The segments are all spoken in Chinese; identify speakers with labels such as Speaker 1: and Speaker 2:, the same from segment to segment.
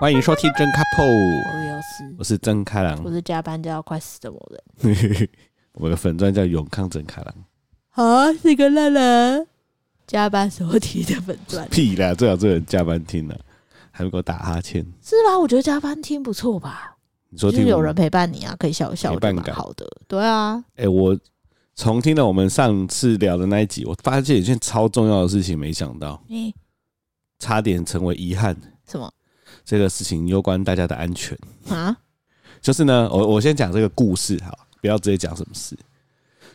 Speaker 1: 欢迎收听真开
Speaker 2: 我
Speaker 1: p
Speaker 2: 是有死，
Speaker 1: 我是真开朗
Speaker 2: 我，是加班加到快死的某人。
Speaker 1: 我的粉钻叫永康真开朗。
Speaker 2: 啊，是个烂人，加班时候提的粉钻
Speaker 1: 屁啦，最好这人加班听了，啊还不给我打哈欠。
Speaker 2: 是吧？我觉得加班听不错吧，
Speaker 1: 你说
Speaker 2: 就是
Speaker 1: 听我
Speaker 2: 有
Speaker 1: 们
Speaker 2: 人陪伴你啊，可以笑一笑，
Speaker 1: 陪
Speaker 2: 我觉得
Speaker 1: 伴
Speaker 2: 蛮
Speaker 1: 感
Speaker 2: 好的。对啊，
Speaker 1: 哎、我重听了我们上次聊的那一集，我发现有一件超重要的事情没想到，
Speaker 2: 你
Speaker 1: 差点成为遗憾。
Speaker 2: 什么
Speaker 1: 这个事情攸关大家的安全。
Speaker 2: 啊？
Speaker 1: 就是呢，我我先讲这个故事好，不要直接讲什么事。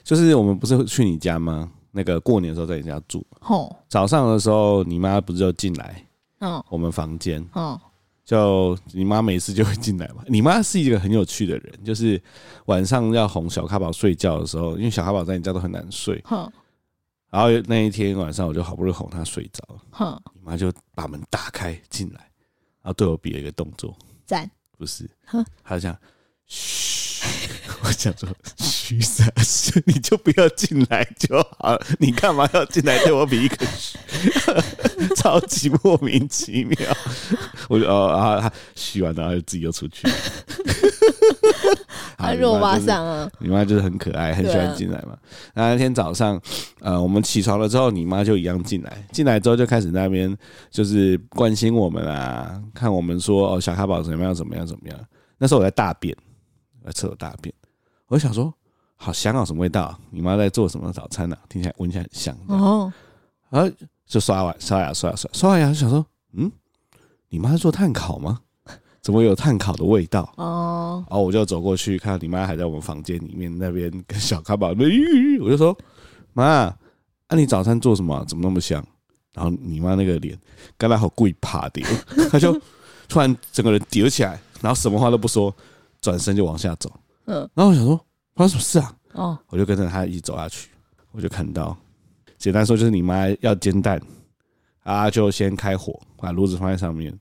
Speaker 1: 就是我们不是去你家吗？那个过年的时候在你家住，
Speaker 2: 吼，
Speaker 1: 早上的时候你妈不是就进来
Speaker 2: 嗯
Speaker 1: 我们房间，
Speaker 2: 嗯，
Speaker 1: 就你妈每次就会进来嘛。 你妈是一个很有趣的人，就是晚上要哄小咖宝睡觉的时候，因为小咖宝在你家都很难睡，
Speaker 2: 哼
Speaker 1: 然后那一天晚上我就好不容易哄她睡着了，
Speaker 2: 哼，
Speaker 1: 你妈就把门打开进来，然后对我比了一个动作，
Speaker 2: 赞，
Speaker 1: 不是
Speaker 2: 哼，
Speaker 1: 他想，嘘， 我想说，嘘啥嘘？你就不要进来就好了，你干嘛要进来对我比一个嘘？ 超级莫名其妙。我就哦啊，他嘘完然后就自己又出 去了。好
Speaker 2: 还是我马，
Speaker 1: 你妈就是
Speaker 2: 上啊，
Speaker 1: 你妈就是很可爱，很喜
Speaker 2: 对啊
Speaker 1: 欢进来嘛。那那天早上，呃，我们起床了之后，你妈就一样进来，进来之后就开始那边就是关心我们啊，看我们说哦，小咖宝怎么样怎么样怎么样。那时候我在大便，我在厕所大便，我就想说好香啊，什么味道啊、你妈在做什么早餐呢、啊听起来闻起来很香。
Speaker 2: 哦，
Speaker 1: 然后就刷完刷牙刷牙刷牙刷完牙，就想说嗯，你妈是做碳烤吗？怎么有碳烤的味道？
Speaker 2: 哦，
Speaker 1: 然后我就走过去，看到你妈还在我们房间里面那边跟小咖宝那边，吁吁我就说：“妈，那、你早餐做什么啊、怎么那么香？”然后你妈那个脸，刚才好故意趴掉， 她就突然整个人叠起来，然后什么话都不说，转身就往下走。
Speaker 2: 嗯，
Speaker 1: 然后我想说发生什么事啊？
Speaker 2: 哦，
Speaker 1: 我就跟着她一起走下去，我就看到，简单说就是你妈要煎蛋，啊，就先开火，把炉子放在上面，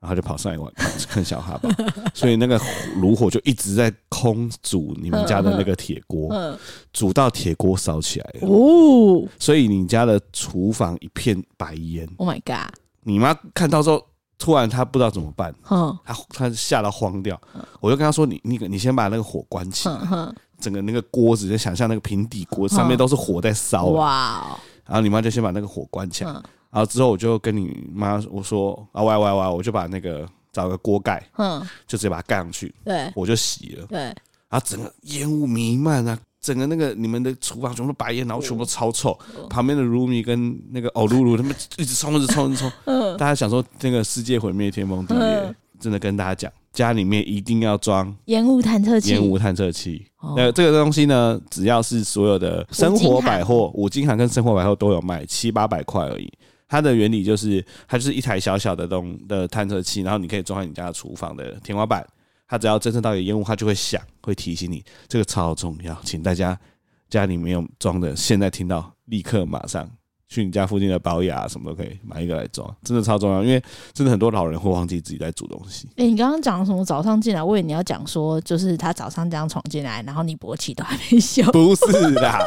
Speaker 1: 然后就跑上来玩看 看小哈吧，所以那个炉火就一直在空煮你们家的那个铁锅，
Speaker 2: 嗯，
Speaker 1: 煮到铁锅烧起来了，
Speaker 2: 哦
Speaker 1: 所以你家的厨房一片白烟。
Speaker 2: ，Oh my god，
Speaker 1: 你妈看到之后，突然她不知道怎么办，
Speaker 2: 哼
Speaker 1: 她她吓到慌掉，
Speaker 2: 嗯
Speaker 1: 我就跟她说：“你你你先把那个火关起来，
Speaker 2: 哼哼，
Speaker 1: 整个那个锅子就想象那个平底锅上面
Speaker 2: 嗯
Speaker 1: 都是火在烧啊，
Speaker 2: 哇哦，
Speaker 1: 然后你妈就先把那个火关起来，
Speaker 2: 嗯
Speaker 1: 然后之后我就跟你妈我说啊喂喂喂，我就把那个找个锅盖，
Speaker 2: 哼，
Speaker 1: 就直接把它盖上去，
Speaker 2: 对
Speaker 1: 我就洗了，
Speaker 2: 对，
Speaker 1: 然后整个烟雾弥漫啊，整个那个你们的厨房全部都白烟，然后全部都超臭，
Speaker 2: 哦
Speaker 1: 旁边的卢米跟那个哦露露他们一直冲一直冲一直冲，大家想说那个世界毁灭天崩地裂
Speaker 2: 嗯，
Speaker 1: 真的跟大家讲，家里面一定要装
Speaker 2: 烟雾探测器，
Speaker 1: 烟雾探测器。
Speaker 2: 哦
Speaker 1: 那这个东西呢，只要是所有的生活百货五
Speaker 2: 五金、
Speaker 1: 金行跟生活百货都有卖，七八百块而已。它的原理就是，它就是一台小小的东的探测器，然后你可以装在你家的厨房的天花板。它只要侦测到有烟雾，它就会响，会提醒你。这个超重要，请大家家里没有装的，现在听到立刻马上去你家附近的保雅、什么都可以买一个来装，真的超重要。因为真的很多老人会忘记自己在煮东西。
Speaker 2: 哎、你刚刚讲什么早上进来？我以为你要讲说，就是他早上这样闯进来，然后你勃起都还没消。
Speaker 1: 不是啦，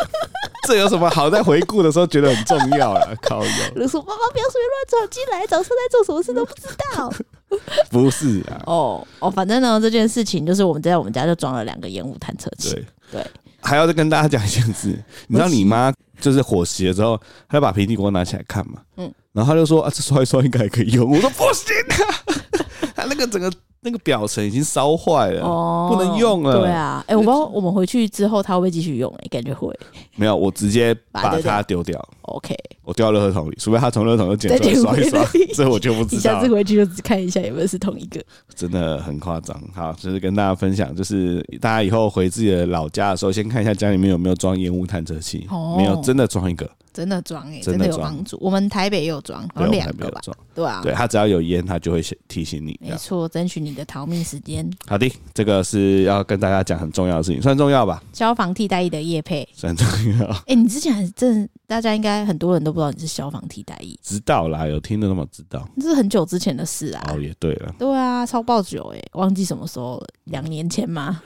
Speaker 1: 这有什么好在回顾的时候觉得很重要啦？ 靠友，
Speaker 2: 我说：“妈妈，不要随便乱闯进来，早上在做什么事都不知道。
Speaker 1: 不是啦，
Speaker 2: 哦”哦反正呢，这件事情就是我们在我们家就装了两个烟雾探测器。
Speaker 1: 对
Speaker 2: 对，
Speaker 1: 还要再跟大家讲一件事，你知道你妈就是火熄了之后，她就把平底锅拿起来看嘛，嗯
Speaker 2: 嗯，
Speaker 1: 然后她就说啊，这刷一刷应该还可以用，我说不行啊， 她那个整个那个表层已经烧坏了，
Speaker 2: 哦，
Speaker 1: 不能用了
Speaker 2: 对啊，哎、我不知道我们回去之后他会不会继续用、哎，感觉会。
Speaker 1: 没有，我直接
Speaker 2: 把
Speaker 1: 把
Speaker 2: 它丢掉
Speaker 1: 它丢掉，
Speaker 2: OK，
Speaker 1: 我丢到垃圾桶里，除非她从垃圾桶又捡出来
Speaker 2: 再
Speaker 1: 刷一
Speaker 2: 捡回来
Speaker 1: 刷，这我就不
Speaker 2: 你
Speaker 1: 知道
Speaker 2: 下
Speaker 1: 了
Speaker 2: 次。回去就只看一下有没有是同一个。
Speaker 1: 真的很夸张。好，就是跟大家分享，就是大家以后回自己的老家的时候，先看一下家里面有没有装烟雾探测器，
Speaker 2: 哦
Speaker 1: 没有真的装一个，
Speaker 2: 真的装哎、
Speaker 1: 真
Speaker 2: 真
Speaker 1: 的
Speaker 2: 的有
Speaker 1: 装
Speaker 2: 帮助。我们台北也有装，
Speaker 1: 对，我
Speaker 2: 好像
Speaker 1: 们
Speaker 2: 两
Speaker 1: 还没
Speaker 2: 个
Speaker 1: 有
Speaker 2: 吧？
Speaker 1: 装。
Speaker 2: 对啊，
Speaker 1: 对，它只要有烟，它就会提醒你。这
Speaker 2: 没
Speaker 1: 样
Speaker 2: 错，争取你的逃命时间。
Speaker 1: 好的，这个是要跟大家讲很重要的事情，算重要吧，
Speaker 2: 消防替代役的叶配，
Speaker 1: 算重要。
Speaker 2: 哎、你之前还真的，大家应该很多人都不知道你是消防替代役，
Speaker 1: 知道啦，有听的那么知道。
Speaker 2: 这是很久之前的事啊。
Speaker 1: 哦，也对了，
Speaker 2: 对啊，超爆久哎、忘记什么时候了，两年前吗？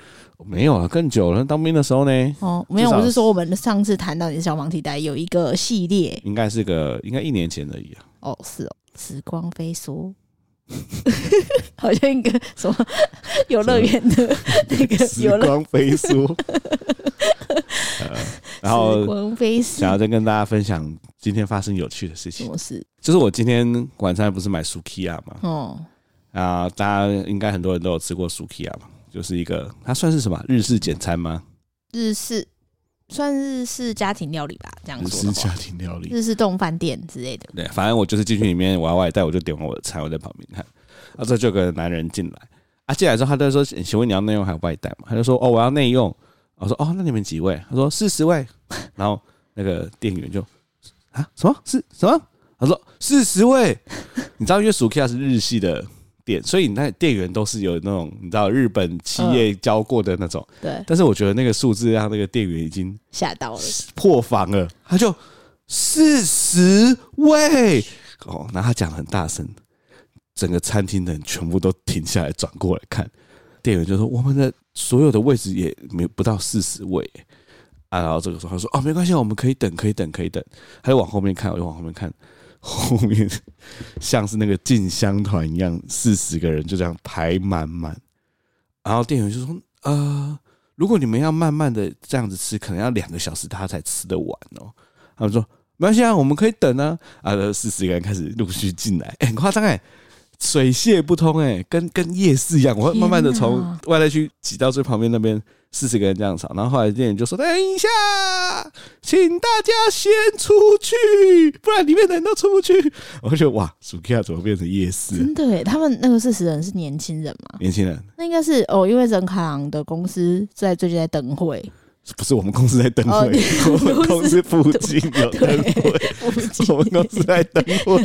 Speaker 1: 没有啊，更久了。当兵的时候呢，
Speaker 2: 哦，没有，
Speaker 1: 至少
Speaker 2: 我是说我们上次谈到你是消防替代役有一个系列
Speaker 1: 应该是个应该一年前而已啊。
Speaker 2: 哦，是哦，时光飞梭， 好像一个什么游乐园的那个
Speaker 1: 时
Speaker 2: 游乐
Speaker 1: 光飞速。呃，然
Speaker 2: 时
Speaker 1: 后
Speaker 2: 光飞逝
Speaker 1: 想要再跟大家分享今天发生有趣的事
Speaker 2: 什
Speaker 1: 情，
Speaker 2: 么事？
Speaker 1: 就是我今天晚餐不是买 Sukiya 嘛，
Speaker 2: 哦，
Speaker 1: 啊，大家应该很多人都有吃过 Sukiya 嘛，就是一个它算是什么日式简餐吗？
Speaker 2: 日式算日式家庭料理吧，这样
Speaker 1: 日
Speaker 2: 说
Speaker 1: 式
Speaker 2: 的话
Speaker 1: 家，庭料理。
Speaker 2: 日式冻饭店之类的。
Speaker 1: 对，反正我就是进去里面，我要外带，我就点完我的菜，我在旁边看。啊，这就有个男人进来，啊，进来之后他就说：“欸请问你要内用还是外带嘛？”他就说：“哦，我要内用。”我说：“哦，那你们几位？”他说：“四十位。” 然后那个店员就啊，什么是什么？他说：“四十位。”你知道，因为 Sukiya 是日系的店，所以你那店员都是有那种你知道日本企业教过的那种。
Speaker 2: 对，
Speaker 1: 但是我觉得那个数字让那个店员已经
Speaker 2: 吓到了，
Speaker 1: 破防了，他就四十位哦，然后他讲得很大声，整个餐厅的人全部都停下来转过来看，店员就说我们的所有的位置也没不到四十位啊，然后这个时候他说哦没关系，我们可以等，可以等，可以等，他就往后面看，我就往后面看。后面像是那个进香团一样，四十个人就这样排满满。然后店员就说：“呃，如果你们要慢慢的这样子吃，可能要两个小时他才吃得完哦。他们说没关系啊，我们可以等啊。啊，四十个人开始陆续进来， 欸很夸张哎，水泄不通哎、跟跟夜市一样。我会慢慢的从
Speaker 2: 天哪
Speaker 1: 外带区挤到最旁边那边，四十个人这样吵。然后后来店员就说：等一下，请大家先出去，不然里面的人都出不去。我就觉得哇，暑假怎么变成夜市？
Speaker 2: 真的耶！他们那个四十人是年轻人嘛？
Speaker 1: 年轻人
Speaker 2: 那应该是哦，因为任卡郎的公司在最近在灯会，
Speaker 1: 不是我们公司在灯会，
Speaker 2: 哦你
Speaker 1: 我们公司附近有灯会。
Speaker 2: 我不记得
Speaker 1: 我们公司 在灯会，我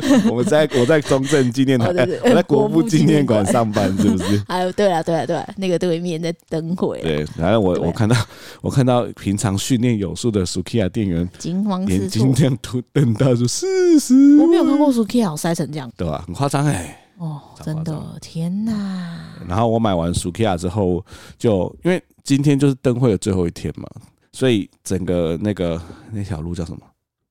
Speaker 1: 们我们在我在中正纪念堂，
Speaker 2: 哦对对
Speaker 1: 哎我在国父纪念馆
Speaker 2: 国父纪念馆
Speaker 1: 上班，是不是？
Speaker 2: 哎呦，对了对了对了，那个对面在灯会，
Speaker 1: 对，然后我
Speaker 2: 对啊
Speaker 1: 我看到我看到平常训练有素的 Sukiya 店员
Speaker 2: 惊慌
Speaker 1: 眼
Speaker 2: 失措
Speaker 1: 睛。这样突瞪大说：“四十。”
Speaker 2: 我没有看过 Suki 好塞成这样
Speaker 1: 对吧、很夸张哎。
Speaker 2: 哦，
Speaker 1: 超
Speaker 2: 真
Speaker 1: 夸张
Speaker 2: 的，天哪！
Speaker 1: 然后我买完 Sukiya 之后，就因为今天就是灯会的最后一天嘛，所以整个那个那条路叫什么？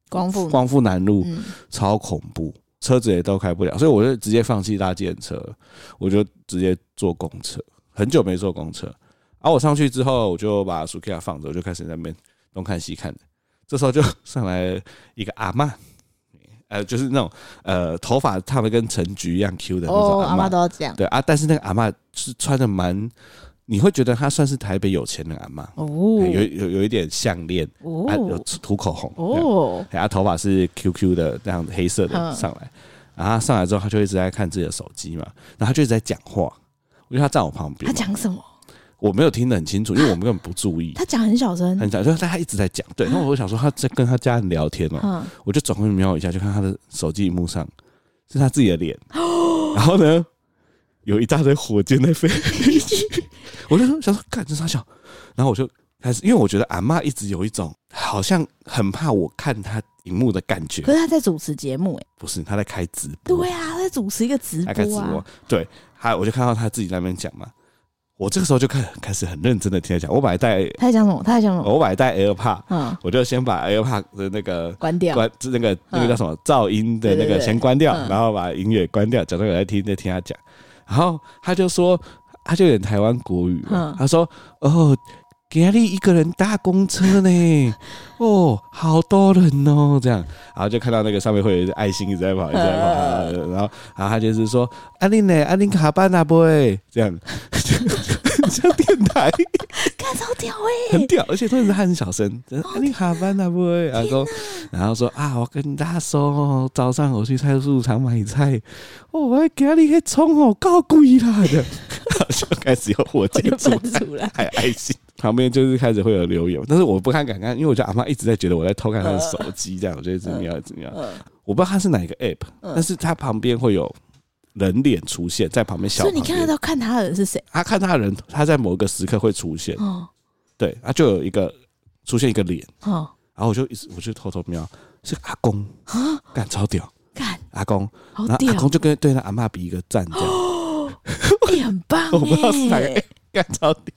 Speaker 2: 光复，
Speaker 1: 光复南路。
Speaker 2: 嗯，
Speaker 1: 超恐怖，车子也都开不了，所以我就直接放弃搭计程车了，我就直接坐公车。很久没坐公车，然后我上去之后，我就把 Sukiya 放着，我就开始在那边东看西看的。这时候就上来了一个阿嬷，呃，就是那种呃头发烫的跟陈菊一样 Q 的那种
Speaker 2: 哦，阿
Speaker 1: 阿
Speaker 2: 妈
Speaker 1: 嬷。
Speaker 2: 都要这样
Speaker 1: 对啊，但是那个阿嬷是穿的蛮，你会觉得她算是台北有钱的阿嬷，
Speaker 2: 哦，
Speaker 1: 哎有有有一点项链，啊，有
Speaker 2: 哦
Speaker 1: 涂口红这样
Speaker 2: 哦，
Speaker 1: 然后头发是 QQ 的那样黑色的
Speaker 2: 嗯
Speaker 1: 上来，然后他上来之后，他就一直在看自己的手机嘛，然后他就一直在讲话，因为他站我旁边
Speaker 2: 他
Speaker 1: 嘛，
Speaker 2: 讲什么？
Speaker 1: 我没有听得很清楚，因为我们根本不注意，
Speaker 2: 他讲很小声，
Speaker 1: 很想，就是他一直在讲，对，然后我就想说他在跟他家人聊天哦、
Speaker 2: 嗯，
Speaker 1: 我就转过去瞄一下，就看他的手机荧幕上是他自己的脸， 然后呢，有一大堆火箭在飞，我就说想说干这傻小，然后我就开始，因为我觉得阿嬷一直有一种好像很怕我看她荧幕的感觉
Speaker 2: 可，是他在主持节目，哎，
Speaker 1: 不是她在开直播，
Speaker 2: 对啊，他在主持一个直
Speaker 1: 她开直
Speaker 2: 播
Speaker 1: 播
Speaker 2: 啊，，
Speaker 1: 对，还有我就看到她自己在那边讲嘛，我这个时候就开开始很认真的听她讲，我本来戴
Speaker 2: 他在讲什么？他在讲什么？
Speaker 1: 我本来戴 AirPod，
Speaker 2: 嗯，
Speaker 1: 我就先把 AirPod 的那个
Speaker 2: 关掉，
Speaker 1: 关那个那个叫什么噪音的那
Speaker 2: 对对
Speaker 1: 个
Speaker 2: 对
Speaker 1: 先关掉，
Speaker 2: 嗯
Speaker 1: 然后把音乐关掉，假装有在听，在听他讲。然后他就说，他就有点台湾国语嘛
Speaker 2: 嗯，
Speaker 1: 他说：“哦，给力一个人搭公车 呢，哦，好多人哦，这样。”然后就看到那个上面会有一个爱心一直在跑，一直在跑，
Speaker 2: 嗯
Speaker 1: 然后然后他就是说：“阿玲呢？阿玲卡班啊，不会这样。” 像电台
Speaker 2: 看超屌哎，
Speaker 1: 很屌，而且重点是他很 小声，
Speaker 2: 哦
Speaker 1: 就是啊你下班了不会？然后然后说啊，我跟大家说哦，早上我去菜市场买菜，哦，我给你去葱哦，够贵 啦的，就开始有火
Speaker 2: 我
Speaker 1: 箭
Speaker 2: 就
Speaker 1: 出
Speaker 2: 喷出来，
Speaker 1: 还有爱心。旁边就是开始会有留言，但是我不太敢看，因为我觉得阿妈一直在觉得我在偷看她的手机，这样我就一直瞄，一直瞄。
Speaker 2: 嗯，
Speaker 1: 我不知道她是哪一个 app，
Speaker 2: 嗯
Speaker 1: 但是她旁边会有人脸出现在旁边小
Speaker 2: 所以
Speaker 1: 旁
Speaker 2: 你看得
Speaker 1: 边，
Speaker 2: 到看他的人是谁？
Speaker 1: 她看她的人，她在某一个时刻会出现，
Speaker 2: 哦
Speaker 1: 对，她就有一个出现一个脸，
Speaker 2: 哦，
Speaker 1: 然后我就一直我就偷偷瞄，是个阿公，干超屌，
Speaker 2: 看
Speaker 1: 阿公，
Speaker 2: 好
Speaker 1: 然后
Speaker 2: 屌
Speaker 1: 阿，公就跟对他阿嬷比一个赞，这样
Speaker 2: 哦，哎很棒
Speaker 1: 我不知道是哪个
Speaker 2: 哎，
Speaker 1: 干超屌，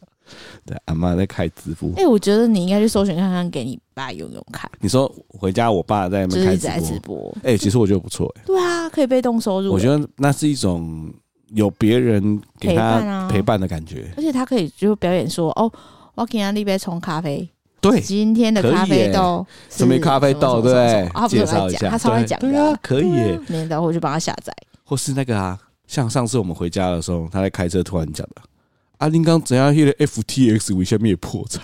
Speaker 1: 对，阿妈在开直播
Speaker 2: 哎、。我觉得你应该去搜寻看看，给你爸用用看，
Speaker 1: 你说回家，我爸在那
Speaker 2: 就
Speaker 1: 边
Speaker 2: 是
Speaker 1: 开
Speaker 2: 一直在
Speaker 1: 直
Speaker 2: 直
Speaker 1: 播，
Speaker 2: 播。
Speaker 1: 哎、其实我觉得不错、哎
Speaker 2: 对啊，可以被动收入。
Speaker 1: 我觉得那是一种有别人给
Speaker 2: 陪伴
Speaker 1: 他
Speaker 2: 啊
Speaker 1: 陪伴的感觉。
Speaker 2: 而且他可以就表演说：“哦，我给他那杯冲咖啡，
Speaker 1: 对，
Speaker 2: 今天的咖啡豆是
Speaker 1: 什么咖啡豆，
Speaker 2: 什么什么
Speaker 1: 对
Speaker 2: 什么什么啊，他，不
Speaker 1: 介
Speaker 2: 是
Speaker 1: 绍
Speaker 2: 在
Speaker 1: 一下，
Speaker 2: 讲，他超爱
Speaker 1: 对
Speaker 2: 讲的。
Speaker 1: 对啊，可以耶
Speaker 2: 对。啊，明天我去帮他下载。
Speaker 1: 或是那个啊，像上次我们回家的时候，他在开车突然讲的，阿林刚怎样，那个 FTX 为下面也破产，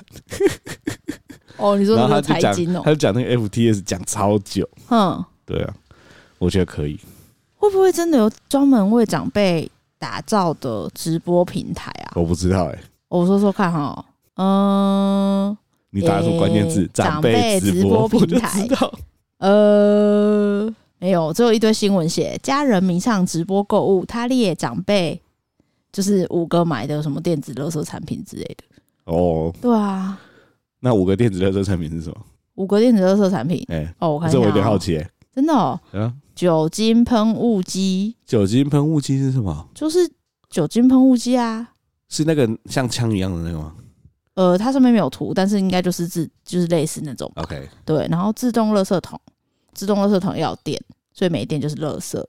Speaker 2: 哦，你说
Speaker 1: 然
Speaker 2: 那
Speaker 1: 后他
Speaker 2: 个
Speaker 1: 就
Speaker 2: 财
Speaker 1: 讲，
Speaker 2: 经哦
Speaker 1: 他，就讲那个 FTX 讲超久，
Speaker 2: 嗯，
Speaker 1: 对啊，我觉得可以，
Speaker 2: 会不会真的有专门为长辈打造的直播平台啊？
Speaker 1: 我不知道哎、
Speaker 2: 我说说看哈，嗯
Speaker 1: 你打什么关键字？
Speaker 2: 诶
Speaker 1: 长
Speaker 2: 长辈
Speaker 1: 直
Speaker 2: 直播
Speaker 1: 我就
Speaker 2: 平台
Speaker 1: 知道。
Speaker 2: 呃，没有，只有一堆新闻写家人迷上直播购物，他列长辈就是五个买的什么电子垃圾产品之类的。
Speaker 1: 哦，
Speaker 2: 对啊，
Speaker 1: 那五个电子垃圾产品是什么？
Speaker 2: 五个电子垃圾产品
Speaker 1: 哎、
Speaker 2: 哦，我看一下、
Speaker 1: 这我有点好，奇、欸。
Speaker 2: 真的哦，
Speaker 1: 啊，
Speaker 2: 酒精喷雾机
Speaker 1: 酒精喷雾机是什么？
Speaker 2: 就是酒精喷雾机啊。
Speaker 1: 是那个像枪一样的那个吗
Speaker 2: 呃，它上面没有图，但是应该就是自就是类似那种吧。
Speaker 1: ？OK，
Speaker 2: 对，然后自动垃圾桶，自动垃圾桶要有电，所以没电就是垃圾。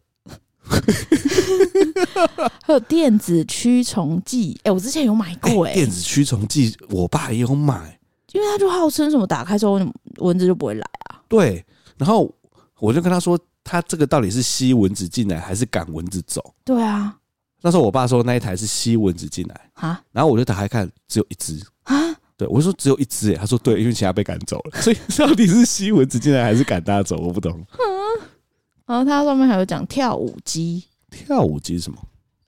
Speaker 2: 还有电子驱虫剂，哎、我之前有买过、
Speaker 1: 欸
Speaker 2: 哎、
Speaker 1: 电子驱虫剂，我爸也有买。
Speaker 2: 因为它就号称什么打开之后蚊子就不会来啊。
Speaker 1: 对，然后我就跟他说，他这个到底是吸蚊子进来还是赶蚊子走？
Speaker 2: 对啊，
Speaker 1: 那时候我爸说那一台是吸蚊子进来，
Speaker 2: 啊
Speaker 1: 然后我就打开看，只有一只。
Speaker 2: 啊，
Speaker 1: 对，我就说只有一只、欸，他说对，因为其他被赶走了，所以到底是吸蚊子进来还是赶他走，我不懂。
Speaker 2: 然后它上面还有讲跳舞机，
Speaker 1: 跳舞机是什么？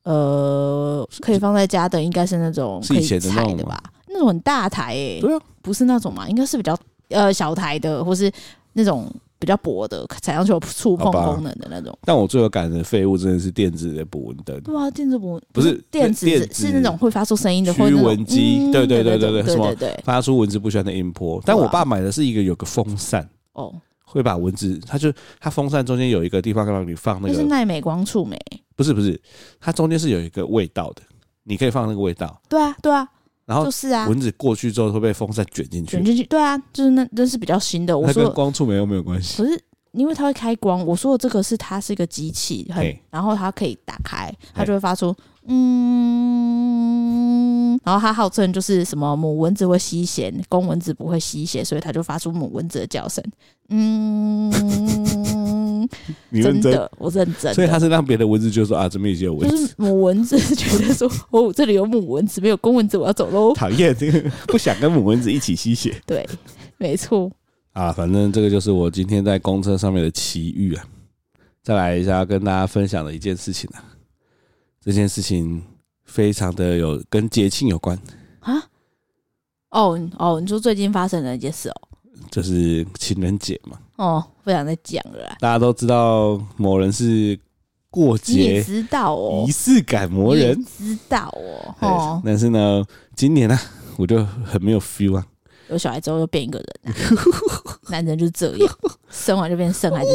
Speaker 2: 呃，可以放在家的，应该是那种
Speaker 1: 是
Speaker 2: 可
Speaker 1: 以
Speaker 2: 以
Speaker 1: 前的那
Speaker 2: 踩
Speaker 1: 种
Speaker 2: 的
Speaker 1: 吗
Speaker 2: 吧？那种很大台、哎，
Speaker 1: 对啊，
Speaker 2: 不是那种嘛，应该是比较呃小台的，或是那种比较薄的，踩上去有触碰
Speaker 1: 好吧
Speaker 2: 功能的那种。
Speaker 1: 但我最有感的废物真的是电子的捕蚊灯。
Speaker 2: 对啊，电子捕
Speaker 1: 不是
Speaker 2: 电子
Speaker 1: 电
Speaker 2: 是那种会发出声音的，
Speaker 1: 驱
Speaker 2: 或者那种
Speaker 1: 蚊机
Speaker 2: 嗯
Speaker 1: 对对
Speaker 2: 对
Speaker 1: 对对
Speaker 2: 对
Speaker 1: 对什么
Speaker 2: 对对
Speaker 1: 发出蚊子不喜欢的音波，但
Speaker 2: 对啊
Speaker 1: 我爸买的是一个有个风扇，
Speaker 2: 哦，
Speaker 1: 会把蚊子，它就它风扇中间有一个地方让你放那
Speaker 2: 就
Speaker 1: 个
Speaker 2: 是耐美光触媒。
Speaker 1: 不是不是，它中间是有一个味道的，你可以放那个味道，
Speaker 2: 对啊，对啊，
Speaker 1: 然后
Speaker 2: 就是啊，
Speaker 1: 蚊子过去之后会被风扇卷进去
Speaker 2: 卷，进去。对啊，就是那那是比较新的。我
Speaker 1: 它
Speaker 2: 说
Speaker 1: 跟
Speaker 2: 的
Speaker 1: 光触媒又没有关系。
Speaker 2: 可是因为它会开光，我说的这个是它是一个机器，很
Speaker 1: 嘿
Speaker 2: 然后它可以打开，它
Speaker 1: 嘿
Speaker 2: 就会发出嗯，然后它号称就是什么母蚊子会吸血，公蚊子不会吸血，所以它就发出母蚊子的叫声。嗯，
Speaker 1: 你认真，
Speaker 2: 真的，我认真的。
Speaker 1: 所以它是让别的蚊子就说啊，这边已经有蚊
Speaker 2: 就
Speaker 1: 子，
Speaker 2: 是母蚊子觉得说，哦，这里有母蚊子，没有公蚊子，我要走喽。
Speaker 1: 讨厌 这个，不想跟母蚊子一起吸 血
Speaker 2: 对，没错，
Speaker 1: 啊。反正这个就是我今天在公车上面的奇遇啊。再来一下要跟大家分享的一件事情啊，这件事情非常的有跟节庆有关，
Speaker 2: 啊，哦你哦，你说最近发生的一件事哦，
Speaker 1: 就是情人节嘛。
Speaker 2: 哦，不想再讲了啦，
Speaker 1: 大家都知道某人是过
Speaker 2: 你也
Speaker 1: 节
Speaker 2: 知道哦
Speaker 1: 仪，式感魔
Speaker 2: 你也
Speaker 1: 人。哎
Speaker 2: 知道哦，
Speaker 1: 对
Speaker 2: 哦，
Speaker 1: 但是呢，今年呢、我就很没有 feel 啊。
Speaker 2: 有小孩之后就变一个人、啊， 男人就是这样，生完就变生孩子机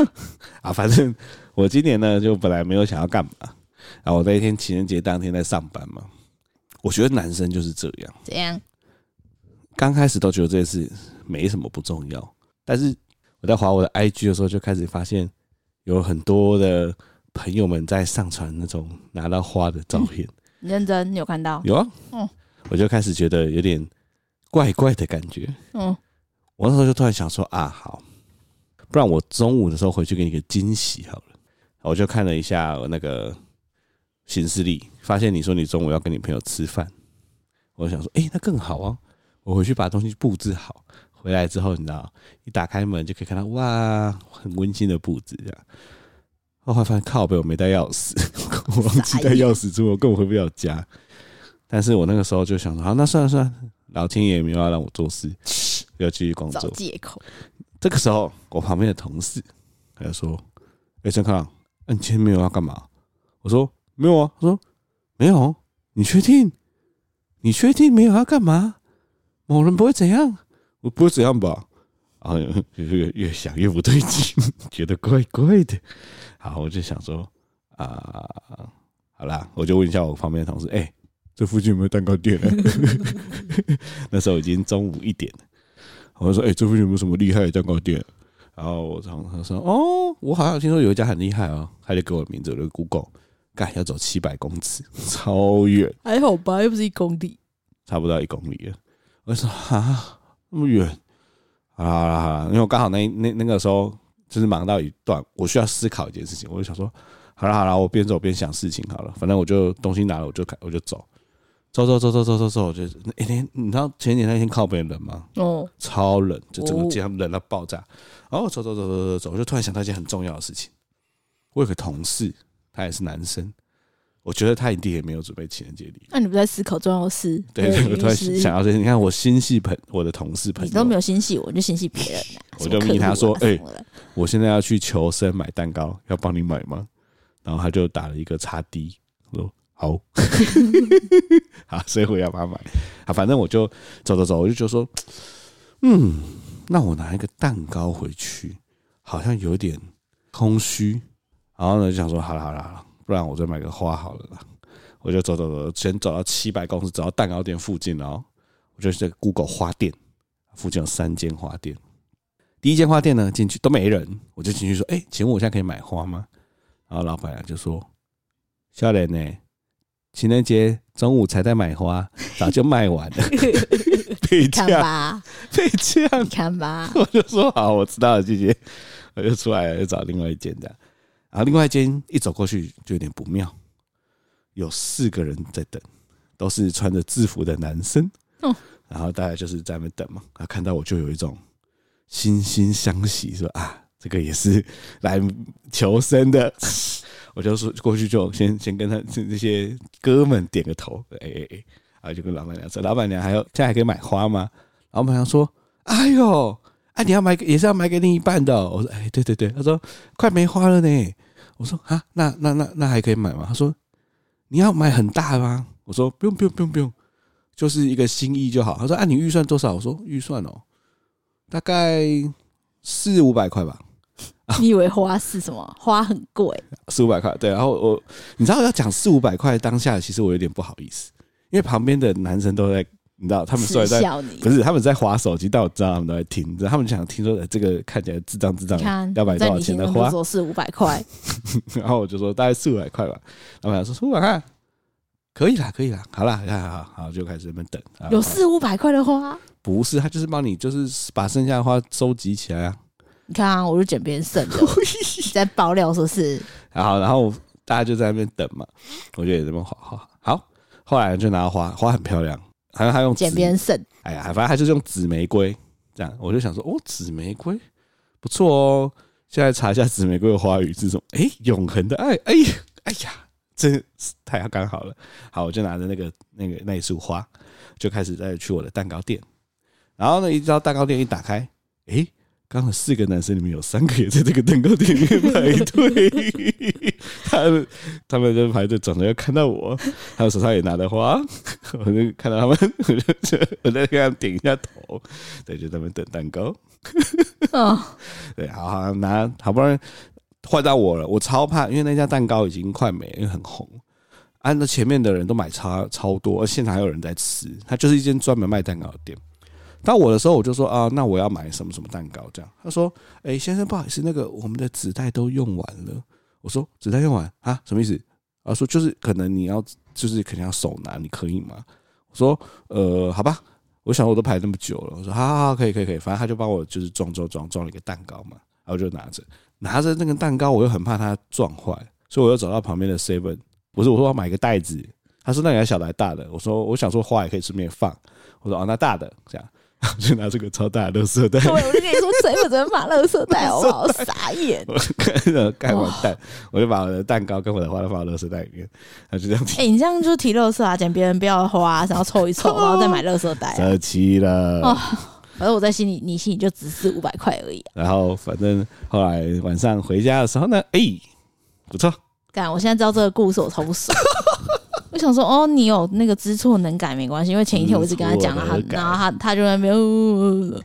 Speaker 2: 器，
Speaker 1: 啊，反正我今年呢，就本来没有想要干嘛，然后我那一天情人节当天在上班嘛。我觉得男生就是这样，
Speaker 2: 怎样？
Speaker 1: 刚开始都觉得这件事没什么不重要，但是我在划我的 IG 的时候，就开始发现有很多的朋友们在上传那种拿到花的照片。
Speaker 2: 你认真，你有看到？
Speaker 1: 有啊，
Speaker 2: 嗯
Speaker 1: 我就开始觉得有点怪怪的感觉。
Speaker 2: 嗯，
Speaker 1: 我那时候就突然想说啊，好，不然我中午的时候回去给你个惊喜好了。我就看了一下我那个行事历，发现你说你中午要跟你朋友吃饭，我就想说，诶，那更好啊！我回去把东西布置好，回来之后，你知道，一打开门就可以看到，哇，很温馨的布置这样。后来发现靠背我没带钥匙， 我忘记带钥匙出门，我根本回不了家。但是我那个时候就想说，好，那算了算了，老天爷没有要让我做事，要继续工
Speaker 2: 找
Speaker 1: 作。
Speaker 2: 借口，
Speaker 1: 这个时候，我旁边的同事他就说：“哎、陈康，那你今天没有要干嘛？”我说：“没有啊。”他说：“没有，你确定？你确定没有要干嘛？某人不会怎样？我不会怎样吧？”然后越越越想越不对劲，觉得怪怪的。好，我就想说啊、好啦，我就问一下我旁边的同事，哎、这附近有没有蛋糕店、啊？ 那时候已经中午一点了，我就说，哎、这附近有没有什么厉害的蛋糕店？然后我同事说，哦，我好像听说有一家很厉害哦，他就给我名字，我就 Google，干要走七百公尺， 超远。
Speaker 2: 还好吧，又不是一公里。
Speaker 1: 差不多要一公里了。我就说啊，那么远，好啦好啦好啦，因为我刚好那那那个时候就是忙到一段，我需要思考一件事情，我就想说，好啦好啦，我边走边想事情好了，反正我就东西拿了，我就开我就走，走走走走走走走，我就那天、你知道前几天那天靠北冷吗？
Speaker 2: 哦，
Speaker 1: 超冷，就整个街上冷到爆炸。然后我走走走走走走，我就突然想到一件很重要的事情。我有个同事，他也是男生，我觉得他一定也没有准备情人节礼物。
Speaker 2: 那你不在思考重要的事？
Speaker 1: 对，对我突然想到这些，你看我心系朋，我的同事朋
Speaker 2: 你都没
Speaker 1: 友，。
Speaker 2: 有心系我，你就心系别人啦
Speaker 1: 我就密他说哎
Speaker 2: 什么客户啊什么的
Speaker 1: 我现在要去求生买蛋糕，要帮你买吗？然后他就打了一个叉 D，我说好， 好，所以我要帮他买。啊，反正我就走走走，我就觉得说，嗯，那我拿一个蛋糕回去，好像有点空虚。然后呢，就想说，好了好了好了，不然我再买个花好了啦。我就走走走，先走到七百公尺，走到蛋糕店附近了哦，然后我就去 Google 花店，附近有三间花店。第一间花店呢，进去都没人，我就进去说：“哎、请问我现在可以买花吗？”然后老板娘就说：“笑脸呢，情人节中午才在买花，早就卖完了。” 被
Speaker 2: 看
Speaker 1: 呛，
Speaker 2: 吧，
Speaker 1: 被呛
Speaker 2: 你，看吧，
Speaker 1: 我就说好，我知道了，谢谢。我就出来了，就找另外一间这样。然后另外一间一走过去就有点不妙，有四个人在等，都是穿着制服的男生。
Speaker 2: 哦
Speaker 1: 然后大家就是在那边等嘛，他看到我就有一种惺惺相惜，说啊，这个也是来求生的。 我就说过去就先先跟他这这些哥们点个头，哎哎哎，然后就跟老板娘说，老板娘还有现在还可以买花吗？老板娘说，哎呦，啊，你要买给也是要买给另一半的哦、我说，哎，对对对。他说，快没花了呢。我说，啊，那那那那还可以买吗？他说，你要买很大吗？我说，不用不用不用不用，就是一个心意就好。他说，啊，你预算多少？我说，预算哦，大概四五百块吧，
Speaker 2: 你以为花是什么？花很贵，
Speaker 1: 四五百块。对，然后我，你知道要讲四五百块当下，其实我有点不好意思，因为旁边的男生都在，你知道，他们虽
Speaker 2: 耻
Speaker 1: 然在
Speaker 2: 笑你
Speaker 1: 不。是他们在划手机，但我知道他们都在听，他们想听说呃这个看起来智障智障
Speaker 2: 你，看，
Speaker 1: 要买多
Speaker 2: 在
Speaker 1: 少
Speaker 2: 你
Speaker 1: 钱
Speaker 2: 心
Speaker 1: 的
Speaker 2: 中
Speaker 1: 花
Speaker 2: 就说是五百 块，
Speaker 1: 然后我就说大概四五百块吧，老板娘说四五百块，可以啦，可以啦，好啦，好好好，就开始在那边等，啊
Speaker 2: 有四五百块的花，
Speaker 1: 不是他就是帮你就是把剩下的花收集起来啊，
Speaker 2: 你看啊，我就捡别 人剩的，你在爆料说是
Speaker 1: 然后然后大家就在那边等嘛，我就也在那边画画，好，后来就拿到花，花很漂亮，好像他用纸
Speaker 2: 捡别人剩，
Speaker 1: 哎呀，反正他就是用紫玫瑰这样，我就想说，哦，紫玫瑰不错哦。现在查一下紫玫瑰的花语是什么？哎、永恒的爱。哎、呀，哎呀，真是太刚好了。好，我就拿着那个那个那一束花，就开始再去我的蛋糕店。然后呢，一到蛋糕店一打开，哎、刚好四个男生里面有三个也在这个蛋糕店里面排队， 他们他们在排队，转头又看到我，他们手上也拿着花， 我就看到他们，我就我在给他们点一下头， 对，就在那边等蛋糕，
Speaker 2: 嗯，
Speaker 1: 对，好好拿，好不容易换到我了，我超怕，因为那家蛋糕已经快没了，因为很红。按照前面的人都买超超多，而现场还有人在吃，它就是一间专门卖蛋糕的店。到我的时候，我就说啊，那我要买什么什么蛋糕这样。他说，哎、先生，不好意思，那个我们的纸袋都用完了。我说纸袋用完啊，什么意思？啊，说就是可能你要就是可能要手拿，你可以吗？我说呃，好吧，我想我都排那么久了，我说好好好，可以可以可以，反正他就帮我就是装装装装了一个蛋糕嘛，然后就拿着拿着那个蛋糕，我又很怕它撞坏，所以我又走到旁边的 seven，不是我说我要买一个袋子，他说那你要小的还是大的？我说我想说花也可以顺便放，我说哦那大的这样， 我就拿这个超大的垃圾袋，
Speaker 2: 对，我就跟你说，谁会怎么把垃圾袋好不好？傻 眼。
Speaker 1: 我看着盖完蛋，我就把我的蛋糕跟我的花都放到垃圾袋里面，然后就这样
Speaker 2: 哎、你这样就是提垃圾啊，捡别人不要的花，然后凑 一凑，然后再买垃圾袋、啊。
Speaker 1: 折期了。
Speaker 2: 哦反正我在心里，你心里就只是五百块而已、啊。
Speaker 1: 然后反正后来晚上回家的时候呢，哎、不错，
Speaker 2: 干，我现在知道这个故事，我超不爽。 我想说，哦，你有那个知错能改没关系，因为前一天我一直跟他讲啊了，他
Speaker 1: 知错能改
Speaker 2: 然后他他就在那边，呃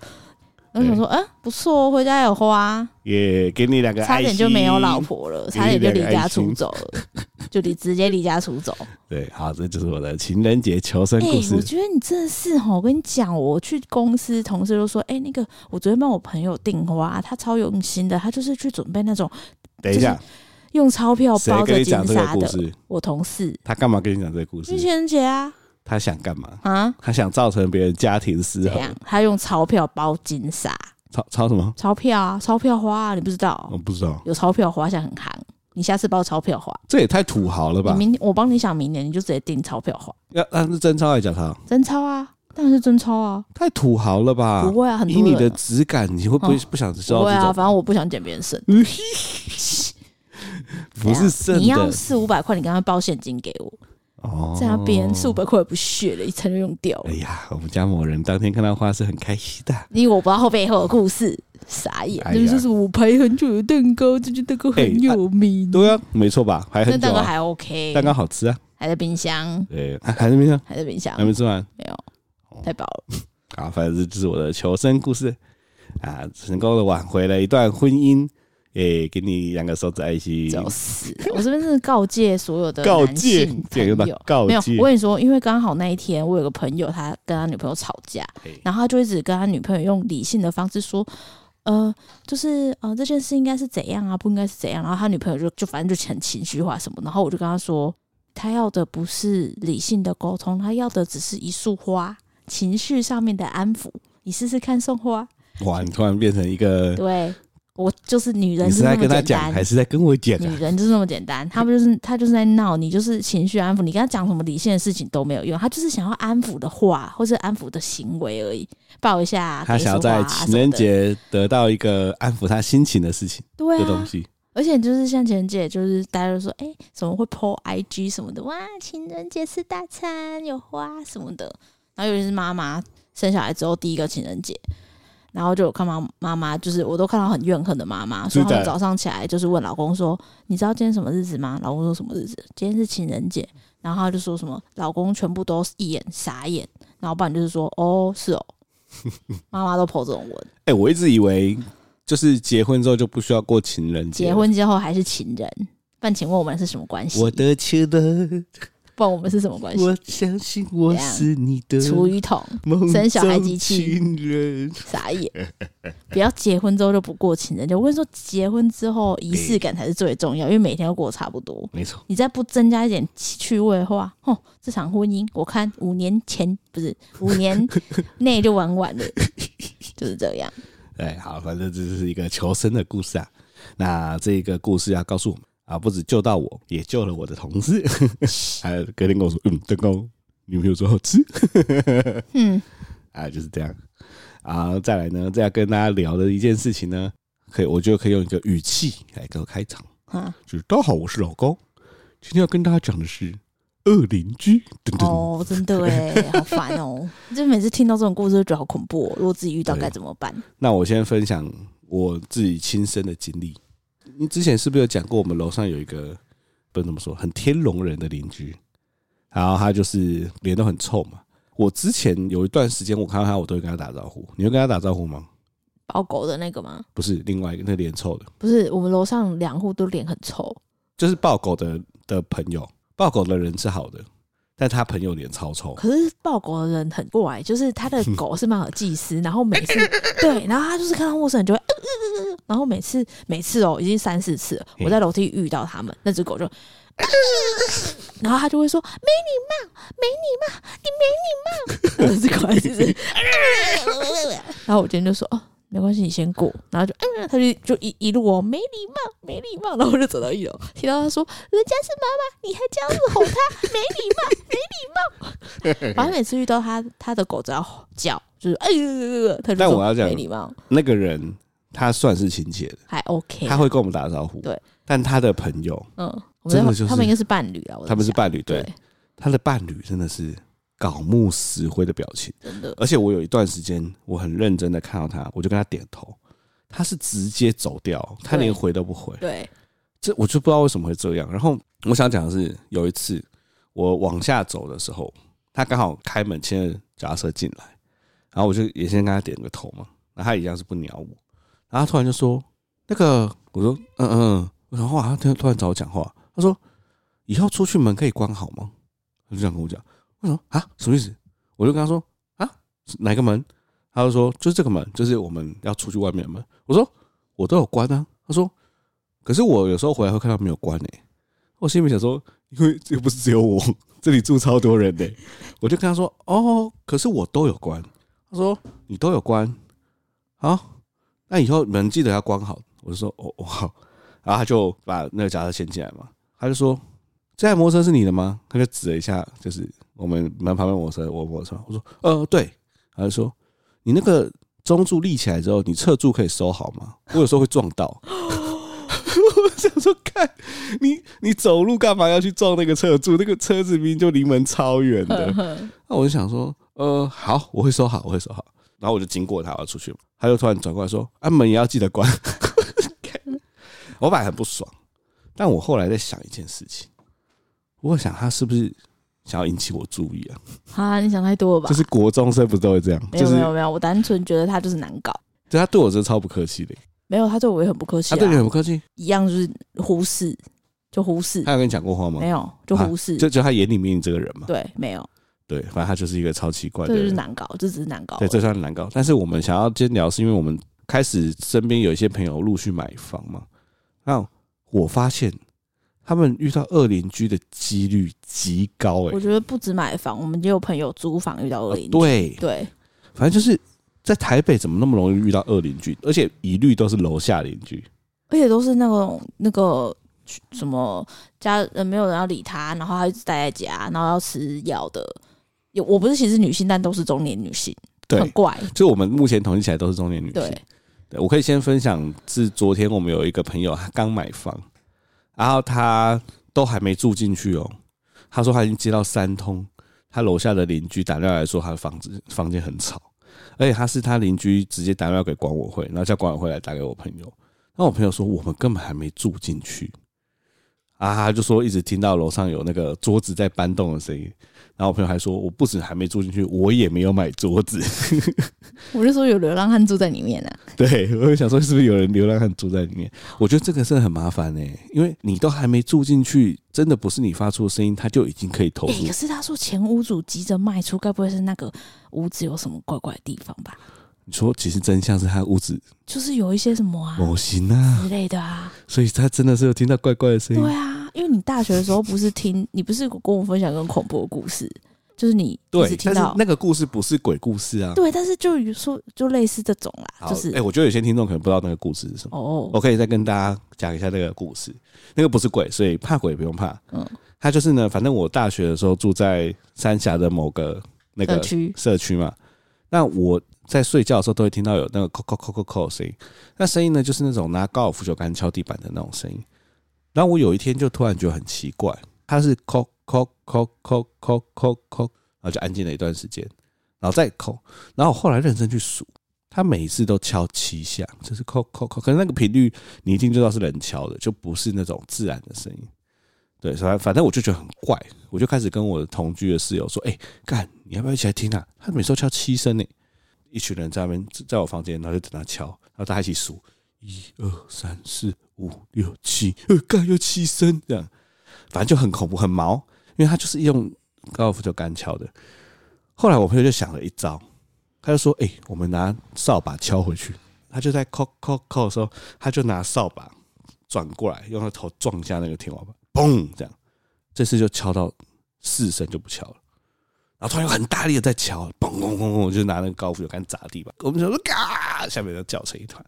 Speaker 2: 我想说，哎、不错哦，回家有花，
Speaker 1: 也给你两个
Speaker 2: 差
Speaker 1: 爱
Speaker 2: 点
Speaker 1: 心
Speaker 2: 就没有老婆了，差点就离家出走了，就离直接离家 出走。
Speaker 1: 对，好，这就是我的情人节求生
Speaker 2: 哎、
Speaker 1: 故事
Speaker 2: 我。觉得你真的是哈，我跟你讲，我去公司，同事就说，哎、那个我昨天帮我朋友订花，他超用心的，他就是去准备那种
Speaker 1: 等一下，
Speaker 2: 用钞票
Speaker 1: 谁
Speaker 2: 包
Speaker 1: 跟
Speaker 2: 着
Speaker 1: 你
Speaker 2: 金
Speaker 1: 讲这个
Speaker 2: 沙
Speaker 1: 故
Speaker 2: 的。
Speaker 1: 事？
Speaker 2: 我同事
Speaker 1: 他干嘛跟你讲这个故事
Speaker 2: 就？情人节啊
Speaker 1: 他想干嘛？
Speaker 2: 啊，
Speaker 1: 他想造成别人家庭失
Speaker 2: 怎
Speaker 1: 衡
Speaker 2: 样？？他用钞票包金沙，
Speaker 1: 抄抄什么？
Speaker 2: 钞票啊，钞票花啊，你不知道
Speaker 1: 我不知道，
Speaker 2: 有钞票花现在很行，你下次包钞票花，
Speaker 1: 这也太土豪了
Speaker 2: 你
Speaker 1: 吧？
Speaker 2: 明我帮你想明年你就直接订钞票花，
Speaker 1: 要啊那是真抄还是假抄？
Speaker 2: 真钞啊，当然是真钞啊，
Speaker 1: 太土豪了吧？
Speaker 2: 不会啊，很
Speaker 1: 以
Speaker 2: 多
Speaker 1: 你
Speaker 2: 人
Speaker 1: 的质感，你会不会
Speaker 2: 哦
Speaker 1: 不想知道
Speaker 2: 不会
Speaker 1: 这
Speaker 2: 啊，
Speaker 1: 种？
Speaker 2: 反正我不想捡别人 剩。啊
Speaker 1: 不是剩
Speaker 2: 你要
Speaker 1: 的
Speaker 2: 四五百块，你刚刚包现金给我，
Speaker 1: 哦
Speaker 2: 在那边四五百块也不屑了，一层就用掉了
Speaker 1: 哎。呀，我们家某人当天看到花是很开心的。
Speaker 2: 因为我不知道后背后的故事，傻眼。
Speaker 1: 哎呀
Speaker 2: 那就是我排很久的蛋糕，这件蛋糕很有名。
Speaker 1: 对啊，没错吧？排
Speaker 2: 那
Speaker 1: 很久
Speaker 2: 蛋糕
Speaker 1: 啊，
Speaker 2: 还 OK，
Speaker 1: 蛋糕好吃啊。
Speaker 2: 还在冰箱，
Speaker 1: 对，啊还没呢，
Speaker 2: 还在冰箱
Speaker 1: 还，没哦吃完
Speaker 2: 没有，太饱了。
Speaker 1: 啊。反正这就是我的求生故事啊，成功的挽回了一段婚姻。诶，给你两个手指爱心。
Speaker 2: 就是，我这边是告诫所有的
Speaker 1: 告
Speaker 2: 男
Speaker 1: 诫
Speaker 2: 性
Speaker 1: 这个
Speaker 2: 朋
Speaker 1: 叫
Speaker 2: 友，
Speaker 1: 告
Speaker 2: 没有
Speaker 1: 诫。
Speaker 2: 我跟你说，因为刚好那一天我有个朋友，他跟他女朋友吵架
Speaker 1: 嘿，
Speaker 2: 然后他就一直跟他女朋友用理性的方式说。呃，就是呃，这件事应该是怎样啊，不应该是怎样。然后他女朋友就就反正就很情绪化什么。然后我就跟他说，他要的不是理性的沟通，他要的只是一束花，情绪上面的安抚。你试试看送花，
Speaker 1: 哇，你突然变成一 个，
Speaker 2: 对我就是女人
Speaker 1: 你是在
Speaker 2: 那么
Speaker 1: 跟他
Speaker 2: 简
Speaker 1: 讲，
Speaker 2: 单。
Speaker 1: 还是在跟我讲啊
Speaker 2: 女？人就是那么简单，她不就是她就是在闹你，就是情绪安抚，你跟她讲什么理性的事情都没有用，她就是想要安抚的话或是安抚的行为而已，抱一下，
Speaker 1: 他
Speaker 2: 给一束
Speaker 1: 想要在
Speaker 2: 花啊
Speaker 1: 情人
Speaker 2: 什么的
Speaker 1: 节得到一个安抚他心情的事情
Speaker 2: 对
Speaker 1: 的东
Speaker 2: 啊，
Speaker 1: 西。
Speaker 2: 而且就是像情人节，就是大家就说，哎、怎么会 PO IG 什么的，哇，情人节吃大餐有花什么的，然后尤其是妈妈生小孩之后第一个情人节。然后就有看妈妈妈，就是我都看到很怨恨的妈妈，所
Speaker 1: 是
Speaker 2: 以他
Speaker 1: 的
Speaker 2: 们早上起来就是问老公说：“你知道今天什么日子吗？”老公说什么日子？今天是情人节。然后他就说什么，老公全部都一眼傻眼，然后不然就是说：“哦，是 哦。”妈妈都剖这种文，
Speaker 1: 哎、我一直以为就是结婚之后就不需要过情人节。
Speaker 2: 结，婚之后还是情人。但请问我们是什么关系？
Speaker 1: 我的情人，
Speaker 2: 不然我们是什么关系？
Speaker 1: 我相信我是你的
Speaker 2: 厨余桶，
Speaker 1: 梦中
Speaker 2: 生小孩机器
Speaker 1: 情人。
Speaker 2: 傻眼！不要结婚之后就不过情人节。我跟你说，结婚之后仪式感才是最重要，因为每天都过得差不多。
Speaker 1: 没错，
Speaker 2: 你再不增加一点趣味的话，哦，这场婚姻我看五年前不是五年内就玩完了，就是这样。
Speaker 1: 哎，好，反正这就是一个求生的故事啊。那这个故事要告诉我们啊，不止救到我，也救了我的同 事。还有隔天跟我说，嗯，蛋糕女朋友说好吃。
Speaker 2: 嗯，
Speaker 1: 啊，就是这样。啊，再来呢，再要跟大家聊的一件事情呢，可以，我觉得可以用一个语气来给我开场，
Speaker 2: 啊，
Speaker 1: 就是大家好，我是老高，今天要跟大家讲的是恶邻居， 等等，
Speaker 2: 哦，真的哎，好烦哦！就每次听到这种故事，就觉得好恐怖、哦。如果自己遇到
Speaker 1: 对
Speaker 2: 该怎么办？
Speaker 1: 那我先分享我自己亲身的经历。你之前是不是有讲过，我们楼上有一个不能这么说，很天龙人的邻居，然后他就是脸都很臭嘛。我之前有一段时间，我看到他，我都会跟他打招呼。你会跟他打招呼吗？
Speaker 2: 包狗的那个吗？
Speaker 1: 不是，另外一个那脸臭的，
Speaker 2: 不是，我们楼上两户都脸很臭，
Speaker 1: 就是抱狗的的朋友，抱狗的人是好的，但他朋友脸超臭。
Speaker 2: 可是抱狗的人很怪，就是他的狗是马尔济斯，然后每次 对，然后他就是看到陌生人就会呃呃呃呃，然后每次每次哦，已经三四次了，
Speaker 1: 嘿
Speaker 2: 我在楼梯遇到他们，那只狗就。呃 然后他就会说：“没礼貌， 没礼貌，你没礼貌。”那只狗还 是是。然后我今天就说：“哦，没关系，你先过。”然后就，嗯、他就就一一路哦，没礼貌，没礼貌。然后我就走到一楼，听到他说：“人家是妈妈，你还这样子吼他， 没礼貌。”反正每次遇到他，他的狗只要叫，就是哎呦呦呦呦，他就
Speaker 1: 但
Speaker 2: 说
Speaker 1: 我要讲
Speaker 2: 没礼貌，
Speaker 1: 那个人他算是亲切的，
Speaker 2: 还 OK
Speaker 1: 他。会跟我们打招呼。
Speaker 2: 哎对，
Speaker 1: 但他的朋友，
Speaker 2: 嗯，我
Speaker 1: 真
Speaker 2: 们
Speaker 1: 的
Speaker 2: 在
Speaker 1: 就是
Speaker 2: 他们应该是伴侣啊，我在
Speaker 1: 他们是
Speaker 2: 想
Speaker 1: 伴侣，对
Speaker 2: 对，
Speaker 1: 他的伴侣真的是槁木死灰的表情。
Speaker 2: 真的
Speaker 1: 而且我有一段时间，我很认真的看到他，我就跟他点头，他是直接走掉，他
Speaker 2: 对
Speaker 1: 连回都不回。
Speaker 2: 对，
Speaker 1: 这我就不知道为什么会这样。然后我想讲的是，有一次我往下走的时候，他刚好开门牵着脚踏车进来，然后我就也先跟他点个头嘛，然后他一样是不鸟我，然后他突然就说：“那个，我说嗯嗯。”然后啊，他突然找我讲话，他说：“以后出去门可以关好吗？”他就这样跟我讲。我说：“啊，什么意思？”我就跟他说：“啊，哪个门？”他就说：“就是这个门，就是我们要出去外面的门。”我说：“我都有关啊。”他说：“可是我有时候回来会看到没有关诶、我心里面想说：“因为又不是只有我，这里住超多人欸的、我就跟他说：“哦，可是我都有关。”他说：“你都有关，好，那以后门记得要关好。”我就说：“哦，哦好。”然后他就把那个夹车掀起来嘛，他就说：“这台摩托车是你的吗？”他就指了一下，就是我们门旁边摩托车，我摩托车。我说：“呃，对。”他就说：“你那个中柱立起来之后，你侧柱可以收好吗？我有时候会撞到。” 我想说，看你你走路干嘛要去撞那个侧柱？那个车子明明就离门超远
Speaker 2: 嗯
Speaker 1: 的。那我就想说，呃，好，我会收好，我会收好。然后我就经过他，我要出去嘛，他就突然转过来说：“啊，门也要记得关。” 我本来很不爽，但我后来在想一件事情，我想他是不是想要引起我注意啊？
Speaker 2: 啊，你想太多了吧？
Speaker 1: 就是国中生不是都会这样？
Speaker 2: 没有
Speaker 1: 就是
Speaker 2: 没有没有，我单纯觉得他就是难搞。
Speaker 1: 对他对我真的超不客气的，
Speaker 2: 没有，他对我也很不客气、
Speaker 1: 他
Speaker 2: 啊，
Speaker 1: 对你很不客气。
Speaker 2: 一样就是忽视，就忽视，
Speaker 1: 他有跟你讲过话吗
Speaker 2: 没？有就忽视，
Speaker 1: 就就他眼里面你这个啊人嘛，
Speaker 2: 对，没有，
Speaker 1: 对，反正他就是一个超奇怪
Speaker 2: 这
Speaker 1: 的
Speaker 2: 就是
Speaker 1: 人。
Speaker 2: 难搞，这只是难搞
Speaker 1: 对，
Speaker 2: 而已。
Speaker 1: 这算难搞。但是我们想要今天聊，是因为我们开始身边有一些朋友陆续买房嘛。那我发现他们遇到恶邻居的几率极高、欸，
Speaker 2: 我觉得不止买房，我们也有朋友租房遇到恶邻居、
Speaker 1: 啊对，
Speaker 2: 对，
Speaker 1: 反正就是在台北怎么那么容易遇到恶邻居，而且一律都是楼下邻居。
Speaker 2: 而且都是那种那个什么家呃没有人要理他，然后他一直待在家，然后要吃药的。有我不是歧视女性，但都是中年女性，
Speaker 1: 对
Speaker 2: 很，怪。
Speaker 1: 就我们目前统计起来都是中年女性
Speaker 2: 对。，
Speaker 1: 对，我可以先分享是昨天我们有一个朋友，他刚买房，然后他都还没住进去哦。他说他已经接到三通，他楼下的邻居打电话来说他的房子房间很吵，而且他是他邻居直接打电话给管委会，然后叫管委会来打给我朋友。那我朋友说我们根本还没住进去，啊，他就说一直听到楼上有那个桌子在搬动的声音。然后我朋友还说我不止还没住进去，我也没有买桌子。
Speaker 2: 我就说有流浪汉住在里面啊。
Speaker 1: 对，我就想说是不是有人流浪汉住在里面？我觉得这个是很麻烦呢、因为你都还没住进去，真的不是你发出的声音，他就已经可以投入
Speaker 2: 哎、。可是他说前屋主急着卖出，该不会是那个屋子有什么怪怪的地方吧？
Speaker 1: 你说，其实真相是他屋子
Speaker 2: 就是有一些什么啊
Speaker 1: 模型啊，
Speaker 2: 之类的啊。
Speaker 1: 所以他真的是有听到怪怪的声音
Speaker 2: 对。啊，因为你大学的时候不是听，你不是跟我分享一个恐怖的故事，就是你一直
Speaker 1: 但
Speaker 2: 听
Speaker 1: 是
Speaker 2: 到
Speaker 1: 那个故事不是鬼故事啊。
Speaker 2: 对，但是就有说就类似这种啦，
Speaker 1: 好，
Speaker 2: 就是
Speaker 1: 哎、我觉得有些听众可能不知道那个故事是什么，
Speaker 2: 哦
Speaker 1: 我可以再跟大家讲一下这个故事。那个不是鬼，所以怕鬼不用怕。嗯
Speaker 2: 嗯，
Speaker 1: 他就是呢，反正我大学的时候住在三峡的某个那
Speaker 2: 社
Speaker 1: 个
Speaker 2: 区
Speaker 1: 社区嘛。那我在睡觉的时候都会听到有那个扣扣扣扣扣的声音，那声音呢就是那种拿高尔夫球杆敲地板的那种声音。然后我有一天就突然觉得很奇怪，它是扣扣扣扣扣扣扣，然后就安静了一段时间，然后再扣，然后我后来认真去数，它每一次都敲七下，就是扣扣扣，可是那个频率你一听就知道是人敲的，就不是那种自然的声音。对，反反正我就觉得很怪，我就开始跟我同居的室友说：“哎、干，你要不要一起来听啊？他每次都敲七声呢。”一群人在那边，在我房间，然后就等他敲，然后大家一起数：一二三四五六七，呃，干又七声，这样，反正就很恐怖，很毛，因为他就是用高尔夫球杆敲的。后来我朋友就想了一招，他就说：“哎、我们拿扫把敲回去。”他就在扣扣扣的时候，他就拿扫把转过来，用他头撞一下那个天花板，嘣，这样，这次就敲到四声就不敲了。然后突然有很大力的在敲，嘣嘣嘣嘣，就拿那个高尔夫球杆砸地板。我们想说，嘎，下面就叫成一团。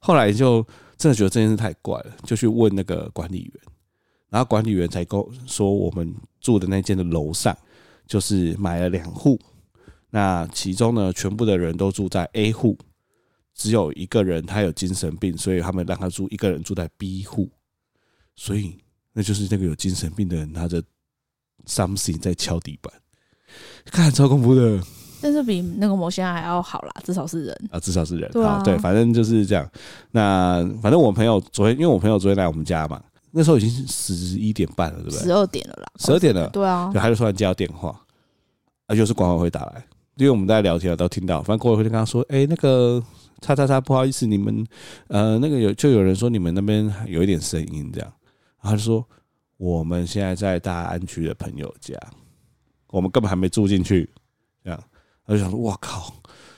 Speaker 1: 后来就真的觉得这件事太怪了，就去问那个管理员，然后管理员才跟我说，我们住的那间的楼上就是买了两户，那其中呢，全部的人都住在 A 户，只有一个人他有精神病，所以他们让他住一个人住在 B 户，所以那就是那个有精神病的人拿着 something 在敲地板。看超恐怖的
Speaker 2: 但是比那个魔仙还要好啦，至少是人。
Speaker 1: 啊，至少是人
Speaker 2: 对啊
Speaker 1: 好对，反正就是这样。那反正我朋友昨天，因为我朋友昨天来我们家嘛，那时候已经十一点半了，对不
Speaker 2: 十
Speaker 1: 对？
Speaker 2: 二点了啦，
Speaker 1: 十二点了，
Speaker 2: 对啊
Speaker 1: 对，，他就突然接到电话，啊，又是管委会打来，因为我们在聊天啊，都听到，反正管委会就跟他说，哎、那个叉叉叉，不好意思，你们呃，那个有就有人说你们那边有一点声音这样，然后他就说，我们现在在大安区的朋友家，我们根本还没住进去，这样，他就想说，哇靠，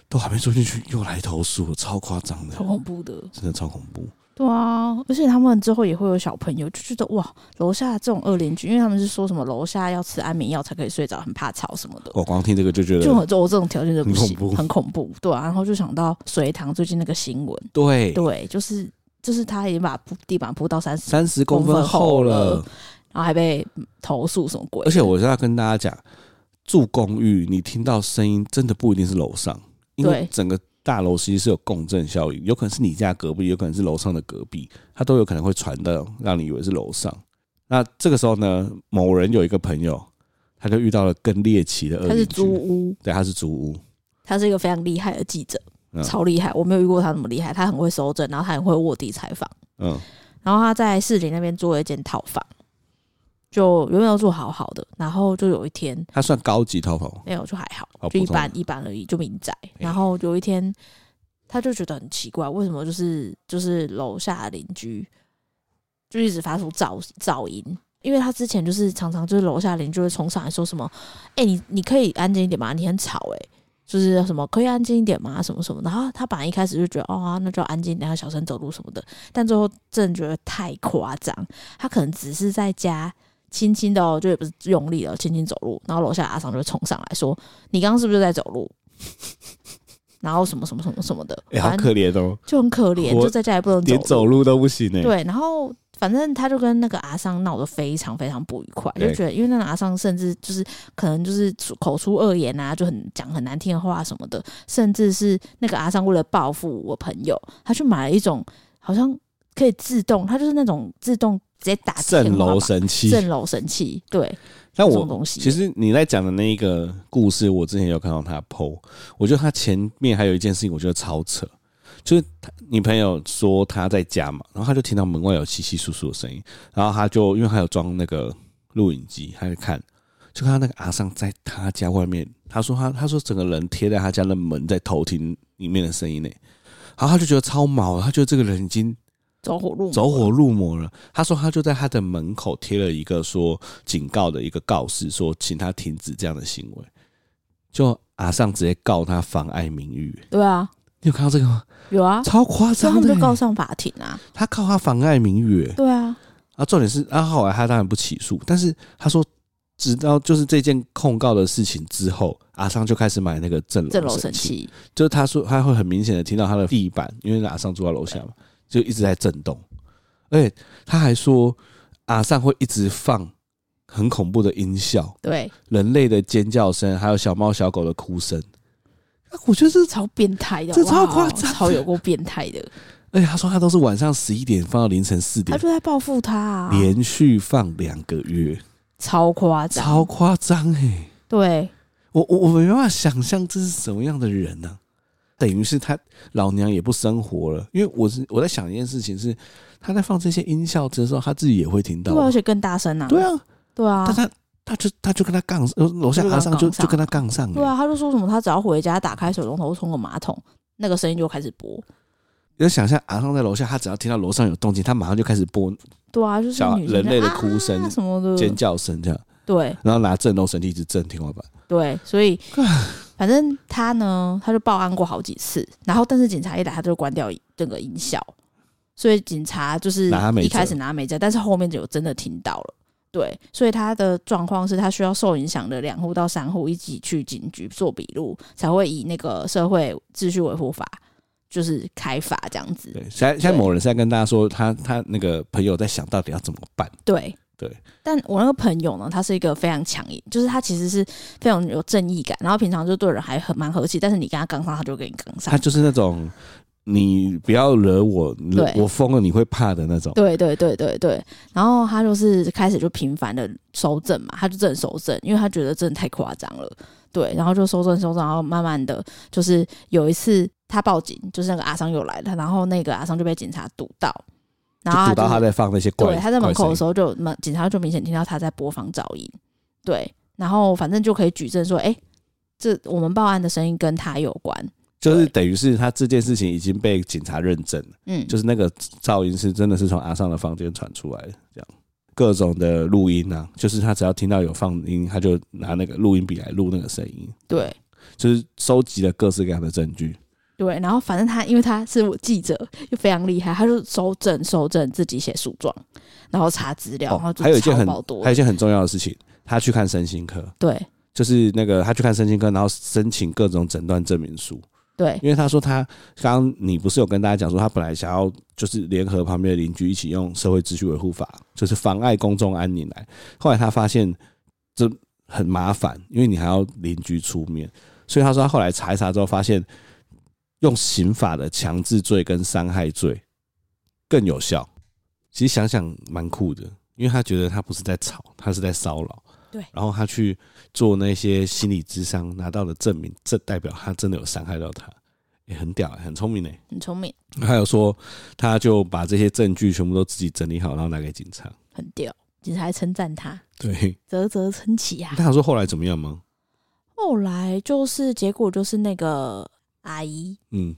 Speaker 1: 都还没住进去，又来投诉，超夸张的
Speaker 2: 超，恐怖的。
Speaker 1: 真的超恐怖。
Speaker 2: 对啊，而且他们之后也会有小朋友，就觉得哇，楼下这种恶邻居，因为他们是说什么楼下要吃安眠药才可以睡着，很怕吵什么的。
Speaker 1: 我光听这个就觉
Speaker 2: 就
Speaker 1: 得，
Speaker 2: 我这我这种条件就不
Speaker 1: 哦很
Speaker 2: 行，
Speaker 1: 恐怖
Speaker 2: 很恐怖，对啊。然后就想到隋唐最近那个新闻，
Speaker 1: 对，
Speaker 2: 对，就是就是他已经把铺地板铺到三十，
Speaker 1: 三十公分
Speaker 2: 公分
Speaker 1: 厚
Speaker 2: 厚
Speaker 1: 了
Speaker 2: 了。然后还被嗯投诉什么鬼的，
Speaker 1: 而且我是要跟大家讲，住公寓你听到声音真的不一定是楼上，因为
Speaker 2: 对
Speaker 1: 整个大楼其实是有共振效应，有可能是你家隔壁，有可能是楼上的隔壁，它都有可能会传到让你以为是楼上。那这个时候呢，某人有一个朋友，他就遇到了更猎奇的恶
Speaker 2: 他是
Speaker 1: 邻
Speaker 2: 租
Speaker 1: 居，
Speaker 2: 屋，
Speaker 1: 对，他是租屋，
Speaker 2: 他是一个非常厉害的记者，
Speaker 1: 嗯
Speaker 2: 超厉害，我没有遇过他那么厉害，他很会搜证，然后他很会卧底采访。
Speaker 1: 嗯，
Speaker 2: 然后他在市里那边租了一间套房，就原本都住好好的，然后就有一天
Speaker 1: 他算高级套房，
Speaker 2: 没有，就还好，
Speaker 1: 哦哎
Speaker 2: 就一
Speaker 1: 普通的
Speaker 2: 般一般而已，就民宅。然后有一天，他就觉得很奇怪，为什么就是就是楼下的邻居就一直发出噪噪音。因为他之前就是常常就是楼下邻居会冲上来说什么，哎、你你可以安静一点吗？你很吵哎、就是什么可以安静一点吗？什么什么。然后他本来一开始就觉得哦、啊那就安静，然后小声走路什么的。但最后真的觉得太夸张，他可能只是在家轻轻的、哦，就也不是用力的，轻轻走路，然后楼下的阿桑就会冲上来说：“你刚刚是不是在走路？” 然后什么什么什么什么的，
Speaker 1: 哎、好
Speaker 2: 反正
Speaker 1: 可怜哦，
Speaker 2: 就很可怜，
Speaker 1: 我
Speaker 2: 就在家也不能走
Speaker 1: 连
Speaker 2: 路。
Speaker 1: 走路都不行呢、欸
Speaker 2: 对，然后反正他就跟那个阿桑闹得非常非常不愉快，就
Speaker 1: 对
Speaker 2: 觉得因为那个阿桑甚至就是可能就是出口出恶言啊，就很讲很难听的话什么的，甚至是那个阿桑为了报复我朋友，他去买了一种好像可以自动，他就是那种自动直接打天
Speaker 1: 震楼
Speaker 2: 花板
Speaker 1: 神器。
Speaker 2: 震楼神器，对，
Speaker 1: 但
Speaker 2: 这
Speaker 1: 我
Speaker 2: 种东西。
Speaker 1: 其实你在讲的那一个故事，我之前有看到他 PO，我觉得他前面还有一件事情，我觉得超扯，就是他你朋友说他在家嘛，然后他就听到门外有稀稀疏疏的声音，然后他就因为他有装那个录影机，他就看，就看到那个阿桑在他家外面，他说他他说整个人贴在他家的门在偷听里面的声音呢，然后他就觉得超毛，他觉得这个人已经
Speaker 2: 走火入魔
Speaker 1: 走火入魔了。他说他就在他的门口贴了一个说警告的一个告示，说请他停止这样的行为。就阿尚直接告他妨碍名誉，
Speaker 2: 对啊，
Speaker 1: 你有看到这个吗？
Speaker 2: 有啊，
Speaker 1: 超夸
Speaker 2: 所以
Speaker 1: 张
Speaker 2: 他们
Speaker 1: 的
Speaker 2: 就告
Speaker 1: 欸，
Speaker 2: 上法庭啊，
Speaker 1: 他告他妨碍名誉欸。
Speaker 2: 对啊，
Speaker 1: 啊，重点是啊，后来他当然不起诉，但是他说。直到就是这件控告的事情之后，阿尚就开始买那个震
Speaker 2: 震
Speaker 1: 楼
Speaker 2: 楼
Speaker 1: 神
Speaker 2: 神
Speaker 1: 器，
Speaker 2: 器，
Speaker 1: 就是他说他会很明显的听到他的地板，因为阿尚住在楼下嘛，就一直在震动，而且他还说阿尚会一直放很恐怖的音效，
Speaker 2: 对，
Speaker 1: 人类的尖叫声，还有小猫小狗的哭声。啊我觉得这，
Speaker 2: 超变态的，
Speaker 1: 这
Speaker 2: 哇
Speaker 1: 超夸张
Speaker 2: 超有够变态的。
Speaker 1: 而哎且他说他都是晚上十一点放到凌晨四
Speaker 2: 他
Speaker 1: 点，
Speaker 2: 就在报复他、啊，
Speaker 1: 连续放两个月，
Speaker 2: 超夸张，
Speaker 1: 超夸张哎！
Speaker 2: 对
Speaker 1: 我我我没办法想象这是什么样的人呢、等于是他老娘也不生活了，因为我是我在想一件事情是，他在放这些音效的时候，他自己也会听到
Speaker 2: 对，
Speaker 1: 啊。
Speaker 2: 而且更大声啊，
Speaker 1: 对，啊，
Speaker 2: 对啊
Speaker 1: 但，他他就他就跟他杠，楼下
Speaker 2: 就跟他
Speaker 1: 阿上就
Speaker 2: 杠
Speaker 1: 就
Speaker 2: 上
Speaker 1: 跟他杠上
Speaker 2: 对
Speaker 1: 了。
Speaker 2: 啊，他就说什么他只要回家打开水龙头冲个马桶，那个声音就开始播，
Speaker 1: 你要想象阿上在楼下，他只要听到楼上有动静，他马上就开始播
Speaker 2: 对啊，就是
Speaker 1: 小
Speaker 2: 女生
Speaker 1: 人
Speaker 2: 在
Speaker 1: 类的哭声
Speaker 2: 啊、什么的，
Speaker 1: 尖叫声这样，
Speaker 2: 对
Speaker 1: 然后拿震动神器一直震天花板。
Speaker 2: 对，所以反正他呢，他就报案过好几次，然后但是警察一来，他就关掉这个音效，所以警察就是
Speaker 1: 拿他没辙
Speaker 2: 一开始拿没在，但是后面有真的听到了。对，所以他的状况是他需要受影响的两户到三户一起去警局做笔录，才会以那个社会秩序维护法就是开罚这样子。
Speaker 1: 对，现在现在
Speaker 2: 对
Speaker 1: 某人是在跟大家说，他他那个朋友在想到底要怎么办。
Speaker 2: 对
Speaker 1: 对。
Speaker 2: 但我那个朋友呢，他是一个非常强硬，就是他其实是非常有正义感，然后平常就对人还很蛮和气，但是你跟他杠上，他就会跟你杠上
Speaker 1: 他。就是那种你不要惹我，惹
Speaker 2: 对
Speaker 1: 我疯了你会怕的那种。
Speaker 2: 对对对对对，然后他就是开始就频繁的收证嘛，他就真的收证，因为他觉得真的太夸张了，对，然后就收证收证，然后慢慢的就是有一次他报警，就是那个阿桑又来了，然后那个阿桑就被警察堵到，然后
Speaker 1: 就
Speaker 2: 他
Speaker 1: 堵到
Speaker 2: 就是
Speaker 1: 他在放那些怪，
Speaker 2: 啊对，他在门口
Speaker 1: 怪声
Speaker 2: 的时候就门警察就明显听到他在播放噪音，对，然后反正就可以举证说，哎、这我们报案的声音跟他有关，
Speaker 1: 音，就是
Speaker 2: 对
Speaker 1: 等于是他这件事情已经被警察认证了，
Speaker 2: 嗯，
Speaker 1: 就是那个噪音是真的是从阿尚的房间传出来的，这样。各种的录音啊，就是他只要听到有放音，他就拿那个录音笔来录那个声音，
Speaker 2: 对
Speaker 1: 就是收集了各式各样的证据。
Speaker 2: 对，然后反正他因为他是我记者，又非常厉害，他就收证收证，自己写诉状，然后查资料，然后
Speaker 1: 哦，
Speaker 2: 就
Speaker 1: 还有一件
Speaker 2: 超
Speaker 1: 很
Speaker 2: 爆多
Speaker 1: 还有一件很重要的事情，他去看身心科，
Speaker 2: 对
Speaker 1: 就是那个他去看身心科，然后申请各种诊断证明书。
Speaker 2: 对
Speaker 1: 因为他说他刚刚你不是有跟大家讲说，他本来想要就是联合旁边的邻居一起用社会秩序维护法，就是妨碍公众安宁来。后来他发现这很麻烦，因为你还要邻居出面，所以他说他后来查一查之后发现，用刑法的强制罪跟伤害罪更有效。其实想想蛮酷的，因为他觉得他不是在吵，他是在骚扰。
Speaker 2: 对
Speaker 1: 然后他去做那些心理智商，拿到了证明，这代表他真的有伤害到他，也、很屌、欸，很聪明呢、
Speaker 2: 很聪明，
Speaker 1: 还有说，他就把这些证据全部都自己整理好，然后拿给警察。
Speaker 2: 很屌，警察还称赞他，
Speaker 1: 对，
Speaker 2: 啧啧称奇啊。
Speaker 1: 他想说后来怎么样吗？
Speaker 2: 后来就是结果就是那个阿姨，
Speaker 1: 嗯，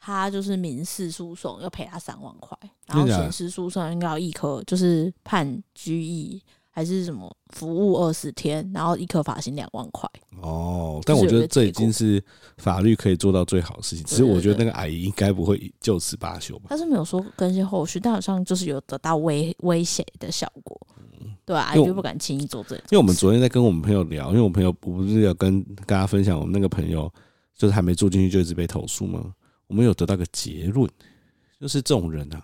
Speaker 2: 她就是民事诉讼要赔她三万块，然后
Speaker 1: 真的假的
Speaker 2: 刑事诉讼应该要一颗就是判拘役还是什么服务二十天，然后一颗罚金两万块。
Speaker 1: 哦，但我觉得这已经是法律可以做到最好的事情。只是我觉得那个阿姨应该不会就此罢休吧？
Speaker 2: 她是没有说更新后续，但好像就是有得到威威胁的效果，对啊，阿
Speaker 1: 嗯因为
Speaker 2: 姨
Speaker 1: 我
Speaker 2: 就不敢轻易做这种事，
Speaker 1: 因为我们昨天在跟我们朋友聊，因为我朋友我不是有跟大家分享，我们那个朋友就是还没住进去就一直被投诉吗？我们有得到个结论，就是这种人啊，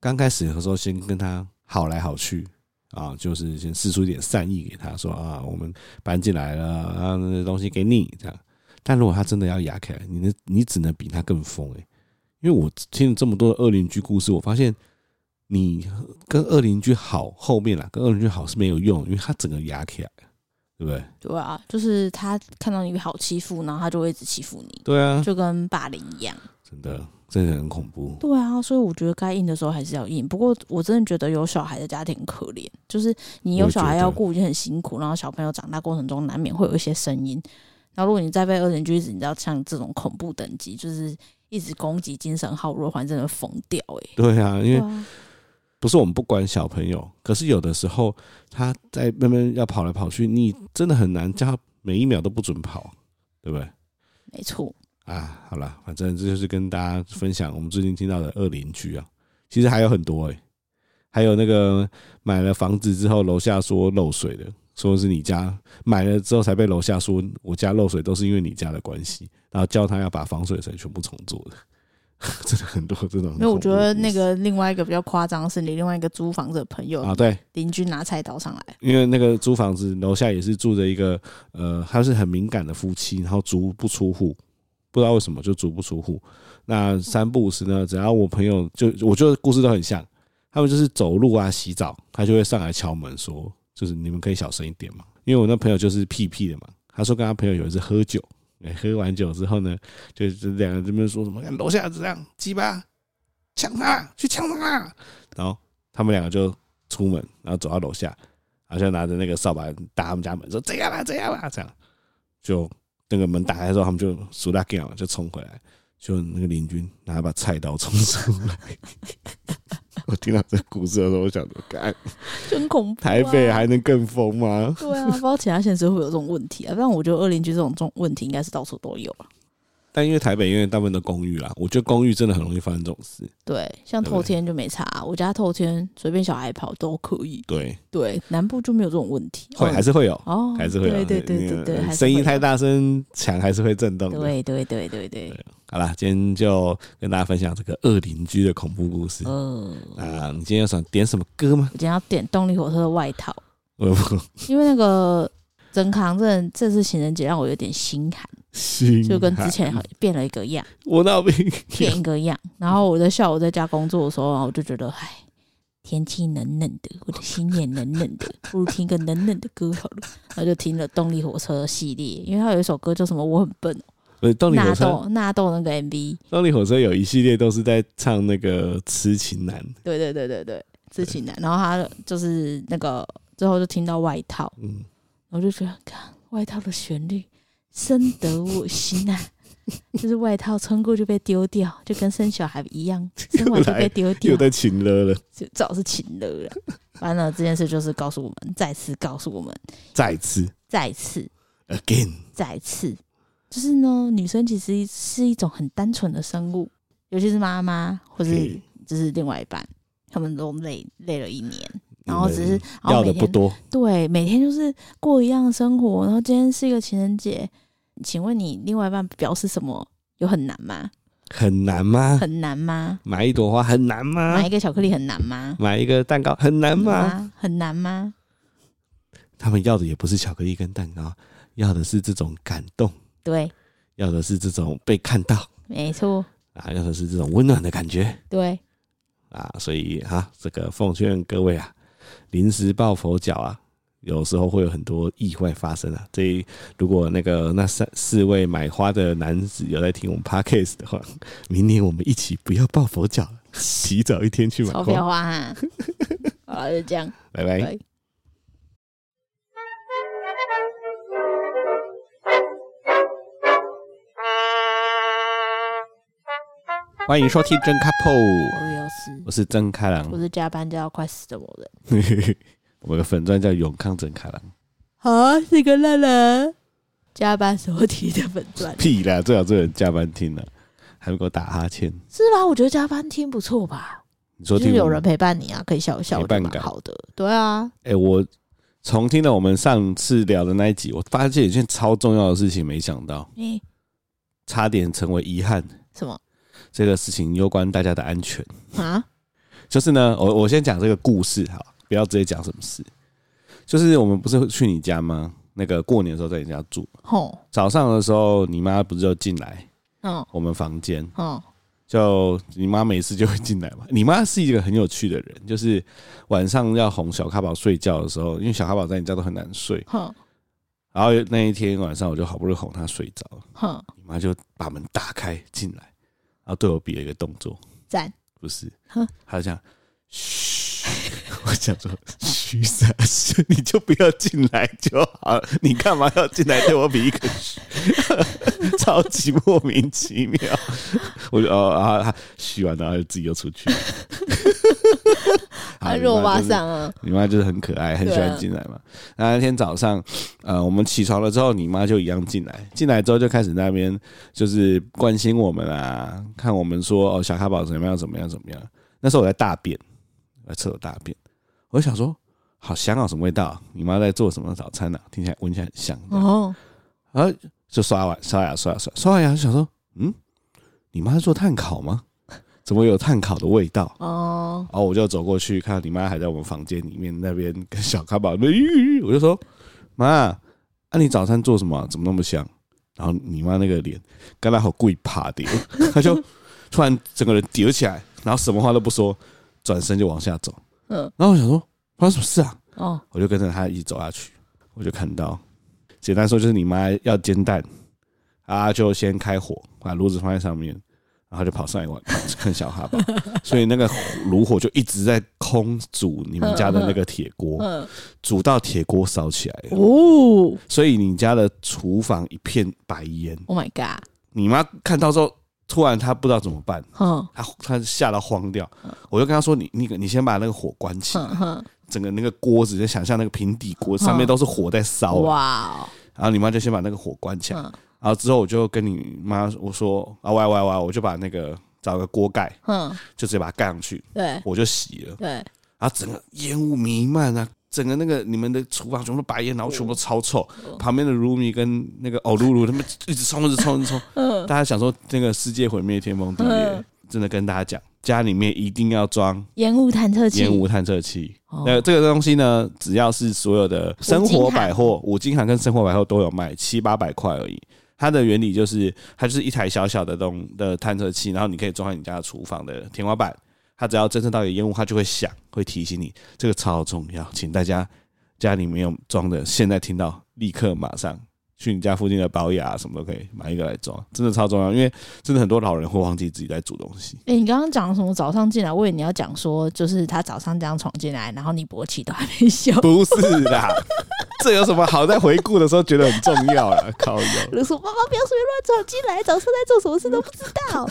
Speaker 1: 刚开始的时候先跟他好来好去啊，就是先试出一点善意给他说啊，我们搬进来了啊，那些东西给你这样。但如果他真的要压起来，你的你只能比他更疯诶、因为我听了这么多的恶邻居故事，我发现你跟恶邻居好后面啦，跟恶邻居好是没有用，因为他整个压起来了，对不对？
Speaker 2: 对啊，就是她看到你好欺负，然后她就会一直欺负你，
Speaker 1: 对啊，
Speaker 2: 就跟霸凌一样。
Speaker 1: 真的真的很恐怖。
Speaker 2: 对啊，所以我觉得该硬的时候还是要硬。不过我真的觉得有小孩的家庭很可怜，就是你有小孩要顾已经很辛苦，然后小朋友长大过程中难免会有一些声音。然后如果你再被二人居子，你知道像这种恐怖等级，就是一直攻击、精神耗弱，还真的疯掉哎、欸。
Speaker 1: 对啊，因
Speaker 2: 对
Speaker 1: 为
Speaker 2: 啊，
Speaker 1: 不是我们不管小朋友，可是有的时候他在慢慢要跑来跑去，你真的很难叫他每一秒都不准跑，对不对？
Speaker 2: 没错，
Speaker 1: 啊，好了，反正这就是跟大家分享我们最近听到的恶邻居啊，其实还有很多诶、欸还有那个买了房子之后楼下说漏水的，说是你家买了之后才被楼下说我家漏水都是因为你家的关系，然后叫他要把防水层全部重做的，真的 很多这种很恐怖的故事。
Speaker 2: 因为我觉得那个另外一个比较夸张的是，你另外一个租房子的朋友
Speaker 1: 啊，对，
Speaker 2: 邻居拿菜刀上来，
Speaker 1: 因为那个租房子楼下也是住着一个呃，他是很敏感的夫妻，然后足不出户，不知道为什么就足不出户。那三不五时呢，只要我朋友就我觉得故事都很像，他们就是走路啊、洗澡，他就会上来敲门说，就是你们可以小声一点嘛。因为我那朋友就是屁屁的嘛，他说跟他朋友有一次喝酒，哎喝完酒之后呢，就就两个人这边说什么哎楼下怎样鸡巴抢他，去抢他，然后他们两个就出门，然后走到楼下。然后就拿着那个扫把打他们家门，说这样啦，这样啦，这样。就那个门打开之后，他们就苏拉干就冲回来，就那个邻居拿一把菜刀冲出来。 我听到这故事的时候，我想说，干
Speaker 2: 就很恐怖、啊
Speaker 1: 台北还能更疯吗？
Speaker 2: 对啊，不知道其他县市会不会有这种问题啊。但我觉得二邻居这种这种问题应该是到处都有啊。
Speaker 1: 但因为台北因为大部分都公寓啦，我觉得公寓真的很容易发生这种事。
Speaker 2: 对，像
Speaker 1: 对不
Speaker 2: 透
Speaker 1: 对
Speaker 2: 天就没差啊、我家透天随便小孩跑都可以。
Speaker 1: 对，
Speaker 2: 对，南部就没有这种问题。
Speaker 1: 会还是会有，
Speaker 2: 哦，
Speaker 1: 还是会有。啊
Speaker 2: 对对对对对，还是
Speaker 1: 声
Speaker 2: 会
Speaker 1: 音
Speaker 2: 有
Speaker 1: 太。大声，墙还是会震动的。
Speaker 2: 对对对对对，
Speaker 1: 好啦，今天就跟大家分享这个恶邻居的恐怖故事。
Speaker 2: 呃，
Speaker 1: 啊，你今天有想点什么歌吗？
Speaker 2: 我今天要点动力火车的外套，
Speaker 1: 我也不
Speaker 2: 因为那个曾康正这次情人节让我有点心寒，
Speaker 1: 心
Speaker 2: 就跟之
Speaker 1: 嗯
Speaker 2: 前好变了一个样，
Speaker 1: 我那边
Speaker 2: 变一个样。然后我在下午在家工作的时候，然后我就觉得，唉，天气冷冷的，我的心也冷冷的，不如听个冷冷的歌好 了。然后就听了动力火车系列，因为它有一首歌叫什么“我很笨”，
Speaker 1: 不是动力火
Speaker 2: 纳
Speaker 1: 车，
Speaker 2: 豆纳豆那个 MV，
Speaker 1: 动力火车有一系列都是在唱那个痴情男，
Speaker 2: 对对对对对，知情男。然后他就是那个最后就听到外套，
Speaker 1: 嗯，
Speaker 2: 我就觉得，看外套的旋律深得我心啊，就是外套穿过就被丢掉，就跟生小孩一 样，生完就被丢掉
Speaker 1: 又，在请了了，
Speaker 2: 就早是情了了。完了，这件事就是告诉我们，再次告诉我们，
Speaker 1: 再次
Speaker 2: 再次
Speaker 1: again，
Speaker 2: 再次，就是呢，女生其实是一种很单纯的生物，尤其是妈妈或是
Speaker 1: 嗯
Speaker 2: 就是另外一半，他们都累累了一年，然后只是然后
Speaker 1: 要
Speaker 2: 每
Speaker 1: 的不
Speaker 2: 天
Speaker 1: 多，
Speaker 2: 对每天就是过一样的生活，然后今天是一个情人节，请问你另外一半表示什么？有很难吗？
Speaker 1: 很难吗？
Speaker 2: 很难吗？
Speaker 1: 买一朵花很难吗
Speaker 2: 买？一个巧克力很难吗？
Speaker 1: 买一个蛋糕很啊难吗？
Speaker 2: 吗？很难吗？
Speaker 1: 他们要的也不是巧克力跟蛋糕，要的是这种感动，
Speaker 2: 对，
Speaker 1: 要的是这种被看到
Speaker 2: 没错，
Speaker 1: 啊，要的是这种温暖的感觉
Speaker 2: 对，
Speaker 1: 啊。所以啊，这个奉劝各位啊，临时抱佛脚啊，有时候会有很多意外发生啊。这一如果那个那三四位买花的男子有在听我们 podcast 的话， 明年我们一起不要抱佛脚了，提早一天去买
Speaker 2: 钞
Speaker 1: 花
Speaker 2: 票，花哈。 好了，就这样。
Speaker 1: 拜拜。
Speaker 2: 拜
Speaker 3: Thank
Speaker 1: 欢迎收听真 couple，
Speaker 2: 我有事，
Speaker 1: 我是真开朗
Speaker 2: 我，是加班加到快死的某人。
Speaker 1: 我的粉钻叫永康真开朗。
Speaker 2: 好，是个烂人。加班时候提的粉 钻
Speaker 1: 屁啦，最好这人加班听了，还不给我打哈欠。
Speaker 2: 是吧？我觉得加班听不错吧，
Speaker 1: 你
Speaker 2: 就
Speaker 1: 说
Speaker 2: 是
Speaker 1: 听
Speaker 2: 有
Speaker 1: 我
Speaker 2: 人
Speaker 1: 们？
Speaker 2: 陪伴你啊，可以笑一笑，
Speaker 1: 陪
Speaker 2: 我觉得
Speaker 1: 伴
Speaker 2: 蛮
Speaker 1: 感
Speaker 2: 好的。对啊，
Speaker 1: 哎、我从听了我们上次聊的那一集，我发现有一件超重要的事情没想到，
Speaker 2: 你
Speaker 1: 差点成为遗憾。
Speaker 2: 什么
Speaker 1: 这个事情攸关大家的安全。
Speaker 2: 啊？
Speaker 1: 就是呢，我我先讲这个故事好了，不要直接讲什么事。就是我们不是去你家吗？那个过年的时候在你家住，
Speaker 2: 吼，
Speaker 1: 早上的时候你妈不是就进来
Speaker 2: 嗯
Speaker 1: 我们房间，
Speaker 2: 嗯，
Speaker 1: 就你妈每次就会进来嘛。 你妈是一个很有趣的人，就是晚上要哄小咖宝睡觉的时候，因为小咖宝在你家都很难睡。
Speaker 2: 哼
Speaker 1: 然后那一天晚上，我就好不容易哄她睡着了，
Speaker 2: 哼，
Speaker 1: 你妈就把门打开进来，然后对我比了一个动作，
Speaker 2: 赞，
Speaker 1: 不是
Speaker 2: 哼，
Speaker 1: 她就这样，嘘。 我想说，嘘啥嘘？你就不要进来就好了，你干嘛要进来对我比一个嘘？ 超级莫名其妙。我就哦啊，他嘘完，然后自己又出去。
Speaker 2: 啊，肉
Speaker 1: 巴
Speaker 2: 巴上啊，
Speaker 1: 你妈就是很可爱，很喜欢进来嘛。那那天早上，呃，我们起床了之后，你妈就一样进来。进来之后就开始那边就是关心我们啊，看我们说哦，小咖宝怎么样怎么样怎么样。那时候我在大便，我在厕所大便，我就想说好香啊，什么味道啊、你妈在做什么早餐呢、啊？听起来闻起来很香。
Speaker 2: 哦，
Speaker 1: 然后就刷完刷牙刷牙刷牙刷完牙，就想说嗯，你妈在做碳烤吗？怎么有碳烤的味道？
Speaker 2: 哦，
Speaker 1: 然后我就走过去，看到你妈还在我们房间里面那边跟小咖宝那边， 吁吁我就说：“妈，啊你早餐做什么啊、怎么那么香？”然后你妈那个脸，刚才好故意趴的，哦 她就突然整个人叠起来，然后什么话都不说，转身就往下走。
Speaker 2: 嗯，
Speaker 1: 然后我想说发生什么事啊？
Speaker 2: 哦，
Speaker 1: 我就跟着她一起走下去，我就看到，简单说就是你妈要煎蛋，啊就先开火，把炉子放在上面，然后就跑上来玩看小哈巴，所以那个炉火就一直在空煮你们家的那个铁锅，
Speaker 2: 嗯，
Speaker 1: 煮到铁锅烧起来了，
Speaker 2: 哦
Speaker 1: 所以你家的厨房一片白烟。
Speaker 2: ，Oh my god，
Speaker 1: 你妈看到之后，突然她不知道怎么办，
Speaker 2: 哼
Speaker 1: 她她吓到慌掉，我就跟她说：“你你你先把那个火关起来
Speaker 2: 哼，哼，
Speaker 1: 整个那个锅子就想象那个平底锅上面都是火在烧啊，
Speaker 2: 哇哦，
Speaker 1: 然后你妈就先把那个火关起来，
Speaker 2: 嗯
Speaker 1: 然后之后我就跟你妈我说啊喂喂喂，我就把那个找个锅盖
Speaker 2: 哼，
Speaker 1: 就直接把它盖上去，
Speaker 2: 对
Speaker 1: 我就洗了，
Speaker 2: 对，
Speaker 1: 然后整个烟雾弥漫啊，整个那个你们的厨房全部都白烟，然后全部都超臭，
Speaker 2: 嗯
Speaker 1: 旁边的卢米跟那个哦露露他们一直冲一直冲一直冲，
Speaker 2: 嗯
Speaker 1: 大家想说那个世界毁灭天崩地裂
Speaker 2: 嗯，
Speaker 1: 真的跟大家讲，家里面一定要装
Speaker 2: 烟雾探测器，
Speaker 1: 烟雾探测器。
Speaker 2: 哦
Speaker 1: 那这个东西呢，只要是所有的生活百货、五金行跟生活百货都有卖，七八百块而已。它的原理就是，它就是一台小小的东的探测器，然后你可以装在你家的厨房的天花板。它只要侦测到有烟雾，它就会响，会提醒你。这个超重要，请大家家里没有装的，现在听到立刻马上去你家附近的保雅什么都可以买一个来装，真的超重要。因为真的很多老人会忘记自己在煮东西。
Speaker 2: 哎、你刚刚讲什么？早上进来，我以为你要 讲说，就是他早上这样闯进来，然后你勃起都还没笑，
Speaker 1: 不是啦，这有什么好？在回顾的时候觉得很重要了， 靠腰
Speaker 2: 如说妈妈不要随便乱走进来，早上在做什么事都不知 道。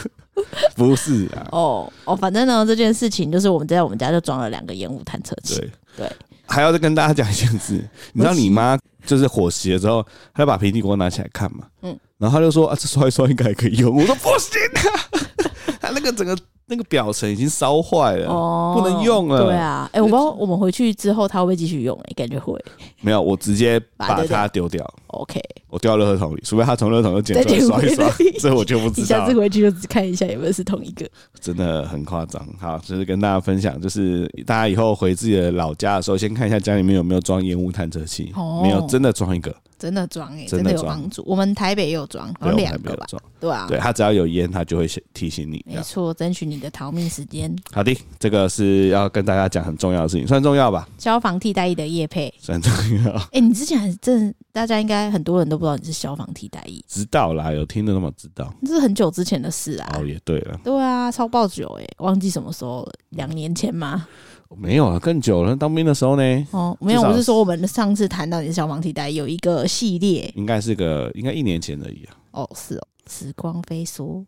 Speaker 1: 不是啊，
Speaker 2: 哦哦，反正呢，这件事情就是我们在我们家就装了两个烟雾探测器。
Speaker 1: 对
Speaker 2: 对，
Speaker 1: 还要再跟大家讲一件事，你知道你妈就是火熄了之后，她就把平底锅拿起来看嘛，嗯
Speaker 2: 嗯，
Speaker 1: 然后她就说啊，这刷一刷应该还可以用，我说不行啊， 她那个整个那个表层已经烧坏了，啊
Speaker 2: 哦，
Speaker 1: 不能用了
Speaker 2: 对啊，哎、我不知道我们回去之后他会不会继续用、哎，感觉会。
Speaker 1: 没有，我直接
Speaker 2: 把
Speaker 1: 把
Speaker 2: 它丢掉
Speaker 1: 它丢掉，
Speaker 2: OK，
Speaker 1: 我丢到垃圾桶里，除非她从垃圾桶又捡出来
Speaker 2: 再捡
Speaker 1: 刷一刷
Speaker 2: 回，来
Speaker 1: 这我就不
Speaker 2: 你
Speaker 1: 知
Speaker 2: 下
Speaker 1: 道
Speaker 2: 次
Speaker 1: 了，
Speaker 2: 回去就只看一下有没有是同一个。
Speaker 1: 真的很夸张。好，就是跟大家分享，就是大家以后回自己的老家的时候，先看一下家里面有没有装烟雾探测器，
Speaker 2: 哦
Speaker 1: 没有，真的装一个，
Speaker 2: 真的装哎、
Speaker 1: 真的
Speaker 2: 真的有
Speaker 1: 装
Speaker 2: 帮助。我们台北也有装，
Speaker 1: 对，
Speaker 2: 好像
Speaker 1: 我
Speaker 2: 哦两
Speaker 1: 还没
Speaker 2: 个
Speaker 1: 有
Speaker 2: 吧，
Speaker 1: 装。
Speaker 2: 对啊，
Speaker 1: 对，他只要有烟，他就会提醒你。这
Speaker 2: 没
Speaker 1: 样
Speaker 2: 错，争取你的逃命时间。
Speaker 1: 好的，这个是要跟大家讲很重要的事情，算重要吧，
Speaker 2: 消防替代役的叶配，
Speaker 1: 算重要。
Speaker 2: 哎、你之前很真，大家应该很多人都不知道你是消防替代役，
Speaker 1: 知道啦，有听的那么知道。
Speaker 2: 这是很久之前的事啊。
Speaker 1: 哦，也对了，
Speaker 2: 对啊，超爆久哎、忘记什么时候了，两年前吗？
Speaker 1: 没有啊，更久了。当兵的时候呢，
Speaker 2: 哦，没有，
Speaker 1: 至少
Speaker 2: 我是说我们上次谈到你的消防替代役有一个系列
Speaker 1: 应该是个应该一年前而已啊。
Speaker 2: 哦，是哦，时光飞梭。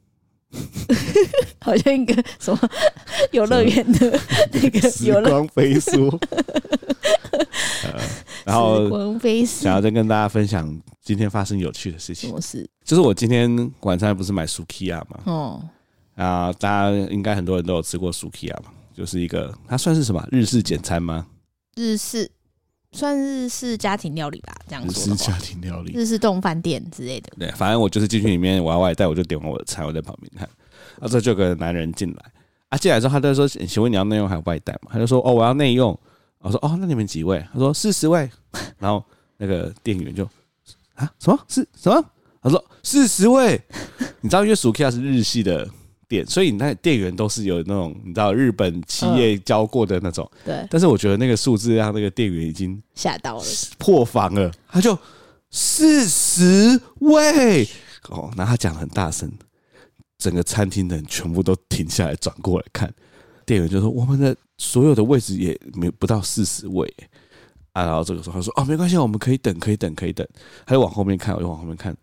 Speaker 2: 好像一个什么游乐园的 那个
Speaker 1: 时
Speaker 2: 游乐，
Speaker 1: 光飞速。 呃， 然
Speaker 2: 时
Speaker 1: 后
Speaker 2: 光飞
Speaker 1: 想要
Speaker 2: 逝，
Speaker 1: 再跟大家分享今天发生有趣的事
Speaker 2: 什
Speaker 1: 情，
Speaker 2: 么事？
Speaker 1: 就是我今天晚上不是买 Sukiya 嘛，
Speaker 2: 哦，
Speaker 1: 啊，大家应该很多人都有吃过 Sukiya 嘛，就是一个它算是什么日式简餐吗？
Speaker 2: 日式算日式家庭料理吧，这样
Speaker 1: 日
Speaker 2: 嗯说
Speaker 1: 式
Speaker 2: 的话
Speaker 1: 家，庭料理。
Speaker 2: 日式冻饭店之类的。
Speaker 1: 对，反正我就是进去里面，我要外带，我就点完我的菜，我在旁边看。啊，这就有个男人进来，啊，进来之后他就说：“请问你要内用还是外带嘛？”他就说：“哦，我要内用。”我说：“哦，那你们几位？”他说：“四十位。”然后那个店员就啊，什么是什么？他说：“四十位。”你知道，因为 Sukiya 是日系的店，所以那店员都是有那种你知道日本企业教过的那种。
Speaker 2: 对，
Speaker 1: 但是我觉得那个数字让那个店员已经
Speaker 2: 吓到了，
Speaker 1: 破防了，他就四十位哦，然后他讲得很大声，整个餐厅的人全部都停下来转过来看，店员就说我们的所有的位置也没不到四十位耶啊，然后这个时候他说哦没关系，我们可以等，可以等，可以等，他就往后面看，我就往后面看。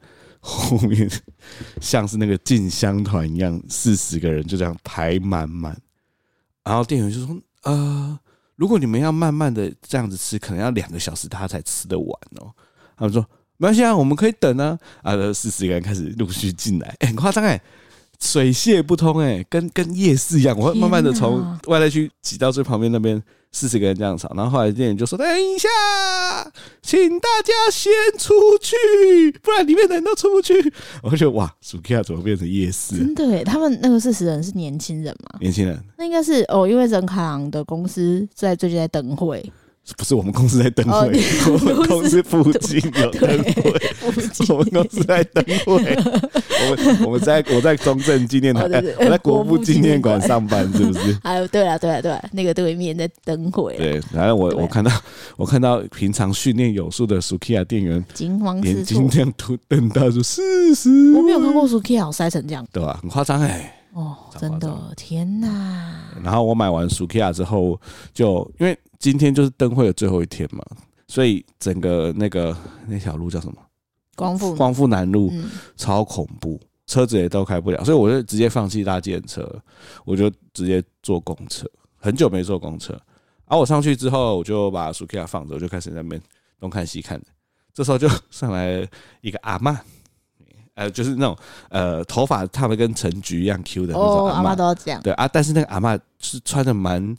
Speaker 1: 后面像是那个进香团一样，四十个人就这样排满满，然后店员就说：“呃，如果你们要慢慢的这样子吃，可能要两个小时他才吃得完哦。他们说没关系啊，我们可以等啊。啊，四十个人开始陆续进来，欸很夸张哎，水泄不通哎、跟跟夜市一样，我会慢慢的
Speaker 2: 天哪
Speaker 1: 从外带区挤到最旁边那边，四十个人这样吵。然后后来店员就说：等一下，请大家先出去，不然里面的人都出不去。我就觉得哇，暑假怎么变成夜市？
Speaker 2: 真的耶。他们那个四十人是年轻人嘛？
Speaker 1: 年轻人，
Speaker 2: 那应该是哦，因为任卡郎的公司在最近在灯会，
Speaker 1: 不是我们公司在灯会，
Speaker 2: 哦你
Speaker 1: 我们公司附近有 灯会，
Speaker 2: 我不 记
Speaker 1: 我们公司在灯会，我们我们在我在中正纪念堂，
Speaker 2: 哦对对
Speaker 1: 哎我在国
Speaker 2: 国
Speaker 1: 父
Speaker 2: 父
Speaker 1: 纪
Speaker 2: 纪
Speaker 1: 念
Speaker 2: 念
Speaker 1: 馆
Speaker 2: 馆？
Speaker 1: 上班，是不是
Speaker 2: 还有对啊，对啊，对啊，那个对面在灯会，，
Speaker 1: 对，然后我
Speaker 2: 对啊
Speaker 1: 我看到我看到平常训练有素的 Sukiya 店员
Speaker 2: 惊慌
Speaker 1: 眼
Speaker 2: 失措
Speaker 1: 睛。这样突瞪大说四十，
Speaker 2: 我没有看过 Suki 好塞成这样
Speaker 1: 对吧？很夸张哎。
Speaker 2: 哦，
Speaker 1: 超夸
Speaker 2: 真
Speaker 1: 张
Speaker 2: 的，天哪！
Speaker 1: 然后我买完 Sukiya 之后，就因为今天就是灯会的最后一天嘛，所以整个那个那条路叫什么？
Speaker 2: 光复，
Speaker 1: 光复南路。
Speaker 2: 嗯，
Speaker 1: 超恐怖，车子也都开不了，所以我就直接放弃搭计程车了，我就直接坐公车，很久没坐公车。然后我上去之后，我就把 Sukiya 放着，我就开始在那边东看西看的。这时候就上来了一个阿嬷，呃，就是那种呃头发烫的跟陈菊一样 Q 的那种
Speaker 2: 哦，
Speaker 1: 阿
Speaker 2: 阿妈
Speaker 1: 嬷，
Speaker 2: 都要这样
Speaker 1: 对啊，但是那个阿嬷是穿的蛮，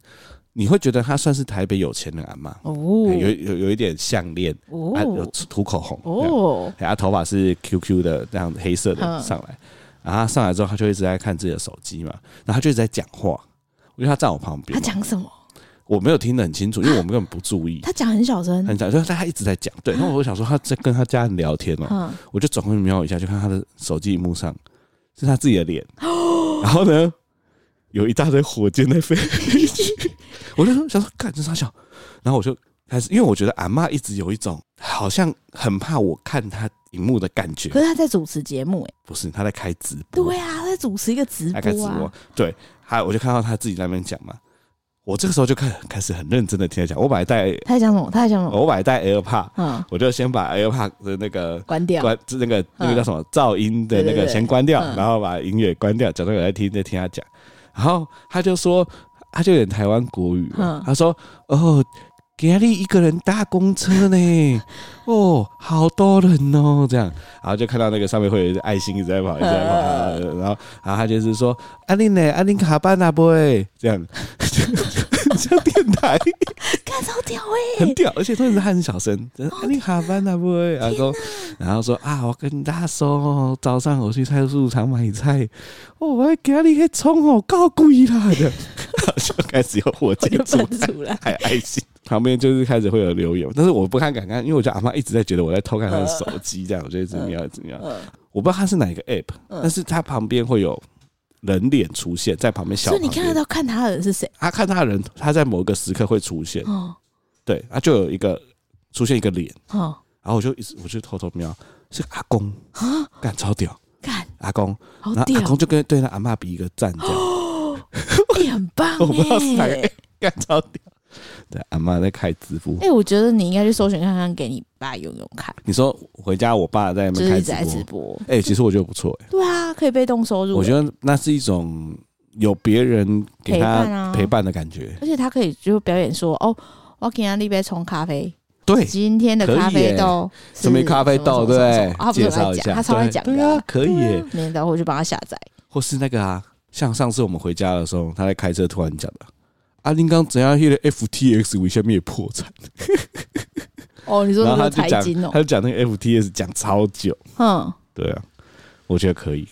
Speaker 1: 你会觉得她算是台北有钱的阿嬷，
Speaker 2: 哦，
Speaker 1: 哎有有有一点项链，啊，有
Speaker 2: 哦
Speaker 1: 涂口红，这样
Speaker 2: 哦，
Speaker 1: 然后头发是 QQ 的这样黑色的
Speaker 2: 嗯
Speaker 1: 上来，然后他上来之后，他就一直在看自己的手机嘛，然后他就一直在讲话，因为他站我旁边
Speaker 2: 他
Speaker 1: 嘛，
Speaker 2: 讲什么？
Speaker 1: 我没有听得很清楚，因为我们根本不注意，
Speaker 2: 他讲很小声，
Speaker 1: 很讲，就是他一直在讲，对，然后我就想说他在跟他家人聊天哦、
Speaker 2: 嗯，
Speaker 1: 我就转过去瞄一下，就看他的手机荧幕上是他自己的脸，然后呢，有一大堆火箭在飞，我就说想说干这傻小，然后我就开始，因为我觉得阿嬷一直有一种好像很怕我看她荧幕的感觉
Speaker 2: 可，是他在主持节目，哎，
Speaker 1: 不是她在开直播，
Speaker 2: 对啊，他在主持一个直
Speaker 1: 她开直
Speaker 2: 播啊
Speaker 1: 播，，对，还有我就看到她自己在那边讲嘛，我这个时候就开开始很认真的听他讲，我把它带，
Speaker 2: 他在讲什么？他在讲什么？
Speaker 1: 我把它带 AirPod，
Speaker 2: 嗯，
Speaker 1: 我就先把 AirPod 的那个
Speaker 2: 关掉。嗯
Speaker 1: 关那个那个叫什么噪音的那
Speaker 2: 对对
Speaker 1: 个
Speaker 2: 对
Speaker 1: 先关掉，
Speaker 2: 嗯
Speaker 1: 然后把音乐关掉，假装有在听在听他讲，然后他就说，他就有点台湾国语嘛，
Speaker 2: 嗯
Speaker 1: 他说哦。给阿丽一个人搭公车 呢，哦，好多人哦，这样，然后就看到那个上面会有一只爱心一直在跑，一直在跑，
Speaker 2: 呃
Speaker 1: 然后，然后他就是说，阿丽呢，阿丽卡班啊不会这 样， 像电台，
Speaker 2: 干超屌哎、
Speaker 1: 很屌，而且重点是他很小声，
Speaker 2: 哦
Speaker 1: 啊你下班了不会？然后啊说，然后说啊，我跟大家说哦，早上我去菜市场买菜，哦，我要给你个葱哦，够贵啦 的，就开始有火
Speaker 2: 我
Speaker 1: 箭
Speaker 2: 就
Speaker 1: 出
Speaker 2: 分
Speaker 1: 来，
Speaker 2: 出来。
Speaker 1: 还有爱心。旁边就是开始会有留言，但是我不看敢看，因为我觉得阿妈一直在觉得我在偷看她的手机，这样我就一直瞄，一直瞄。
Speaker 2: 嗯，
Speaker 1: 我不知道她是哪一个 app，
Speaker 2: 嗯
Speaker 1: 但是她旁边会有人脸出现在旁边 小
Speaker 2: 所
Speaker 1: 旁
Speaker 2: 以你
Speaker 1: 边。
Speaker 2: 看得到看他的人是谁？
Speaker 1: 她看她的人，她在某一个时刻会出现。
Speaker 2: 哦
Speaker 1: 对，啊，就有一个出现一个脸，
Speaker 2: 哦
Speaker 1: 然后我就一直我就偷偷瞄，是个阿公，
Speaker 2: 啊！
Speaker 1: 干超屌，
Speaker 2: 干，
Speaker 1: 阿公，
Speaker 2: 好
Speaker 1: 然后
Speaker 2: 屌
Speaker 1: 阿，公就跟对他阿嬷比一个赞，这样，
Speaker 2: 你很棒、欸。
Speaker 1: 我不知道是哪个，干超屌。 对，阿嬷在开直播
Speaker 2: 哎、，我觉得你应该去搜寻看看，给你爸用用看，
Speaker 1: 你说回家我爸在那
Speaker 2: 就是
Speaker 1: 边
Speaker 2: 一
Speaker 1: 开
Speaker 2: 直在
Speaker 1: 直
Speaker 2: 直
Speaker 1: 播，
Speaker 2: 播。
Speaker 1: 哎，其实我觉得不错，哎，
Speaker 2: 对啊，可以被动收入欸、
Speaker 1: 我觉得那是一种有别人给
Speaker 2: 陪伴啊
Speaker 1: 他陪伴的感觉，
Speaker 2: 而且他可以就表演说：“哦，我给他那杯冲咖啡，
Speaker 1: 对。
Speaker 2: 今天的咖啡豆是
Speaker 1: 什么咖啡豆
Speaker 2: 什么什么什
Speaker 1: 对
Speaker 2: 么啊，他，不是
Speaker 1: 介
Speaker 2: 有在
Speaker 1: 绍一
Speaker 2: 讲
Speaker 1: 下，
Speaker 2: 他超爱
Speaker 1: 对
Speaker 2: 讲的
Speaker 1: 对啊，可以耶，
Speaker 2: 明天我去帮他下载。
Speaker 1: 或是那个啊，像上次我们回家的时候，他在开车突然讲的，阿林刚怎样，那个 FTX 为什么也破产？
Speaker 2: 哦，你说
Speaker 1: 然后
Speaker 2: 那
Speaker 1: 他就
Speaker 2: 个财
Speaker 1: 讲
Speaker 2: 经，哦
Speaker 1: 他，就讲那个 FTS 讲超久，
Speaker 2: 嗯，
Speaker 1: 对啊，我觉得可以，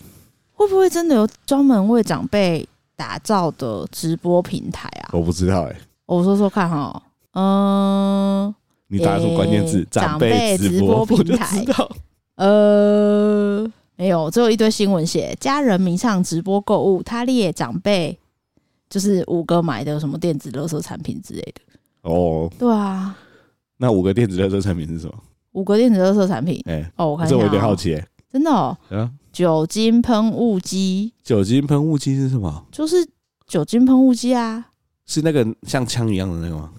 Speaker 2: 会不会真的有专门为长辈打造的直播平台啊？
Speaker 1: 我不知道哎、
Speaker 2: 我说说看哈，嗯
Speaker 1: 你打什么关键字？
Speaker 2: 诶
Speaker 1: 长
Speaker 2: 长辈
Speaker 1: 直
Speaker 2: 直播平
Speaker 1: 我就
Speaker 2: 台
Speaker 1: 知道，
Speaker 2: 呃，没有，只有一堆新闻写家人迷上直播购物，他列长辈就是五个买的什么电子垃圾产品之类的。
Speaker 1: 哦，
Speaker 2: 对啊，
Speaker 1: 那五个电子热车产品是什么？
Speaker 2: 五个电子垃圾产品。
Speaker 1: 哎、
Speaker 2: 哦，我看一下、
Speaker 1: 这
Speaker 2: 哦，
Speaker 1: 我有点好奇、
Speaker 2: 真的哦，
Speaker 1: 欸，啊，
Speaker 2: 酒精喷雾机
Speaker 1: 酒精喷雾机是什么？
Speaker 2: 就是酒精喷雾机啊。
Speaker 1: 是那个像枪一样的那个吗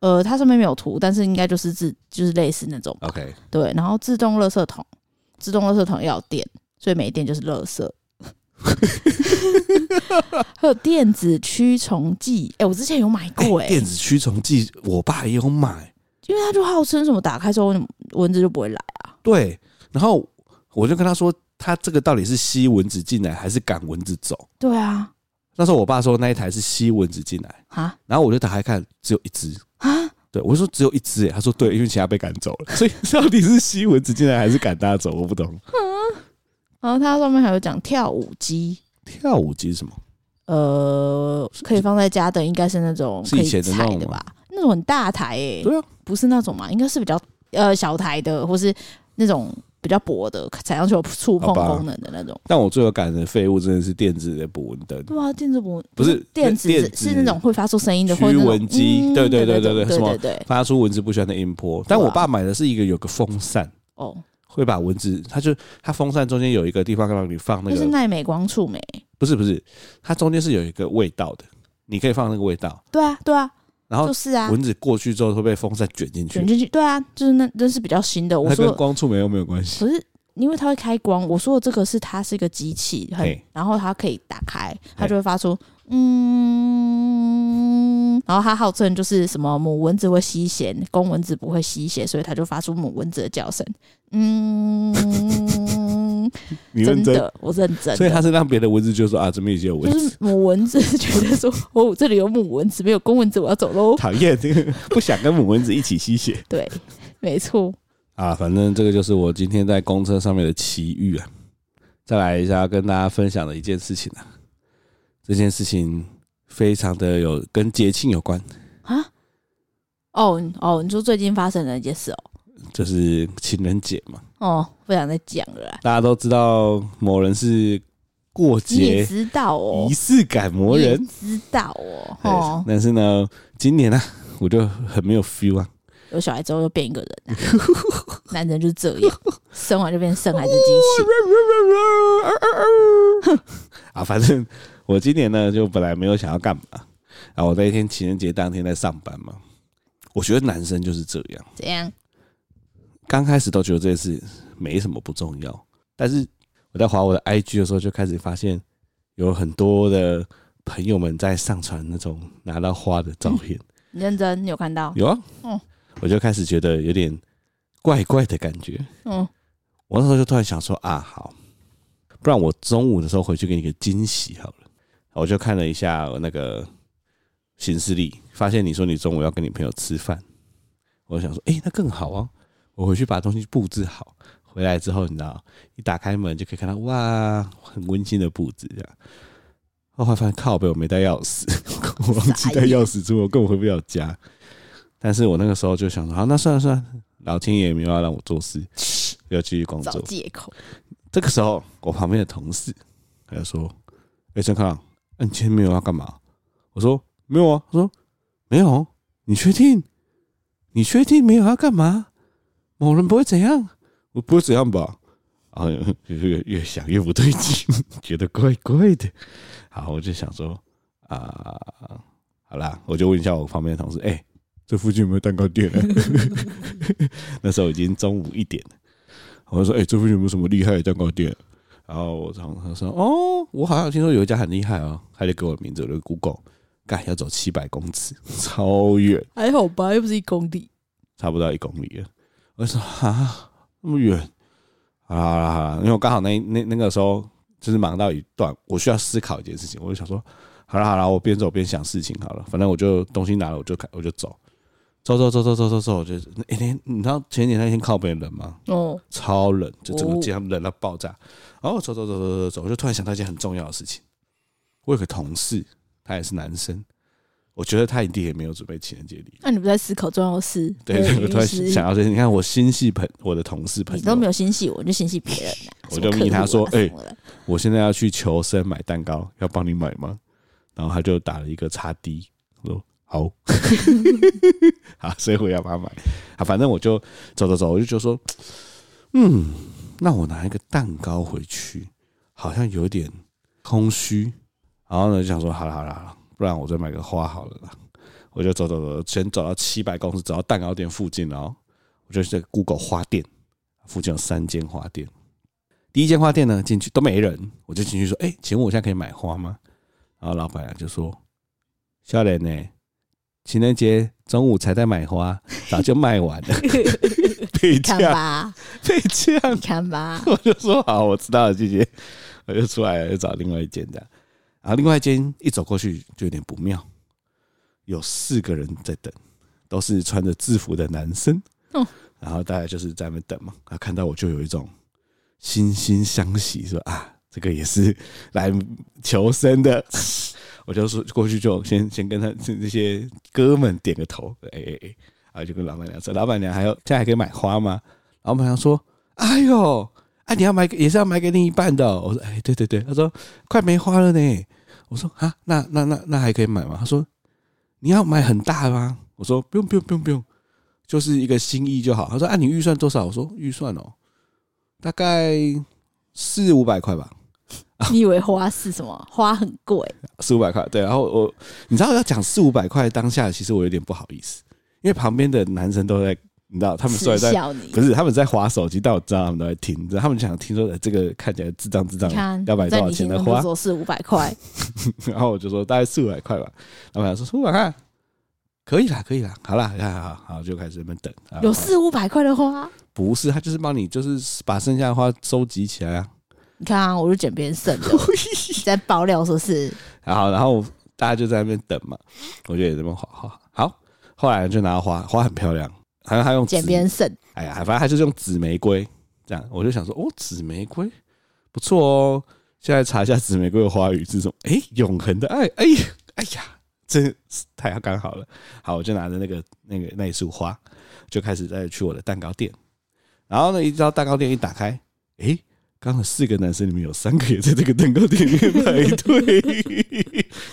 Speaker 2: 呃，它上面没有图，但是应该就是自就是类似那种吧。
Speaker 1: ？OK，
Speaker 2: 对，然后自动垃圾桶，自动垃圾桶要有电，所以没电就是垃圾。 还有电子驱虫剂，哎、我之前有买过哎、
Speaker 1: 欸电子驱虫剂，我爸也有买，
Speaker 2: 因为它就号称什么打开之后蚊子就不会来啊。
Speaker 1: 对，然后我就跟他说，他这个到底是吸蚊子进来还是赶蚊子走？
Speaker 2: 对啊，
Speaker 1: 那时候我爸说那一台是吸蚊子进来，
Speaker 2: 啊
Speaker 1: 然后我就打开看，只有一只。
Speaker 2: 啊，哦
Speaker 1: 对，我就说只有一只、欸，他说对，因为其他被赶走了，所 以到底是吸蚊子进来还是赶大家走，我不懂。
Speaker 2: 然后它上面还有讲跳舞机，
Speaker 1: 跳舞机是什么？
Speaker 2: 呃，可以放在家的，应该是那种
Speaker 1: 是
Speaker 2: 可
Speaker 1: 以
Speaker 2: 以
Speaker 1: 前的那
Speaker 2: 踩
Speaker 1: 种
Speaker 2: 的
Speaker 1: 吗
Speaker 2: 吧？那种很大台诶、
Speaker 1: 对啊，
Speaker 2: 不是那种嘛，应该是比较呃小台的，或是那种比较薄的，踩上去有触碰
Speaker 1: 好吧
Speaker 2: 功能的那种。
Speaker 1: 但我最有感的废物真的是电子的捕蚊灯、
Speaker 2: 对啊，电子不
Speaker 1: 不是
Speaker 2: 电子
Speaker 1: 电子
Speaker 2: 是那种会发出声音的，或者
Speaker 1: 驱
Speaker 2: 那种
Speaker 1: 蚊机
Speaker 2: 嗯
Speaker 1: 对对
Speaker 2: 的
Speaker 1: 对对对
Speaker 2: 那种对
Speaker 1: 什么
Speaker 2: 对对
Speaker 1: 发出蚊子不喜欢的音波。但
Speaker 2: 对啊
Speaker 1: 我爸买的是一个有个风扇，
Speaker 2: 哦，
Speaker 1: 会把蚊子，它就它风扇中间有一个地方让你放那
Speaker 2: 就
Speaker 1: 个
Speaker 2: 是耐美光触媒。
Speaker 1: 不是不是，它中间是有一个味道的，你可以放那个味道，
Speaker 2: 对啊，对啊，
Speaker 1: 然后
Speaker 2: 就是啊，
Speaker 1: 蚊子过去之后会被风扇卷进去
Speaker 2: 卷，进去。对啊，就是那那是比较新的。我
Speaker 1: 它
Speaker 2: 说
Speaker 1: 跟光触媒又没有关系。
Speaker 2: 可是因为它会开光，我说的这个是它是一个机器，很
Speaker 1: 嘿
Speaker 2: 然后它可以打开，它
Speaker 1: 嘿
Speaker 2: 就会发出嗯，然后它号称就是什么母蚊子会吸血，公蚊子不会吸血，所以它就发出母蚊子的叫声， 嗯，
Speaker 1: 你
Speaker 2: 真
Speaker 1: 认真，
Speaker 2: 的，我认真的，
Speaker 1: 所以它是让别的蚊子就说啊，这边已经有蚊
Speaker 2: 就
Speaker 1: 子，
Speaker 2: 是母蚊子觉得说 哦，这里有母蚊子，没有公蚊子，我要 走喽。
Speaker 1: 讨厌，这个不想跟母蚊子一起吸血
Speaker 2: 对，没错，
Speaker 1: 啊。反正这个就是我今天在公车上面的奇遇啊。再来一下跟大家分享的一件事情啊，这件事情非常的有跟节庆有关，
Speaker 2: 啊，哦哦，你说最近发生的一件事哦。
Speaker 1: 就是情人节嘛。
Speaker 2: 哦，不想再讲了啦。
Speaker 1: 大家都知道某人是过
Speaker 2: 你也
Speaker 1: 节
Speaker 2: 知道哦
Speaker 1: 仪，式感魔
Speaker 2: 你也
Speaker 1: 人。哎
Speaker 2: 知道哦，
Speaker 1: 对
Speaker 2: 哦，
Speaker 1: 但是呢，今年啊，我就很没有 feel 啊。
Speaker 2: 有小孩之后就变一个 人啊，男人就是这样，生完就变生孩 子机器。
Speaker 1: 啊，反正我今年呢，就本来没有想要干嘛，然后我那一天情人节当天在上班嘛，我觉得男生就是这样，
Speaker 2: 怎样？
Speaker 1: 刚开始都觉得这件事没什么不重要，但是我在划我的 IG 的时候，就开始发现有很多的朋友们在上传那种拿到花的照片，
Speaker 2: 你认真？你有看到？
Speaker 1: 有啊，
Speaker 2: 嗯
Speaker 1: 我就开始觉得有点怪怪的感觉。
Speaker 2: 嗯，
Speaker 1: 我那时候就突然想说啊，好，不然我中午的时候回去给你个惊喜好了。我就看了一下我那个行事历，发现你说你中午要跟你朋友吃饭，我就想说，诶，那更好啊！我回去把东西布置好，回来之后，你知道，一打开门就可以看到，哇，很温馨的布置这样。后来发现靠背我没带钥匙， 我忘记带钥匙出门，我根本回不了家。但是我那个时候就想说，好，那算了算了，老天爷没有要让我做事，要继续工
Speaker 2: 找
Speaker 1: 作。
Speaker 2: 借口。
Speaker 1: 这个时候，我旁边的同事他就说：“哎、陈康，那、你今天没有要干嘛？”我说：“没有啊。”他说：“没有，你确定？你确定没有要干嘛？某人不会怎样？我不会怎样吧？”然后越越想越不对劲，觉得怪怪的。好，我就想说啊、好啦，我就问一下我旁边的同事：“哎、这附近有没有蛋糕店、啊？” 那时候已经中午一点了。我就说：“哎、这附近有没有什么厉害的蛋糕店？”然后我常他说：“哦，我好像有听说有一家很厉害哦。”他就给我名字，我就 Google，干要走七百公尺， 超远，
Speaker 2: 还好吧，又不是一公里。
Speaker 1: 差不多要一公里了。我就说：“啊，那么远？”好啦好啦好啦，因为我刚好那那那个时候就是忙到一段，我需要思考一件事情，我就想说：“好啦好啦，我边走边想事情好了，反正我就东西拿了，我就开我就走，走走走走走走走，我就那天、你知道前几天那天靠北冷吗？
Speaker 2: 哦，
Speaker 1: 超冷，就整个
Speaker 2: 哦
Speaker 1: 街上冷到爆炸。然后我走走走走走走，我就突然想到一件很重要的事情。我有个同事，他也是男生，我觉得他一定也没有准备情人节礼物。
Speaker 2: 那你不在思考重要事？
Speaker 1: 对，
Speaker 2: 没有
Speaker 1: 我突然
Speaker 2: 意思
Speaker 1: 想到这些，你看我心系朋，我的同事朋
Speaker 2: 你都没
Speaker 1: 友，。
Speaker 2: 有心系我，你就心系别人啦
Speaker 1: 我就
Speaker 2: 什么
Speaker 1: 密他
Speaker 2: 客户啊
Speaker 1: 说哎
Speaker 2: 什么的
Speaker 1: 我现在要去求生买蛋糕，要帮你买吗？然后他就打了一个叉 D，我说好，好，所以我要帮他买。啊，反正我就走走走，我就觉得说，嗯，那我拿一个蛋糕回去，好像有点空虚。然后呢，就想说，好了好了好了，不然我再买个花好了啦。我就走走走，先走到七百公尺，走到蛋糕店附近，然后我就在 Google 花店附近有三间花店。第一间花店呢，进去都没人，我就进去说：“哎、请问我现在可以买花吗？”然后老板娘就说：“笑脸呢，情人节中午才在买花，早就卖完了。” 被
Speaker 2: 看
Speaker 1: 呛，
Speaker 2: 吧，
Speaker 1: 被呛
Speaker 2: 你，看吧，
Speaker 1: 我就说好，我知道了，谢谢。我就出来了，就找另外一间这样。然后另外一间一走过去就有点不妙，有四个人在等，都是穿着制服的男生。
Speaker 2: 哦
Speaker 1: 然后大家就是在那边等嘛，然后看到我就有一种惺惺相惜，说啊，这个也是来求生的。 我就说过去就先先跟他这这些哥们点个头，哎哎哎，然后就跟老板娘说，老板娘还有现在还可以买花吗？老板娘说，哎呦，啊，你要买给也是要买给另一半的哦、我说，哎，对对对。他说，快没花了呢。我说，啊，那那那那还可以买吗？他说，你要买很大吗？我说，不用不用不用不用，就是一个心意就好。他说，啊，你预算多少？我说，预算哦，大概四五百块吧，
Speaker 2: 你以为花是什么？花很贵，
Speaker 1: 四五百块。对，然后我，你知道要讲四五百块，当下其实我有点不好意思，因为旁边的男生都在，你知道， 他们虽
Speaker 2: 耻
Speaker 1: 然在
Speaker 2: 笑你。
Speaker 1: 不是，他们在划手机，但我知道他们都在听，他们想听说、呃这个看起来智障智障
Speaker 2: 你，看，
Speaker 1: 要买多
Speaker 2: 在
Speaker 1: 少
Speaker 2: 你
Speaker 1: 钱
Speaker 2: 心
Speaker 1: 的
Speaker 2: 中
Speaker 1: 花
Speaker 2: 不？说是五百块，
Speaker 1: 然后我就说大概四五百块吧，老板娘说四五百块，可以啦，可以啦，好啦，好啦好 好好就开始在那边等。啊
Speaker 2: 有四五百块的花，
Speaker 1: 不是他就是帮你就是把剩下的花收集起来啊，
Speaker 2: 你看啊，我就捡别人剩的， 你在爆料说是
Speaker 1: 然后然后大家就在那边等嘛，我就也在那边划划好，后来就拿到花，花很漂亮，好像他用
Speaker 2: 捡
Speaker 1: 纸
Speaker 2: 别人剩，
Speaker 1: 哎呀，反正他就是用紫玫瑰这样，我就想说，哦，紫玫瑰不错哦。现在查一下紫玫瑰的花语是什么？哎、永恒的爱。哎、呀，哎呀，真是太刚好了。好，我就拿着那个那个那一束花，就开始再去我的蛋糕店。然后呢，一到蛋糕店一打开，哎、刚好四个男生里面有三个也在这个蛋糕店里面排队，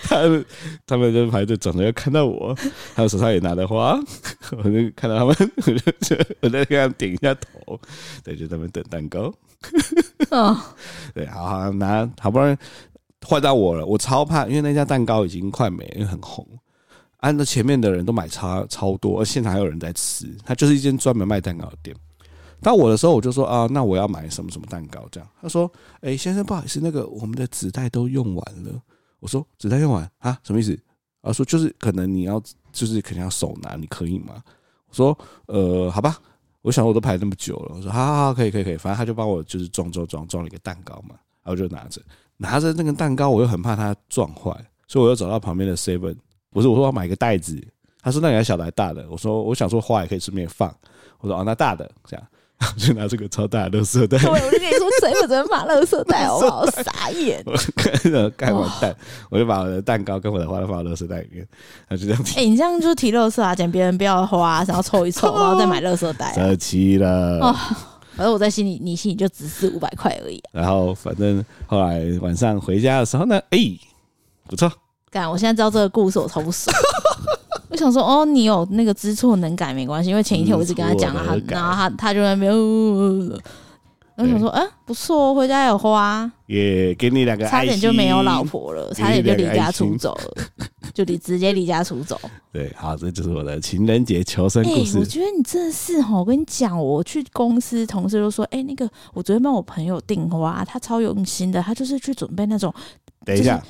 Speaker 1: 他们他们在排队，转头又看到我，他们手上也拿着花， 我就看到他们，我就我再给他们点一下头， 对，就在那边等蛋糕，
Speaker 2: 嗯，
Speaker 1: 对，好好拿，好不容易换到我了，我超怕，因为那家蛋糕已经快没了，因为很红。按照前面的人都买超超多，而现场还有人在吃，它就是一间专门卖蛋糕的店。到我的时候，我就说啊，那我要买什么什么蛋糕这样。他说，哎、先生，不好意思，那个我们的纸袋都用完了。我说纸袋用完啊，什么意思？啊，说就是可能你要就是可能要手拿，你可以吗？我说呃，好吧，我想我都排那么久了，我说好好好，可以可以可以，反正他就帮我就是装装装装了一个蛋糕嘛，然后我就拿着拿着那个蛋糕，我又很怕它撞坏，所以我又走到旁边的 seven，我说我说我要买一个袋子，他说那你要小的还是大的？我说我想说花也可以顺便放，我说哦那大的这样， 然后就拿这个超大的垃圾袋
Speaker 2: 对，，我就跟你说，谁不准把垃圾袋好不好？傻 眼！
Speaker 1: 我看着盖完蛋，我就把我的蛋糕跟我的花都放到垃圾袋里面，然后就这样
Speaker 2: 哎、你这样就是提垃圾啊，捡别人不要的花，然后凑一凑，然后再买垃圾袋、啊。
Speaker 1: 折期了。
Speaker 2: 哦反正我在心里，你心里就只是五百块而已、啊。
Speaker 1: 然后反正后来晚上回家的时候呢，哎、不错，
Speaker 2: 干，我现在知道这个故事，我超不爽。 我想说，哦，你有那个知错能改没关系，因为前一天我一直跟他讲啊了，他
Speaker 1: 知错能改
Speaker 2: 然后他他就在那边，呜呜呜呜我想说，哎、不错哦，回家有花，
Speaker 1: 也给你两个
Speaker 2: 差
Speaker 1: 爱
Speaker 2: 点
Speaker 1: 心
Speaker 2: 就没有老。婆了，差点就离家出走了，就离直接离家出走。
Speaker 1: 对，好，这就是我的情人节求生
Speaker 2: 哎、
Speaker 1: 故事。
Speaker 2: 我觉得你真的是哈，我跟你讲，我去公司，同事都说，哎、那个我昨天帮我朋友订花，他超用心的，他就是去准备那种
Speaker 1: 等一下，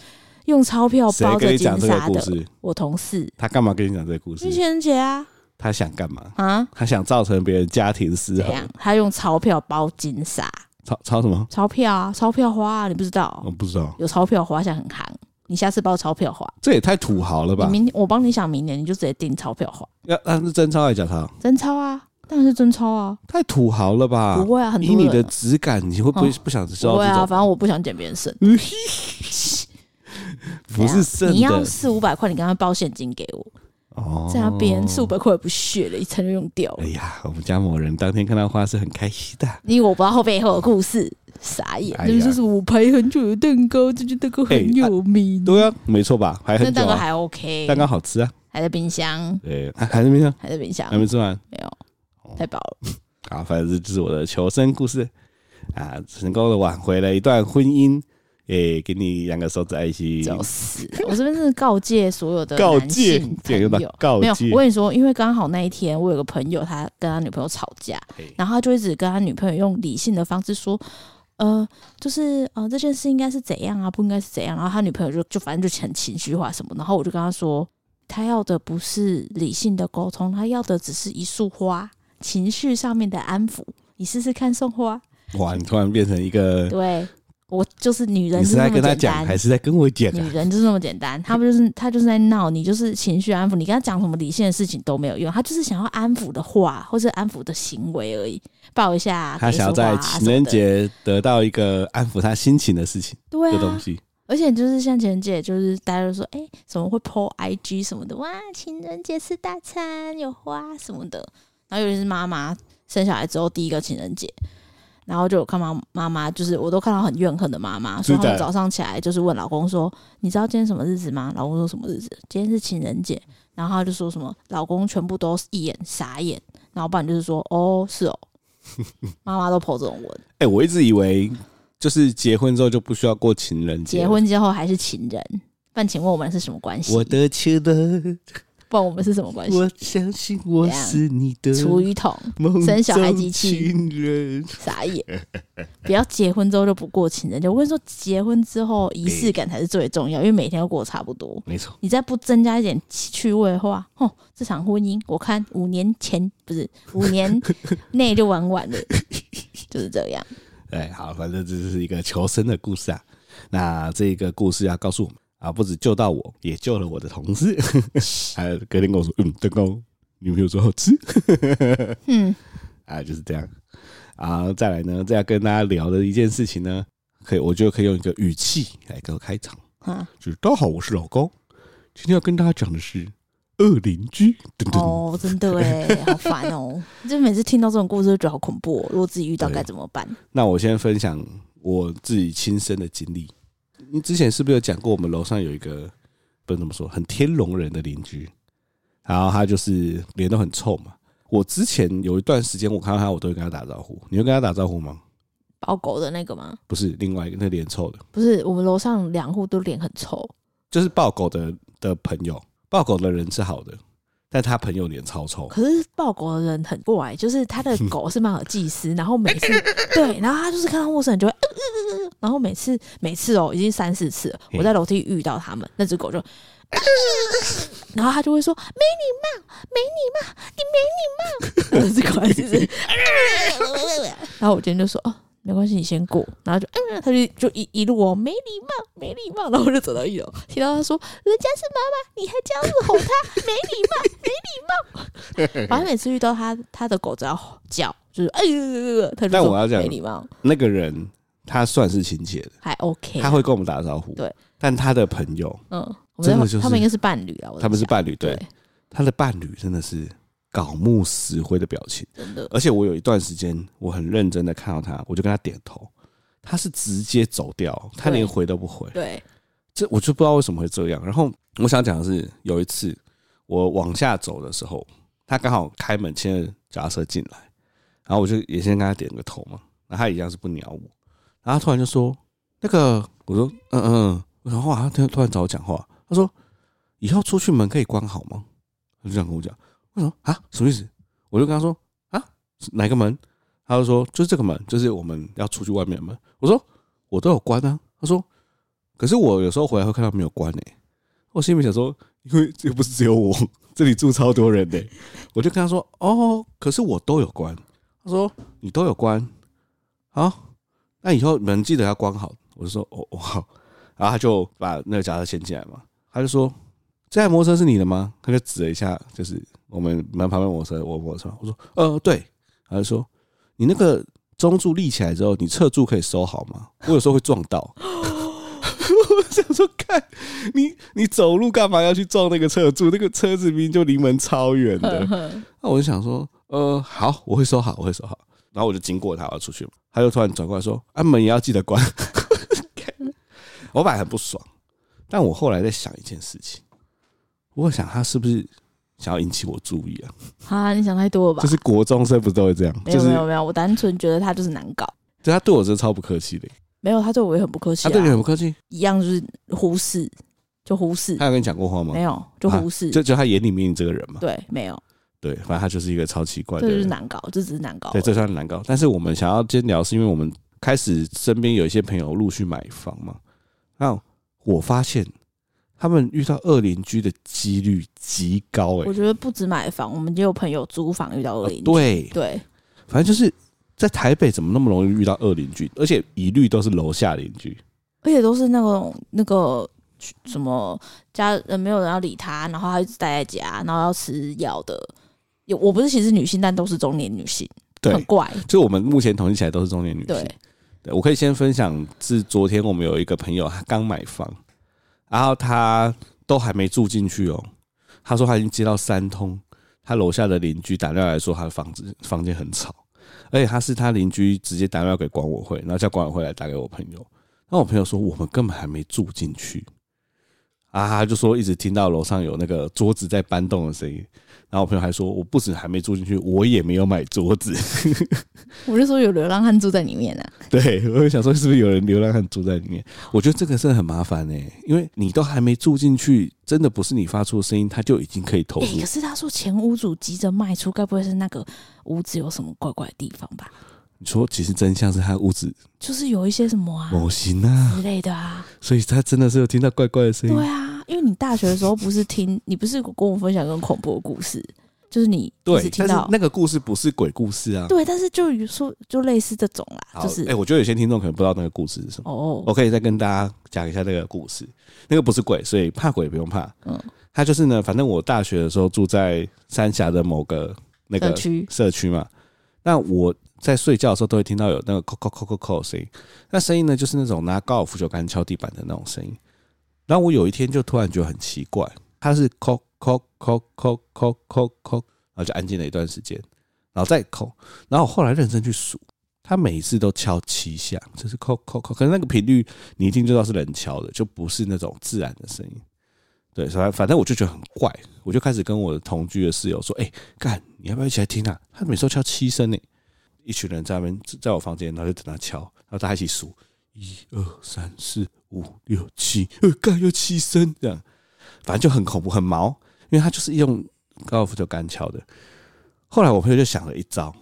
Speaker 2: 用钞票
Speaker 1: 谁
Speaker 2: 包
Speaker 1: 跟
Speaker 2: 着
Speaker 1: 你
Speaker 2: 金
Speaker 1: 讲这个
Speaker 2: 沙
Speaker 1: 故
Speaker 2: 的。
Speaker 1: 事？
Speaker 2: 我同事，
Speaker 1: 他干嘛跟你讲这个故事
Speaker 2: 因为？情人节啊
Speaker 1: 他想干嘛？
Speaker 2: 啊，
Speaker 1: 他想造成别人家庭失
Speaker 2: 怎
Speaker 1: 衡？
Speaker 2: 样？他用钞票包金沙，
Speaker 1: 抄抄什么？
Speaker 2: 钞票啊，钞票花、啊，你不知道
Speaker 1: 我不知道，
Speaker 2: 有钞票花现在很行，你下次包钞票花，
Speaker 1: 这也太土豪了
Speaker 2: 你
Speaker 1: 吧？
Speaker 2: 明我帮你想明年，你就直接订钞票花，
Speaker 1: 要那是真抄还是假抄？
Speaker 2: 真钞啊，当然是真钞啊，
Speaker 1: 太土豪了吧
Speaker 2: 不？会啊，很多
Speaker 1: 以你
Speaker 2: 人
Speaker 1: 的质感，你会不会
Speaker 2: 哦
Speaker 1: 不想知道
Speaker 2: 不会
Speaker 1: 这
Speaker 2: 啊，
Speaker 1: 种？嗯
Speaker 2: 反正我不想捡别人剩。
Speaker 1: 不是剩
Speaker 2: 啊你要
Speaker 1: 的
Speaker 2: 四五百块，你刚刚包现金给我，
Speaker 1: 哦
Speaker 2: 在那边四五百块也不屑了，一层就用掉了
Speaker 1: 哎。呀，我们家某人当天看到花是很开心的。
Speaker 2: 因为我不知道后背后的故事，傻眼。
Speaker 1: 哎呀
Speaker 2: 那就是我排很久的蛋糕，这件蛋糕很有名。
Speaker 1: 对啊，没错吧？还
Speaker 2: 那
Speaker 1: 很久、
Speaker 2: 蛋糕
Speaker 1: 啊，
Speaker 2: 还 OK，
Speaker 1: 蛋糕好吃啊。
Speaker 2: 还在冰箱，
Speaker 1: 对，啊还是没吃，
Speaker 2: 还在冰箱
Speaker 1: 还，没吃完
Speaker 2: 没
Speaker 1: 哦
Speaker 2: 有，太饱了。
Speaker 1: 啊。反正这就是我的求生故事啊，成功的挽回了一段婚姻。诶、给你两个手指爱心，
Speaker 2: 就是，我这边真的告诫所有的
Speaker 1: 告
Speaker 2: 男
Speaker 1: 诫
Speaker 2: 性，
Speaker 1: 这个用
Speaker 2: 朋
Speaker 1: 到
Speaker 2: 友。
Speaker 1: 告
Speaker 2: 没有，
Speaker 1: 诫
Speaker 2: 我，跟你说，因为刚好那一天我有个朋友，他跟他女朋友吵架
Speaker 1: 嘿，
Speaker 2: 然后他就一直跟他女朋友用理性的方式说，呃，就是呃这件事应该是怎样啊，不应该是怎样，然后他女朋友就就反正就很情绪化什么，然后我就跟他说，他要的不是理性的沟通，他要的只是一束花，情绪上面的安抚，你试试看送花，
Speaker 1: 哇，你突然变成一 个，
Speaker 2: 对我就是女人
Speaker 1: 你
Speaker 2: 就是那
Speaker 1: 在
Speaker 2: 么
Speaker 1: 跟他
Speaker 2: 简
Speaker 1: 讲，
Speaker 2: 单嗯
Speaker 1: 还。是在跟我讲
Speaker 2: 女
Speaker 1: 啊？
Speaker 2: 人就是这么简单，他们就是他就是在闹你，就是情绪安抚，你跟他讲什么理性的事情都没有用，他就是想要安抚的话或者安抚的行为而已，抱一下，
Speaker 1: 他
Speaker 2: 给一束
Speaker 1: 想要在
Speaker 2: 花啊
Speaker 1: 情人
Speaker 2: 什么的
Speaker 1: 节得到一个安抚他心情的事情，
Speaker 2: 对
Speaker 1: 这东
Speaker 2: 啊，
Speaker 1: 西
Speaker 2: 而且就是像情人节，就是大家都说哎、怎么会 PO IG 什么的，哇，情人节吃大餐有花什么的，然后尤其是妈妈生小孩之后第一个情人节。然后就有看到妈妈，就是我都看到很怨恨的妈妈，所
Speaker 1: 是
Speaker 2: 以他
Speaker 1: 的
Speaker 2: 们早上起来就是问老公说：“你知道今天什么日子吗？”老公说什么日子？今天是情人节。然后他就说什么，老公全部都一眼傻眼，然后不然就是说：“哦，是哦。”妈妈都剖这种文，
Speaker 1: 哎、我一直以为就是结婚之后就不需要过情人节，
Speaker 2: 结。婚之后还是情人。但请问我们是呃什么关系？
Speaker 1: 我的情人，
Speaker 2: 不然我们是什么关系？
Speaker 1: 我相信我
Speaker 2: 怎样
Speaker 1: 是你的
Speaker 2: 厨余桶，
Speaker 1: 梦
Speaker 2: 生小孩机
Speaker 1: 中
Speaker 2: 器
Speaker 1: 情人。
Speaker 2: 傻眼！ 不要结婚之后就不过情人节。我跟你说，结婚之后仪式感才是最重要，因为每天都过得差不多。
Speaker 1: 没错，
Speaker 2: 你再不增加一点趣味的话，哼，这场婚姻我看五年前 不是五年内就玩完了，就是这 样。
Speaker 1: 哎，好，反正这是一个求生的故事啊。那这个故事要告诉我们啊，不止救到我，也救了我的同 事。还有隔天跟我说，嗯，蛋糕女朋友说好吃
Speaker 2: 嗯，
Speaker 1: 啊，就是这样。啊，再来呢，再要跟大家聊的一件事情呢，可以，我觉得可以用一个语气来给我开场，
Speaker 2: 啊，
Speaker 1: 就是大家好，我是老高，今天要跟大家讲的是恶邻居，等等。
Speaker 2: 哦，真的哎，好烦哦！就每次听到这种故事，就觉得好恐怖、哦。如果自己遇到
Speaker 1: 对
Speaker 2: 该怎么办？
Speaker 1: 那我先分享我自己亲身的经历。你之前是不是有讲过，我们楼上有一个不能这么说，很天龙人的邻居，然后他就是脸都很臭嘛。我之前有一段时间，我看到他，我都会跟他打招呼。你会跟他打招呼吗？
Speaker 2: 包狗的那个吗？
Speaker 1: 不是另外一个那脸臭的，
Speaker 2: 不是，我们楼上两户都脸很臭，
Speaker 1: 就是抱狗的的朋友，抱狗的人是好的，但他朋友脸超臭，
Speaker 2: 可是抱狗的人很怪，就是他的狗是马尔济斯，然后每次对，然后他就是看到陌生人就会呃呃呃呃，然后每次每次哦，已经三四次了，
Speaker 1: 嘿
Speaker 2: 我在楼梯遇到他们，那只狗就。呃然后他就会说：“没礼貌，没礼貌， 你没礼貌。”那只狗还是是。呃然后我今天就说：“哦，没关系，你先过。”然后就，呃他就就一一路哦，没礼貌，没礼貌。然后我就走到一楼，听到他说：“人家是妈妈，你还这样子吼他，没礼貌。”反正每次遇到他，他的狗只要叫，就是哎呦呦呦呦，他就
Speaker 1: 但
Speaker 2: 说
Speaker 1: 我要讲
Speaker 2: 没礼貌，
Speaker 1: 那个人他算是亲切的，
Speaker 2: 还 OK 啊。
Speaker 1: 他会跟我们打招呼，
Speaker 2: 对，
Speaker 1: 但他的朋友，
Speaker 2: 嗯，我
Speaker 1: 真的
Speaker 2: 们
Speaker 1: 就是
Speaker 2: 他们应该是伴侣啊，我在
Speaker 1: 他们是
Speaker 2: 想
Speaker 1: 伴侣，对，
Speaker 2: 对，
Speaker 1: 他的伴侣真的是槁木死灰的表情。
Speaker 2: 真的
Speaker 1: 而且我有一段时间，我很认真的看到他，我就跟他点头，他是直接走掉，他连回都不回。
Speaker 2: 对，
Speaker 1: 这我就不知道为什么会这样。然后我想讲的是，有一次我往下走的时候，他刚好开门牵着脚踏车进来，然后我就也先跟他点个头嘛，然后他一样是不鸟我，然后他突然就说：“那个，我说嗯嗯，然后他突然找我讲话，他说以后出去门可以关好吗？”他就这样跟我讲，我说啊什么意思？我就跟他说啊哪个门？他就说就是这个门，就是我们要出去外面的门。我说我都有关啊。他说可是我有时候回来会看到没有关诶、欸我心里面想说，因为这不是只有我， 这里住超多人的、欸我就跟他说哦，可是我都有关。他说你都有关，好，那以后门记得要关好。我就说哦哦好，然后他就把那个夹车牵进来嘛，他就说这台摩托车是你的吗？他就指了一下，就是我们门旁边摩托车，我摩托车。我说呃对，他就说你那个中柱立起来之后，你侧柱可以收好吗？我有时候会撞到。 我想说，看你你走路干嘛要去撞那个侧柱？那个车子明明就离门超远的。 那我就想说，呃，好，我会收好，我会收好。然后我就经过他，我要出去嘛，他就突然转过来说：“啊，门也要记得关。” 我本来很不爽，但我后来在想一件事情，我想他是不是想要引起我注意啊？
Speaker 2: 啊，你想太多了吧
Speaker 1: 就？是国中生不是都会这样？
Speaker 2: 没
Speaker 1: 就
Speaker 2: 有
Speaker 1: 是
Speaker 2: 没有没有，我单纯觉得他就是难搞，
Speaker 1: 对他对我真的超不客气的，
Speaker 2: 没有他对我也很不客气
Speaker 1: 他对你
Speaker 2: 啊，
Speaker 1: 很不客气。
Speaker 2: 一样就是忽视，就忽视
Speaker 1: 他，啊有跟你讲过话吗
Speaker 2: 没？有就忽视，
Speaker 1: 就就他眼里面你这个人嘛，
Speaker 2: 对，没有，
Speaker 1: 对，反正他就是一个超奇怪
Speaker 2: 这
Speaker 1: 的
Speaker 2: 就是
Speaker 1: 人。
Speaker 2: 难搞，这只是难搞而
Speaker 1: 对，
Speaker 2: 已，
Speaker 1: 这算难搞。但是我们想要今天聊，是因为我们开始身边有一些朋友陆续买房嘛，那我发现他们遇到恶邻居的几率极高、欸，
Speaker 2: 我觉得不止买房，我们也有朋友租房遇到恶
Speaker 1: 呃
Speaker 2: 邻居，
Speaker 1: 对，
Speaker 2: 对
Speaker 1: 反正就是在台北怎么那么容易遇到恶邻居，而且一律都是楼下邻居，
Speaker 2: 而且都是那种那个什么家人没有人要理他，然后他一直待在家，然后要吃药的。有我不是歧视女性，但都是中年女性，
Speaker 1: 对，
Speaker 2: 很怪。
Speaker 1: 就是我们目前统计起来都是中年女性
Speaker 2: 嗯对，。
Speaker 1: 对，我可以先分享是昨天我们有一个朋友，他刚买房，然后他都还没住进去哦。他说他已经接到三通，他楼下的邻居打电话来说他的房子房间很吵，而且他是他邻居直接打电话给管委会，然后叫管委会来打给我朋友。那我朋友说我们根本还没住进去，啊，他就说一直听到楼上有那个桌子在搬动的声音。然后我朋友还说我不止还没住进去，我也没有买桌子。
Speaker 2: 我就说有流浪汉住在里面啊，
Speaker 1: 对，我就想说是不是有人流浪汉住在里面？我觉得这个真的很麻烦呢、欸因为你都还没住进去，真的不是你发出的声音，他就已经可以投入
Speaker 2: 哎、。可是他说前屋主急着卖出，该不会是那个屋子有什么怪怪的地方吧？
Speaker 1: 你说，其实真相是他屋子
Speaker 2: 就是有一些什么啊
Speaker 1: 模型啊，
Speaker 2: 之类的啊，
Speaker 1: 所以他真的是有听到怪怪的声音
Speaker 2: 对。啊，因为你大学的时候不是听，你不是跟我分享一个恐怖的故事，就是你一直
Speaker 1: 对，
Speaker 2: 听
Speaker 1: 但是
Speaker 2: 到
Speaker 1: 那个故事不是鬼故事啊。
Speaker 2: 对，但是就有说就类似这种啦，
Speaker 1: 好，
Speaker 2: 就是
Speaker 1: 哎、我觉得有些听众可能不知道那个故事是什么。
Speaker 2: 哦，
Speaker 1: 我可以再跟大家讲一下那个故事。那个不是鬼，所以怕鬼不用怕。嗯
Speaker 2: 嗯，
Speaker 1: 他就是呢，反正我大学的时候住在三峡的某个那个
Speaker 2: 社区
Speaker 1: 社区嘛。那我在睡觉的时候都会听到有那个“扣扣扣扣扣”声音，那声音呢就是那种拿高尔夫球杆敲地板的那种声音。然后我有一天就突然觉得很奇怪，它是“扣扣扣扣扣扣扣”，然后就安静了一段时间，然后再扣。然后我后来认真去数，它每一次都敲七下，就是“扣扣扣”，可是那个频率你一听就知道是人敲的，就不是那种自然的声音。对，反正反正我就觉得很怪，我就开始跟我的同居的室友说：“哎、干，你要不要一起来听啊？他每次都敲七声呢。”一群人在那边在我房间，然后就等他敲，然后大家一起数一二三四五六七，呃，干又七声这样，反正就很恐怖很毛，因为他就是用高尔夫球杆敲的。后来我朋友就想了一招，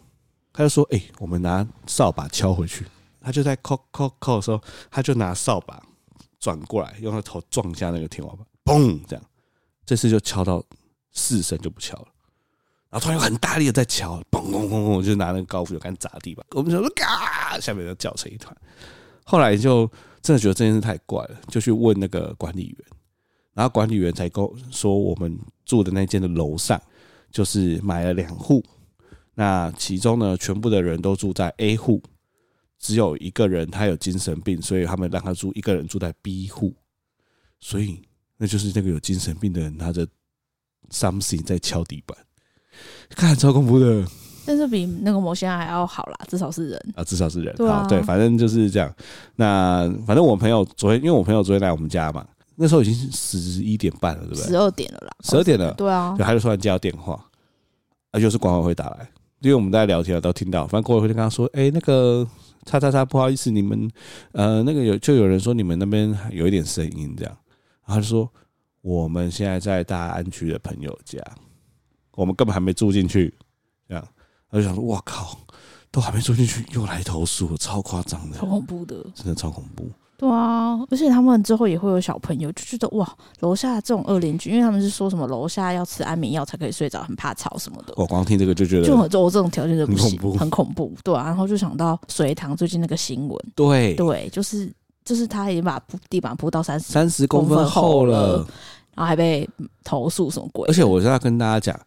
Speaker 1: 他就说：“哎、我们拿扫把敲回去。”他就在敲敲敲的时候，他就拿扫把转过来，用他头撞一下那个天花板，嘣，这样，这次就敲到四声就不敲了。然后突然有很大力的在敲，嘣嘣嘣嘣，我就拿那个高尔夫球杆砸地板。我们想说，嘎，下面就叫成一团。后来就真的觉得这件事太怪了，就去问那个管理员，然后管理员才跟我说，我们住的那间的楼上就是买了两户，那其中呢，全部的人都住在 A 户，只有一个人他有精神病，所以他们让他住一个人住在 B 户，所以那就是那个有精神病的人拿着 something 在敲地板，看超恐怖的。
Speaker 2: 但是比那个魔仙还要好啦，至少是人。
Speaker 1: 啊，至少是人。
Speaker 2: 对啊
Speaker 1: 好，对，反正就是这样。那反正我朋友昨天，因为我朋友昨天来我们家嘛，那时候已经十一点半了，对不对？
Speaker 2: 十二点了啦，
Speaker 1: 12点了
Speaker 2: 对啊
Speaker 1: 就，他就突然接到电话，啊，就是管委会打来，因为我们在聊天啊，都听到，反正管委会就跟他说，哎、那个叉叉叉，不好意思，你们呃，那个有就有人说你们那边有一点声音这样，然后他就说我们现在在大安区的朋友家，我们根本还没住进去，这样，他就想说，我靠，都还没住进去，又来投诉了，超夸张的
Speaker 2: 超，恐怖的。
Speaker 1: 真的超恐怖。
Speaker 2: 对啊，而且他们之后也会有小朋友，就觉得哇，楼下这种恶邻居，因为他们是说什么楼下要吃安眠药才可以睡着，很怕吵什么的。
Speaker 1: 我光听这个就觉
Speaker 2: 就
Speaker 1: 得，
Speaker 2: 很我这种条件就不行，
Speaker 1: 很恐怖
Speaker 2: 很恐怖，对啊。然后就想到隋唐最近那个新闻，
Speaker 1: 对，
Speaker 2: 对，就是就是他已经把铺地板铺到三十，
Speaker 1: 三十公分
Speaker 2: 公分
Speaker 1: 厚
Speaker 2: 厚
Speaker 1: 了
Speaker 2: 了。然后还被嗯投诉什么鬼的，
Speaker 1: 而且我是要跟大家讲，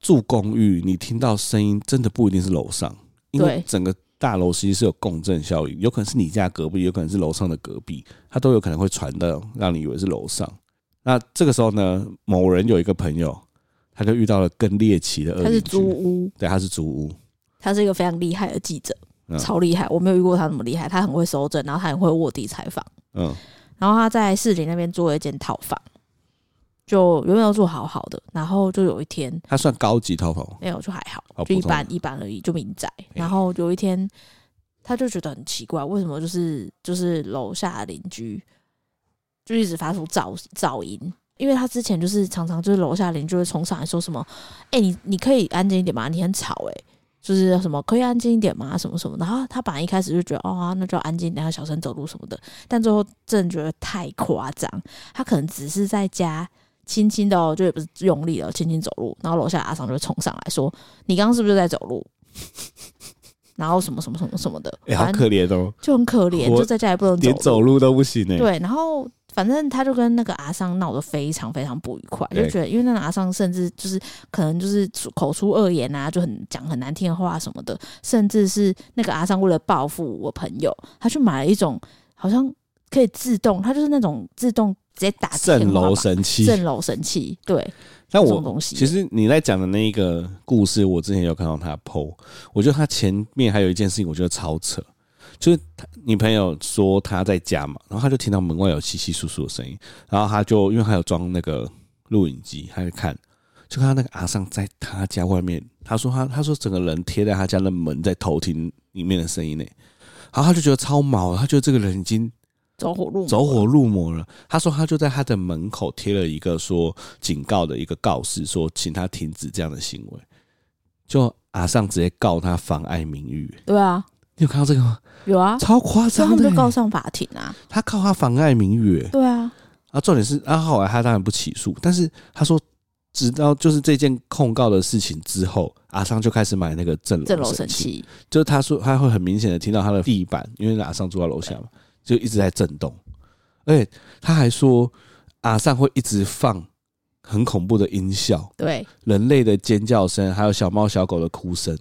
Speaker 1: 住公寓你听到声音真的不一定是楼上，因为
Speaker 2: 对
Speaker 1: 整个大楼其实是有共振效应，有可能是你家隔壁，有可能是楼上的隔壁，它都有可能会传到让你以为是楼上。那这个时候呢，某人有一个朋友，他就遇到了更猎奇的恶
Speaker 2: 他是
Speaker 1: 邻
Speaker 2: 租
Speaker 1: 居，
Speaker 2: 屋，
Speaker 1: 对，他是租屋，
Speaker 2: 他是一个非常厉害的记者，
Speaker 1: 嗯
Speaker 2: 超厉害，我没有遇过他那么厉害，他很会搜证，然后他很会卧底采访。
Speaker 1: 嗯，
Speaker 2: 然后他在市里那边租了一间套房，就原本都住好好的，然后就有一天
Speaker 1: 他算高级套房，
Speaker 2: 没有，就还好
Speaker 1: 哦，
Speaker 2: 就一
Speaker 1: 普通的哎
Speaker 2: 般一般而已，就民宅。然后有一天，他就觉得很奇怪，为什么就是就是楼下的邻居就一直发出噪噪音。因为他之前就是常常就是楼下邻居会冲上来说什么，哎、你你可以安静一点吗？你很吵哎、就是什么可以安静一点吗？什么什么。然后他本来一开始就觉得哦、啊那就安静一点，要小声走路什么的。但最后真的觉得太夸张，他可能只是在家轻轻的、哦，就也不是用力的，轻轻走路，然后楼下的阿桑就会冲上来说：“你刚刚是不是在走路？” 然后什么什么什么什么的，
Speaker 1: 哎、好
Speaker 2: 反正
Speaker 1: 可怜哦，
Speaker 2: 就很可怜，
Speaker 1: 我
Speaker 2: 就在家也不能走
Speaker 1: 连
Speaker 2: 路。
Speaker 1: 走路都不行呢、欸
Speaker 2: 对，然后反正他就跟那个阿桑闹得非常非常不愉快，就
Speaker 1: 对
Speaker 2: 觉得因为那个阿桑甚至就是可能就是出口出恶言啊，就很讲很难听的话什么的，甚至是那个阿桑为了报复我朋友，他去买了一种好像可以自动，他就是那种自动直接打
Speaker 1: 震
Speaker 2: 天花
Speaker 1: 楼
Speaker 2: 板
Speaker 1: 神器。
Speaker 2: 震楼神器，对，
Speaker 1: 但
Speaker 2: 这
Speaker 1: 我
Speaker 2: 种东西
Speaker 1: 其实你在讲的那一个故事，我之前有看到他 PO，我觉得他前面还有一件事情，我觉得超扯，就是他女朋友说他在家嘛，然后他就听到门外有稀稀疏疏的声音，然后他就因为他有装那个录影机，他就看，就看到那个阿尚在他家外面，他说他他说整个人贴在他家的门在偷听里面的声音呢，然后他就觉得超毛，他觉得这个人已经
Speaker 2: 走火入魔
Speaker 1: 走火入魔了。他说他就在他的门口贴了一个说警告的一个告示，说请他停止这样的行为。就阿尚直接告他妨碍名誉，
Speaker 2: 对啊，
Speaker 1: 你有看到这个吗？
Speaker 2: 有啊，
Speaker 1: 超夸
Speaker 2: 所
Speaker 1: 张
Speaker 2: 以他们
Speaker 1: 的
Speaker 2: 就告
Speaker 1: 欸，
Speaker 2: 上法庭啊，
Speaker 1: 他告他妨碍名誉欸。
Speaker 2: 对 啊，
Speaker 1: 啊，重点是啊，后来他当然不起诉，但是他说。直到就是这件控告的事情之后，阿尚就开始买那个震
Speaker 2: 震
Speaker 1: 楼
Speaker 2: 楼神
Speaker 1: 器，
Speaker 2: 器，
Speaker 1: 就是他说他会很明显的听到他的地板，因为阿尚住在楼下嘛，就一直在震动，而且他还说阿尚会一直放很恐怖的音效，
Speaker 2: 对，
Speaker 1: 人类的尖叫声，还有小猫小狗的哭声。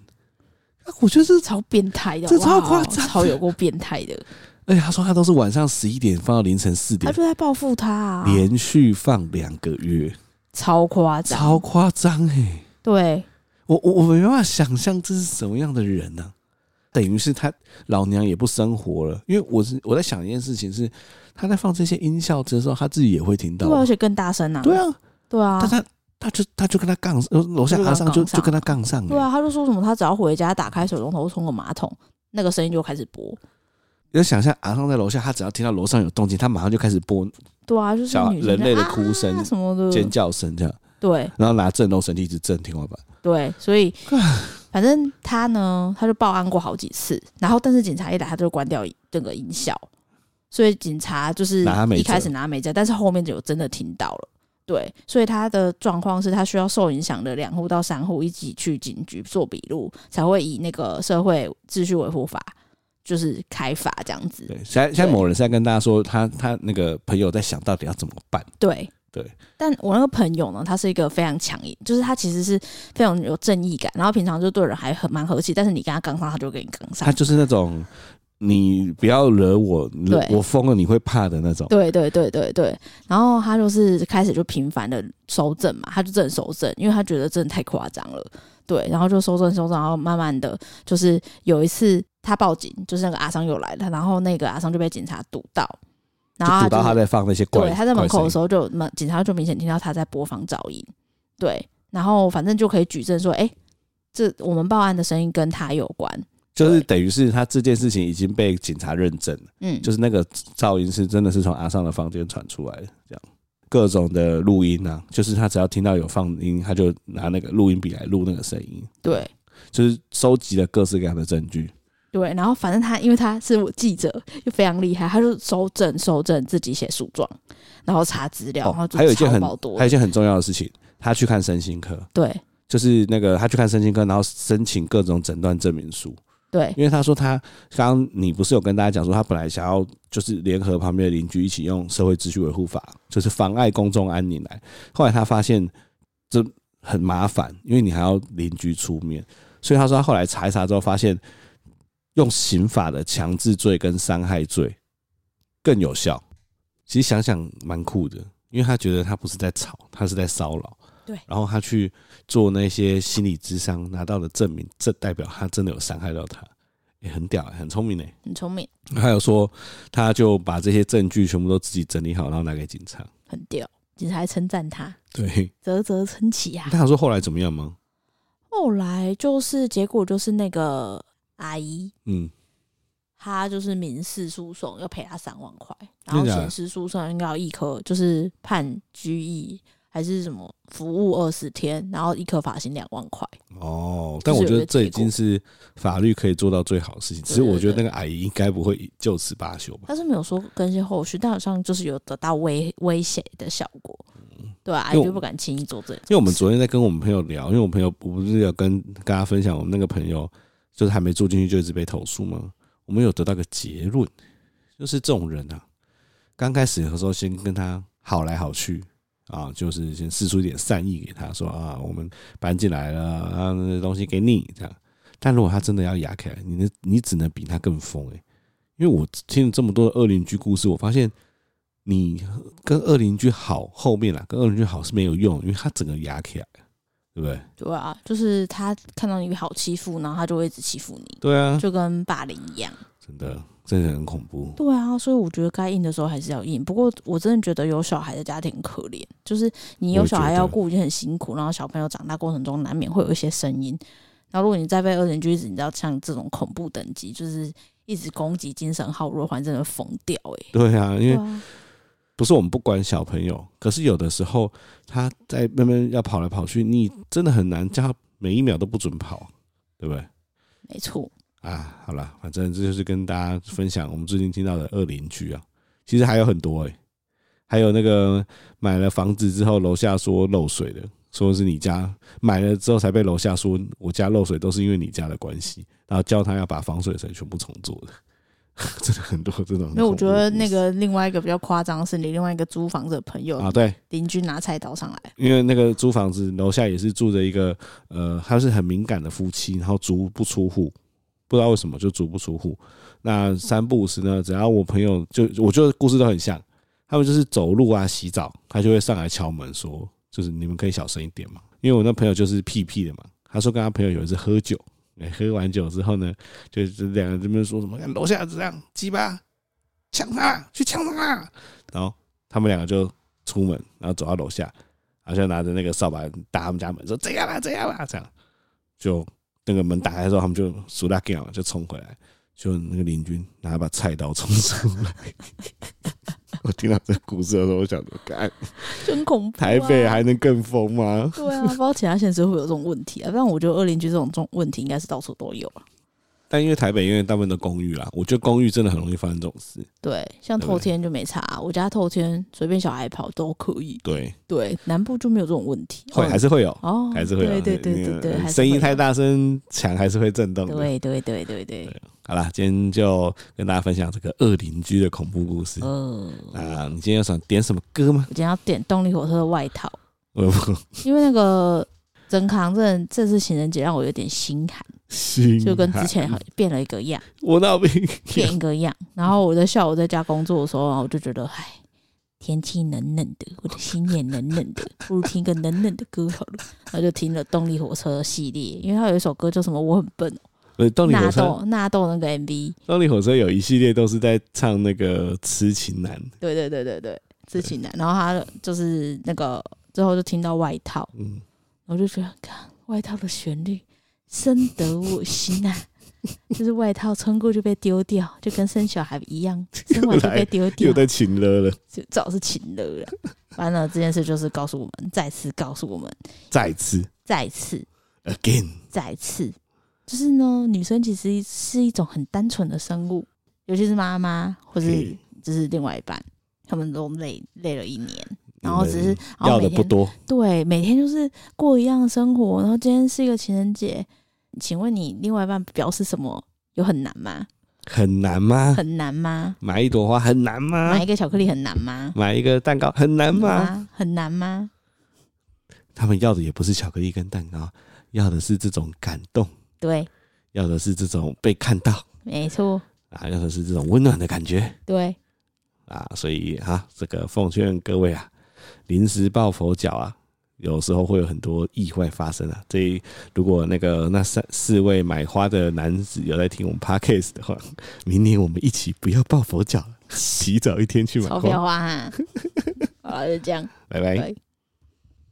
Speaker 1: 啊我觉得这，
Speaker 2: 超变态的，
Speaker 1: 这
Speaker 2: 好不好
Speaker 1: 超夸张的
Speaker 2: 超有够变态的，
Speaker 1: 而哎且他说他都是晚上十一点放到凌晨四
Speaker 2: 他
Speaker 1: 点，
Speaker 2: 就在报复他、啊，
Speaker 1: 连续放两个月，
Speaker 2: 超夸张，
Speaker 1: 超夸张哎！
Speaker 2: 对，
Speaker 1: 我我我没办法想象这是什么样的人呢、等于是他老娘也不生活了，因为我是我在想一件事情是，他在放这些音效的时候，他自己也会听到
Speaker 2: 对啊，
Speaker 1: 啊。
Speaker 2: 而且更大声啊，
Speaker 1: 对，啊，
Speaker 2: 对啊
Speaker 1: 但，他他就他就跟他杠，呃楼下
Speaker 2: 就跟他
Speaker 1: 阿上就
Speaker 2: 杠上
Speaker 1: 就跟他杠上
Speaker 2: 对
Speaker 1: 了。
Speaker 2: 啊，他就说什么他只要回家打开水龙头冲个马桶，那个声音就开始播。
Speaker 1: 你要想象阿上在楼下，他只要听到楼上有动静，他马上就开始播
Speaker 2: 对啊，就是
Speaker 1: 小
Speaker 2: 女生
Speaker 1: 人类的
Speaker 2: 在
Speaker 1: 哭声
Speaker 2: 啊、什么的，
Speaker 1: 尖叫声这样，
Speaker 2: 对
Speaker 1: 然后拿震动神器一直震天花板。
Speaker 2: 对，所以反正他呢，他就报案过好几次，然后但是警察一来，他就关掉那个音效，所以警察就是
Speaker 1: 拿他没辙
Speaker 2: 一开始拿他没在，但是后面就有真的听到了。对，所以他的状况是他需要受影响的两户到三户一起去警局做笔录，才会以那个社会秩序维护法就是开罚这样子。
Speaker 1: 对，现在现在
Speaker 2: 对
Speaker 1: 某人是在跟大家说，他他那个朋友在想到底要怎么办。
Speaker 2: 对
Speaker 1: 对。
Speaker 2: 但我那个朋友呢，他是一个非常强硬，就是他其实是非常有正义感，然后平常就对人还很蛮和气，但是你跟他杠上，他就会跟你杠
Speaker 1: 他
Speaker 2: 上。
Speaker 1: 就是那种你不要惹我，你
Speaker 2: 对
Speaker 1: 我疯了你会怕的那种。
Speaker 2: 对对对对对，然后他就是开始就频繁的收证嘛，他就真的收证，因为他觉得真的太夸张了，对，然后就收证收证，然后慢慢的就是有一次他报警，就是那个阿商又来了，然后那个阿商就被警察堵到，然后
Speaker 1: 就堵到
Speaker 2: 就是
Speaker 1: 他在放那些怪，
Speaker 2: 对，他在门口的时
Speaker 1: 候，
Speaker 2: 候就门警察就明显听到他在播放噪音，对，然后反正就可以举证说，哎、这我们报案的声音跟他有关，
Speaker 1: 就是
Speaker 2: 对
Speaker 1: 等于是他这件事情已经被警察认证了，
Speaker 2: 嗯，
Speaker 1: 就是那个噪音是真的是从阿尚的房间传出来的，这样各种的录音啊，就是他只要听到有放音，他就拿那个录音笔来录那个声音，
Speaker 2: 对
Speaker 1: 就是收集了各式各样的证据。
Speaker 2: 对，然后反正他因为他是我记者，又非常厉害，他就收证收证，自己写诉状，然后查资
Speaker 1: 哦
Speaker 2: 料，然后，就
Speaker 1: 还有一件
Speaker 2: 超
Speaker 1: 很
Speaker 2: 爆多
Speaker 1: 还有一件很重要的事情，他去看身心科，
Speaker 2: 对
Speaker 1: 就是那个他去看身心科，然后申请各种诊断证明书。
Speaker 2: 对
Speaker 1: 因为他说他刚刚你不是有跟大家讲说，他本来想要就是联合旁边的邻居一起用社会秩序维护法，就是妨碍公众安宁来。后来他发现这很麻烦，因为你还要邻居出面，所以他说他后来查一查之后发现，用刑法的强制罪跟伤害罪更有效。其实想想蛮酷的，因为他觉得他不是在吵，他是在骚扰。
Speaker 2: 对
Speaker 1: 然后他去做那些心理智商拿到的证明，这代表他真的有伤害到他。也、很屌、很聪明呢、
Speaker 2: 很聪明，
Speaker 1: 还有说，他就把这些证据全部都自己整理好，然后拿给警察。
Speaker 2: 很屌，警察还称赞他，
Speaker 1: 对，
Speaker 2: 啧啧称奇啊
Speaker 1: 那。他说后来怎么样吗？
Speaker 2: 后来就是结果就是那个阿姨，
Speaker 1: 嗯，
Speaker 2: 他就是民事诉讼要赔他三万块，然后
Speaker 1: 真的假的
Speaker 2: 刑事诉讼应该要一颗，就是判拘役还是什么服务二十天，然后一颗罚金两万块。
Speaker 1: 哦，但我觉得这已经是法律可以做到最好的事情。只是我觉得那个阿姨应该不会就此罢休吧？
Speaker 2: 他是没有说更新后续，但好像就是有得到威威胁的效果，对啊，
Speaker 1: 嗯因为我
Speaker 2: 就不敢轻易做这种事。
Speaker 1: 因为我们昨天在跟我们朋友聊，因为我朋友我不是有跟大家分享，我们那个朋友就是还没住进去就一直被投诉吗？我们有得到个结论，就是这种人啊，刚开始的时候先跟他好来好去啊，就是先试出一点善意给他说啊，我们搬进来了啊，那些东西给你这样。但如果他真的要压起来，你能你只能比他更疯诶、欸因为我听了这么多的恶邻居故事，我发现你跟恶邻居好后面啦，跟恶邻居好是没有用，因为他整个压起来，对不对？
Speaker 2: 对啊，就是他看到你好欺负，然后他就会一直欺负你，
Speaker 1: 对啊，
Speaker 2: 就跟霸凌一样。
Speaker 1: 真的真的很恐怖。
Speaker 2: 对啊，所以我觉得该硬的时候还是要硬。不过我真的觉得有小孩的家庭很可怜，就是你有小孩要顾已经很辛苦，然后小朋友长大过程中难免会有一些声音。然后如果你再被二人居子，你知道像这种恐怖等级，就是一直攻击、精神耗弱，还真的疯掉哎、欸。
Speaker 1: 对啊，因
Speaker 2: 对
Speaker 1: 为
Speaker 2: 啊，
Speaker 1: 不是我们不管小朋友，可是有的时候他在慢慢要跑来跑去，你真的很难叫他每一秒都不准跑，对不对？
Speaker 2: 没错，
Speaker 1: 啊，好了，反正这就是跟大家分享我们最近听到的恶邻居啊，其实还有很多诶、还有那个买了房子之后楼下说漏水的，说是你家买了之后才被楼下说我家漏水都是因为你家的关系，然后叫他要把防水层全部重做的，真的 很多这种很恐怖的故事。
Speaker 2: 因为我觉得那个另外一个比较夸张的是，你另外一个租房子的朋友
Speaker 1: 啊，对，
Speaker 2: 邻、居拿菜刀上来，
Speaker 1: 因为那个租房子楼下也是住着一个呃，他是很敏感的夫妻，然后足不出户，不知道为什么就足不出户。那三不五时呢，只要我朋友就我觉得故事都很像，他们就是走路啊、洗澡，他就会上来敲门说，就是你们可以小声一点嘛。因为我那朋友就是屁屁的嘛，他说跟他朋友有一次喝酒，哎喝完酒之后呢，就就两个人这边说什么，看楼下这样鸡巴抢他，去抢他，然后他们两个就出门，然后走到楼下。然后就拿着那个扫把打他们家门，说这样啦，这样啦，这样。就那个门打开之后，他们就数大 g a 就冲回来，就那个邻居拿一把菜刀冲出来。我听到这故事的时候，我想说，干
Speaker 2: 就很恐怖、啊。
Speaker 1: 台北还能更疯吗？
Speaker 2: 对啊，不知道其他县市会有这种问题啊。不然我觉得二邻居这种这种问题应该是到处都有啊。
Speaker 1: 但因为台北因为大部分都公寓啦，我觉得公寓真的很容易发生这种事。
Speaker 2: 对，像
Speaker 1: 对不
Speaker 2: 透
Speaker 1: 对
Speaker 2: 天就没差啊、我家透天随便小孩跑都可以。
Speaker 1: 对，
Speaker 2: 对，南部就没有这种问题。
Speaker 1: 会
Speaker 2: 哦
Speaker 1: 还是会有，
Speaker 2: 哦，
Speaker 1: 还是会有。
Speaker 2: 对对对对对，
Speaker 1: 那
Speaker 2: 还
Speaker 1: 个
Speaker 2: 是
Speaker 1: 声
Speaker 2: 会
Speaker 1: 音
Speaker 2: 有
Speaker 1: 太。大声，墙还是会震动的。
Speaker 2: 对对对对对，
Speaker 1: 好啦，今天就跟大家分享这个恶邻居的恐怖故事。
Speaker 2: 呃，
Speaker 1: 啊，你今天有想点什么歌吗？
Speaker 2: 我今天要点动力火车的外套，
Speaker 1: 我
Speaker 2: 因为那个曾康正这次情人节让我有点心寒，
Speaker 1: 心
Speaker 2: 就跟
Speaker 1: 寒
Speaker 2: 之 前好变了一个样，
Speaker 1: 我闹病，
Speaker 2: 变一个样。然后我在下午在家工作的时候，然后我就觉得，唉，天气冷冷的，我的心也冷冷 的，不如听个冷冷的歌好了。然后就听了动力火车系列，因为它有一首歌叫什么“我很笨哦
Speaker 1: 不是”，动力火
Speaker 2: 纳
Speaker 1: 车，
Speaker 2: 豆纳豆那个 MV，
Speaker 1: 动力火车有一系列都是在唱那个痴情男，
Speaker 2: 对对对对对，知情男。然后他就是那个之后就听到外套。
Speaker 1: 嗯，
Speaker 2: 我就觉得，看外套的旋律深得我心啊！就是外套穿过就被丢掉，就跟生小孩一样，生完就被丢掉
Speaker 1: 又，在情了了，
Speaker 2: 就早是情乐了。完了，这件事就是告诉我们，再次告诉我们，
Speaker 1: 再次
Speaker 2: 再次，
Speaker 1: again，
Speaker 2: 再次，就是呢，女生其实是一种很单纯的生物，尤其是妈妈或是
Speaker 1: 嘿
Speaker 2: 就是另外一半，他们都累累了一年，然后只是然
Speaker 1: 要
Speaker 2: 后
Speaker 1: 的
Speaker 2: 每
Speaker 1: 不
Speaker 2: 天
Speaker 1: 多，
Speaker 2: 对，每天就是过一样的生活，然后今天是一个情人节，请问你另外一半表示什么？有很难吗？
Speaker 1: 很难吗？
Speaker 2: 很难吗？
Speaker 1: 买一朵花很难吗
Speaker 2: 买一？个巧克力很难吗？
Speaker 1: 买一个蛋糕很啊难吗？？
Speaker 2: 很难吗？
Speaker 1: 他们要的也不是巧克力跟蛋糕，要的是这种感动，
Speaker 2: 对，
Speaker 1: 要的是这种被看到
Speaker 2: 没错，
Speaker 1: 啊，要的是这种温暖的感觉。
Speaker 2: 对，
Speaker 1: 啊，所以啊，这个奉劝各位啊，临时抱佛脚啊，有时候会有很多意外发生啊。这一如果那个那三四位买花的男子有在听我们 podcast 的话，明年我们一起不要抱佛脚了，提早一天去买
Speaker 2: 钞票
Speaker 1: 花，哎
Speaker 2: 花哈。好了，就这样，
Speaker 1: 拜拜。
Speaker 2: 拜。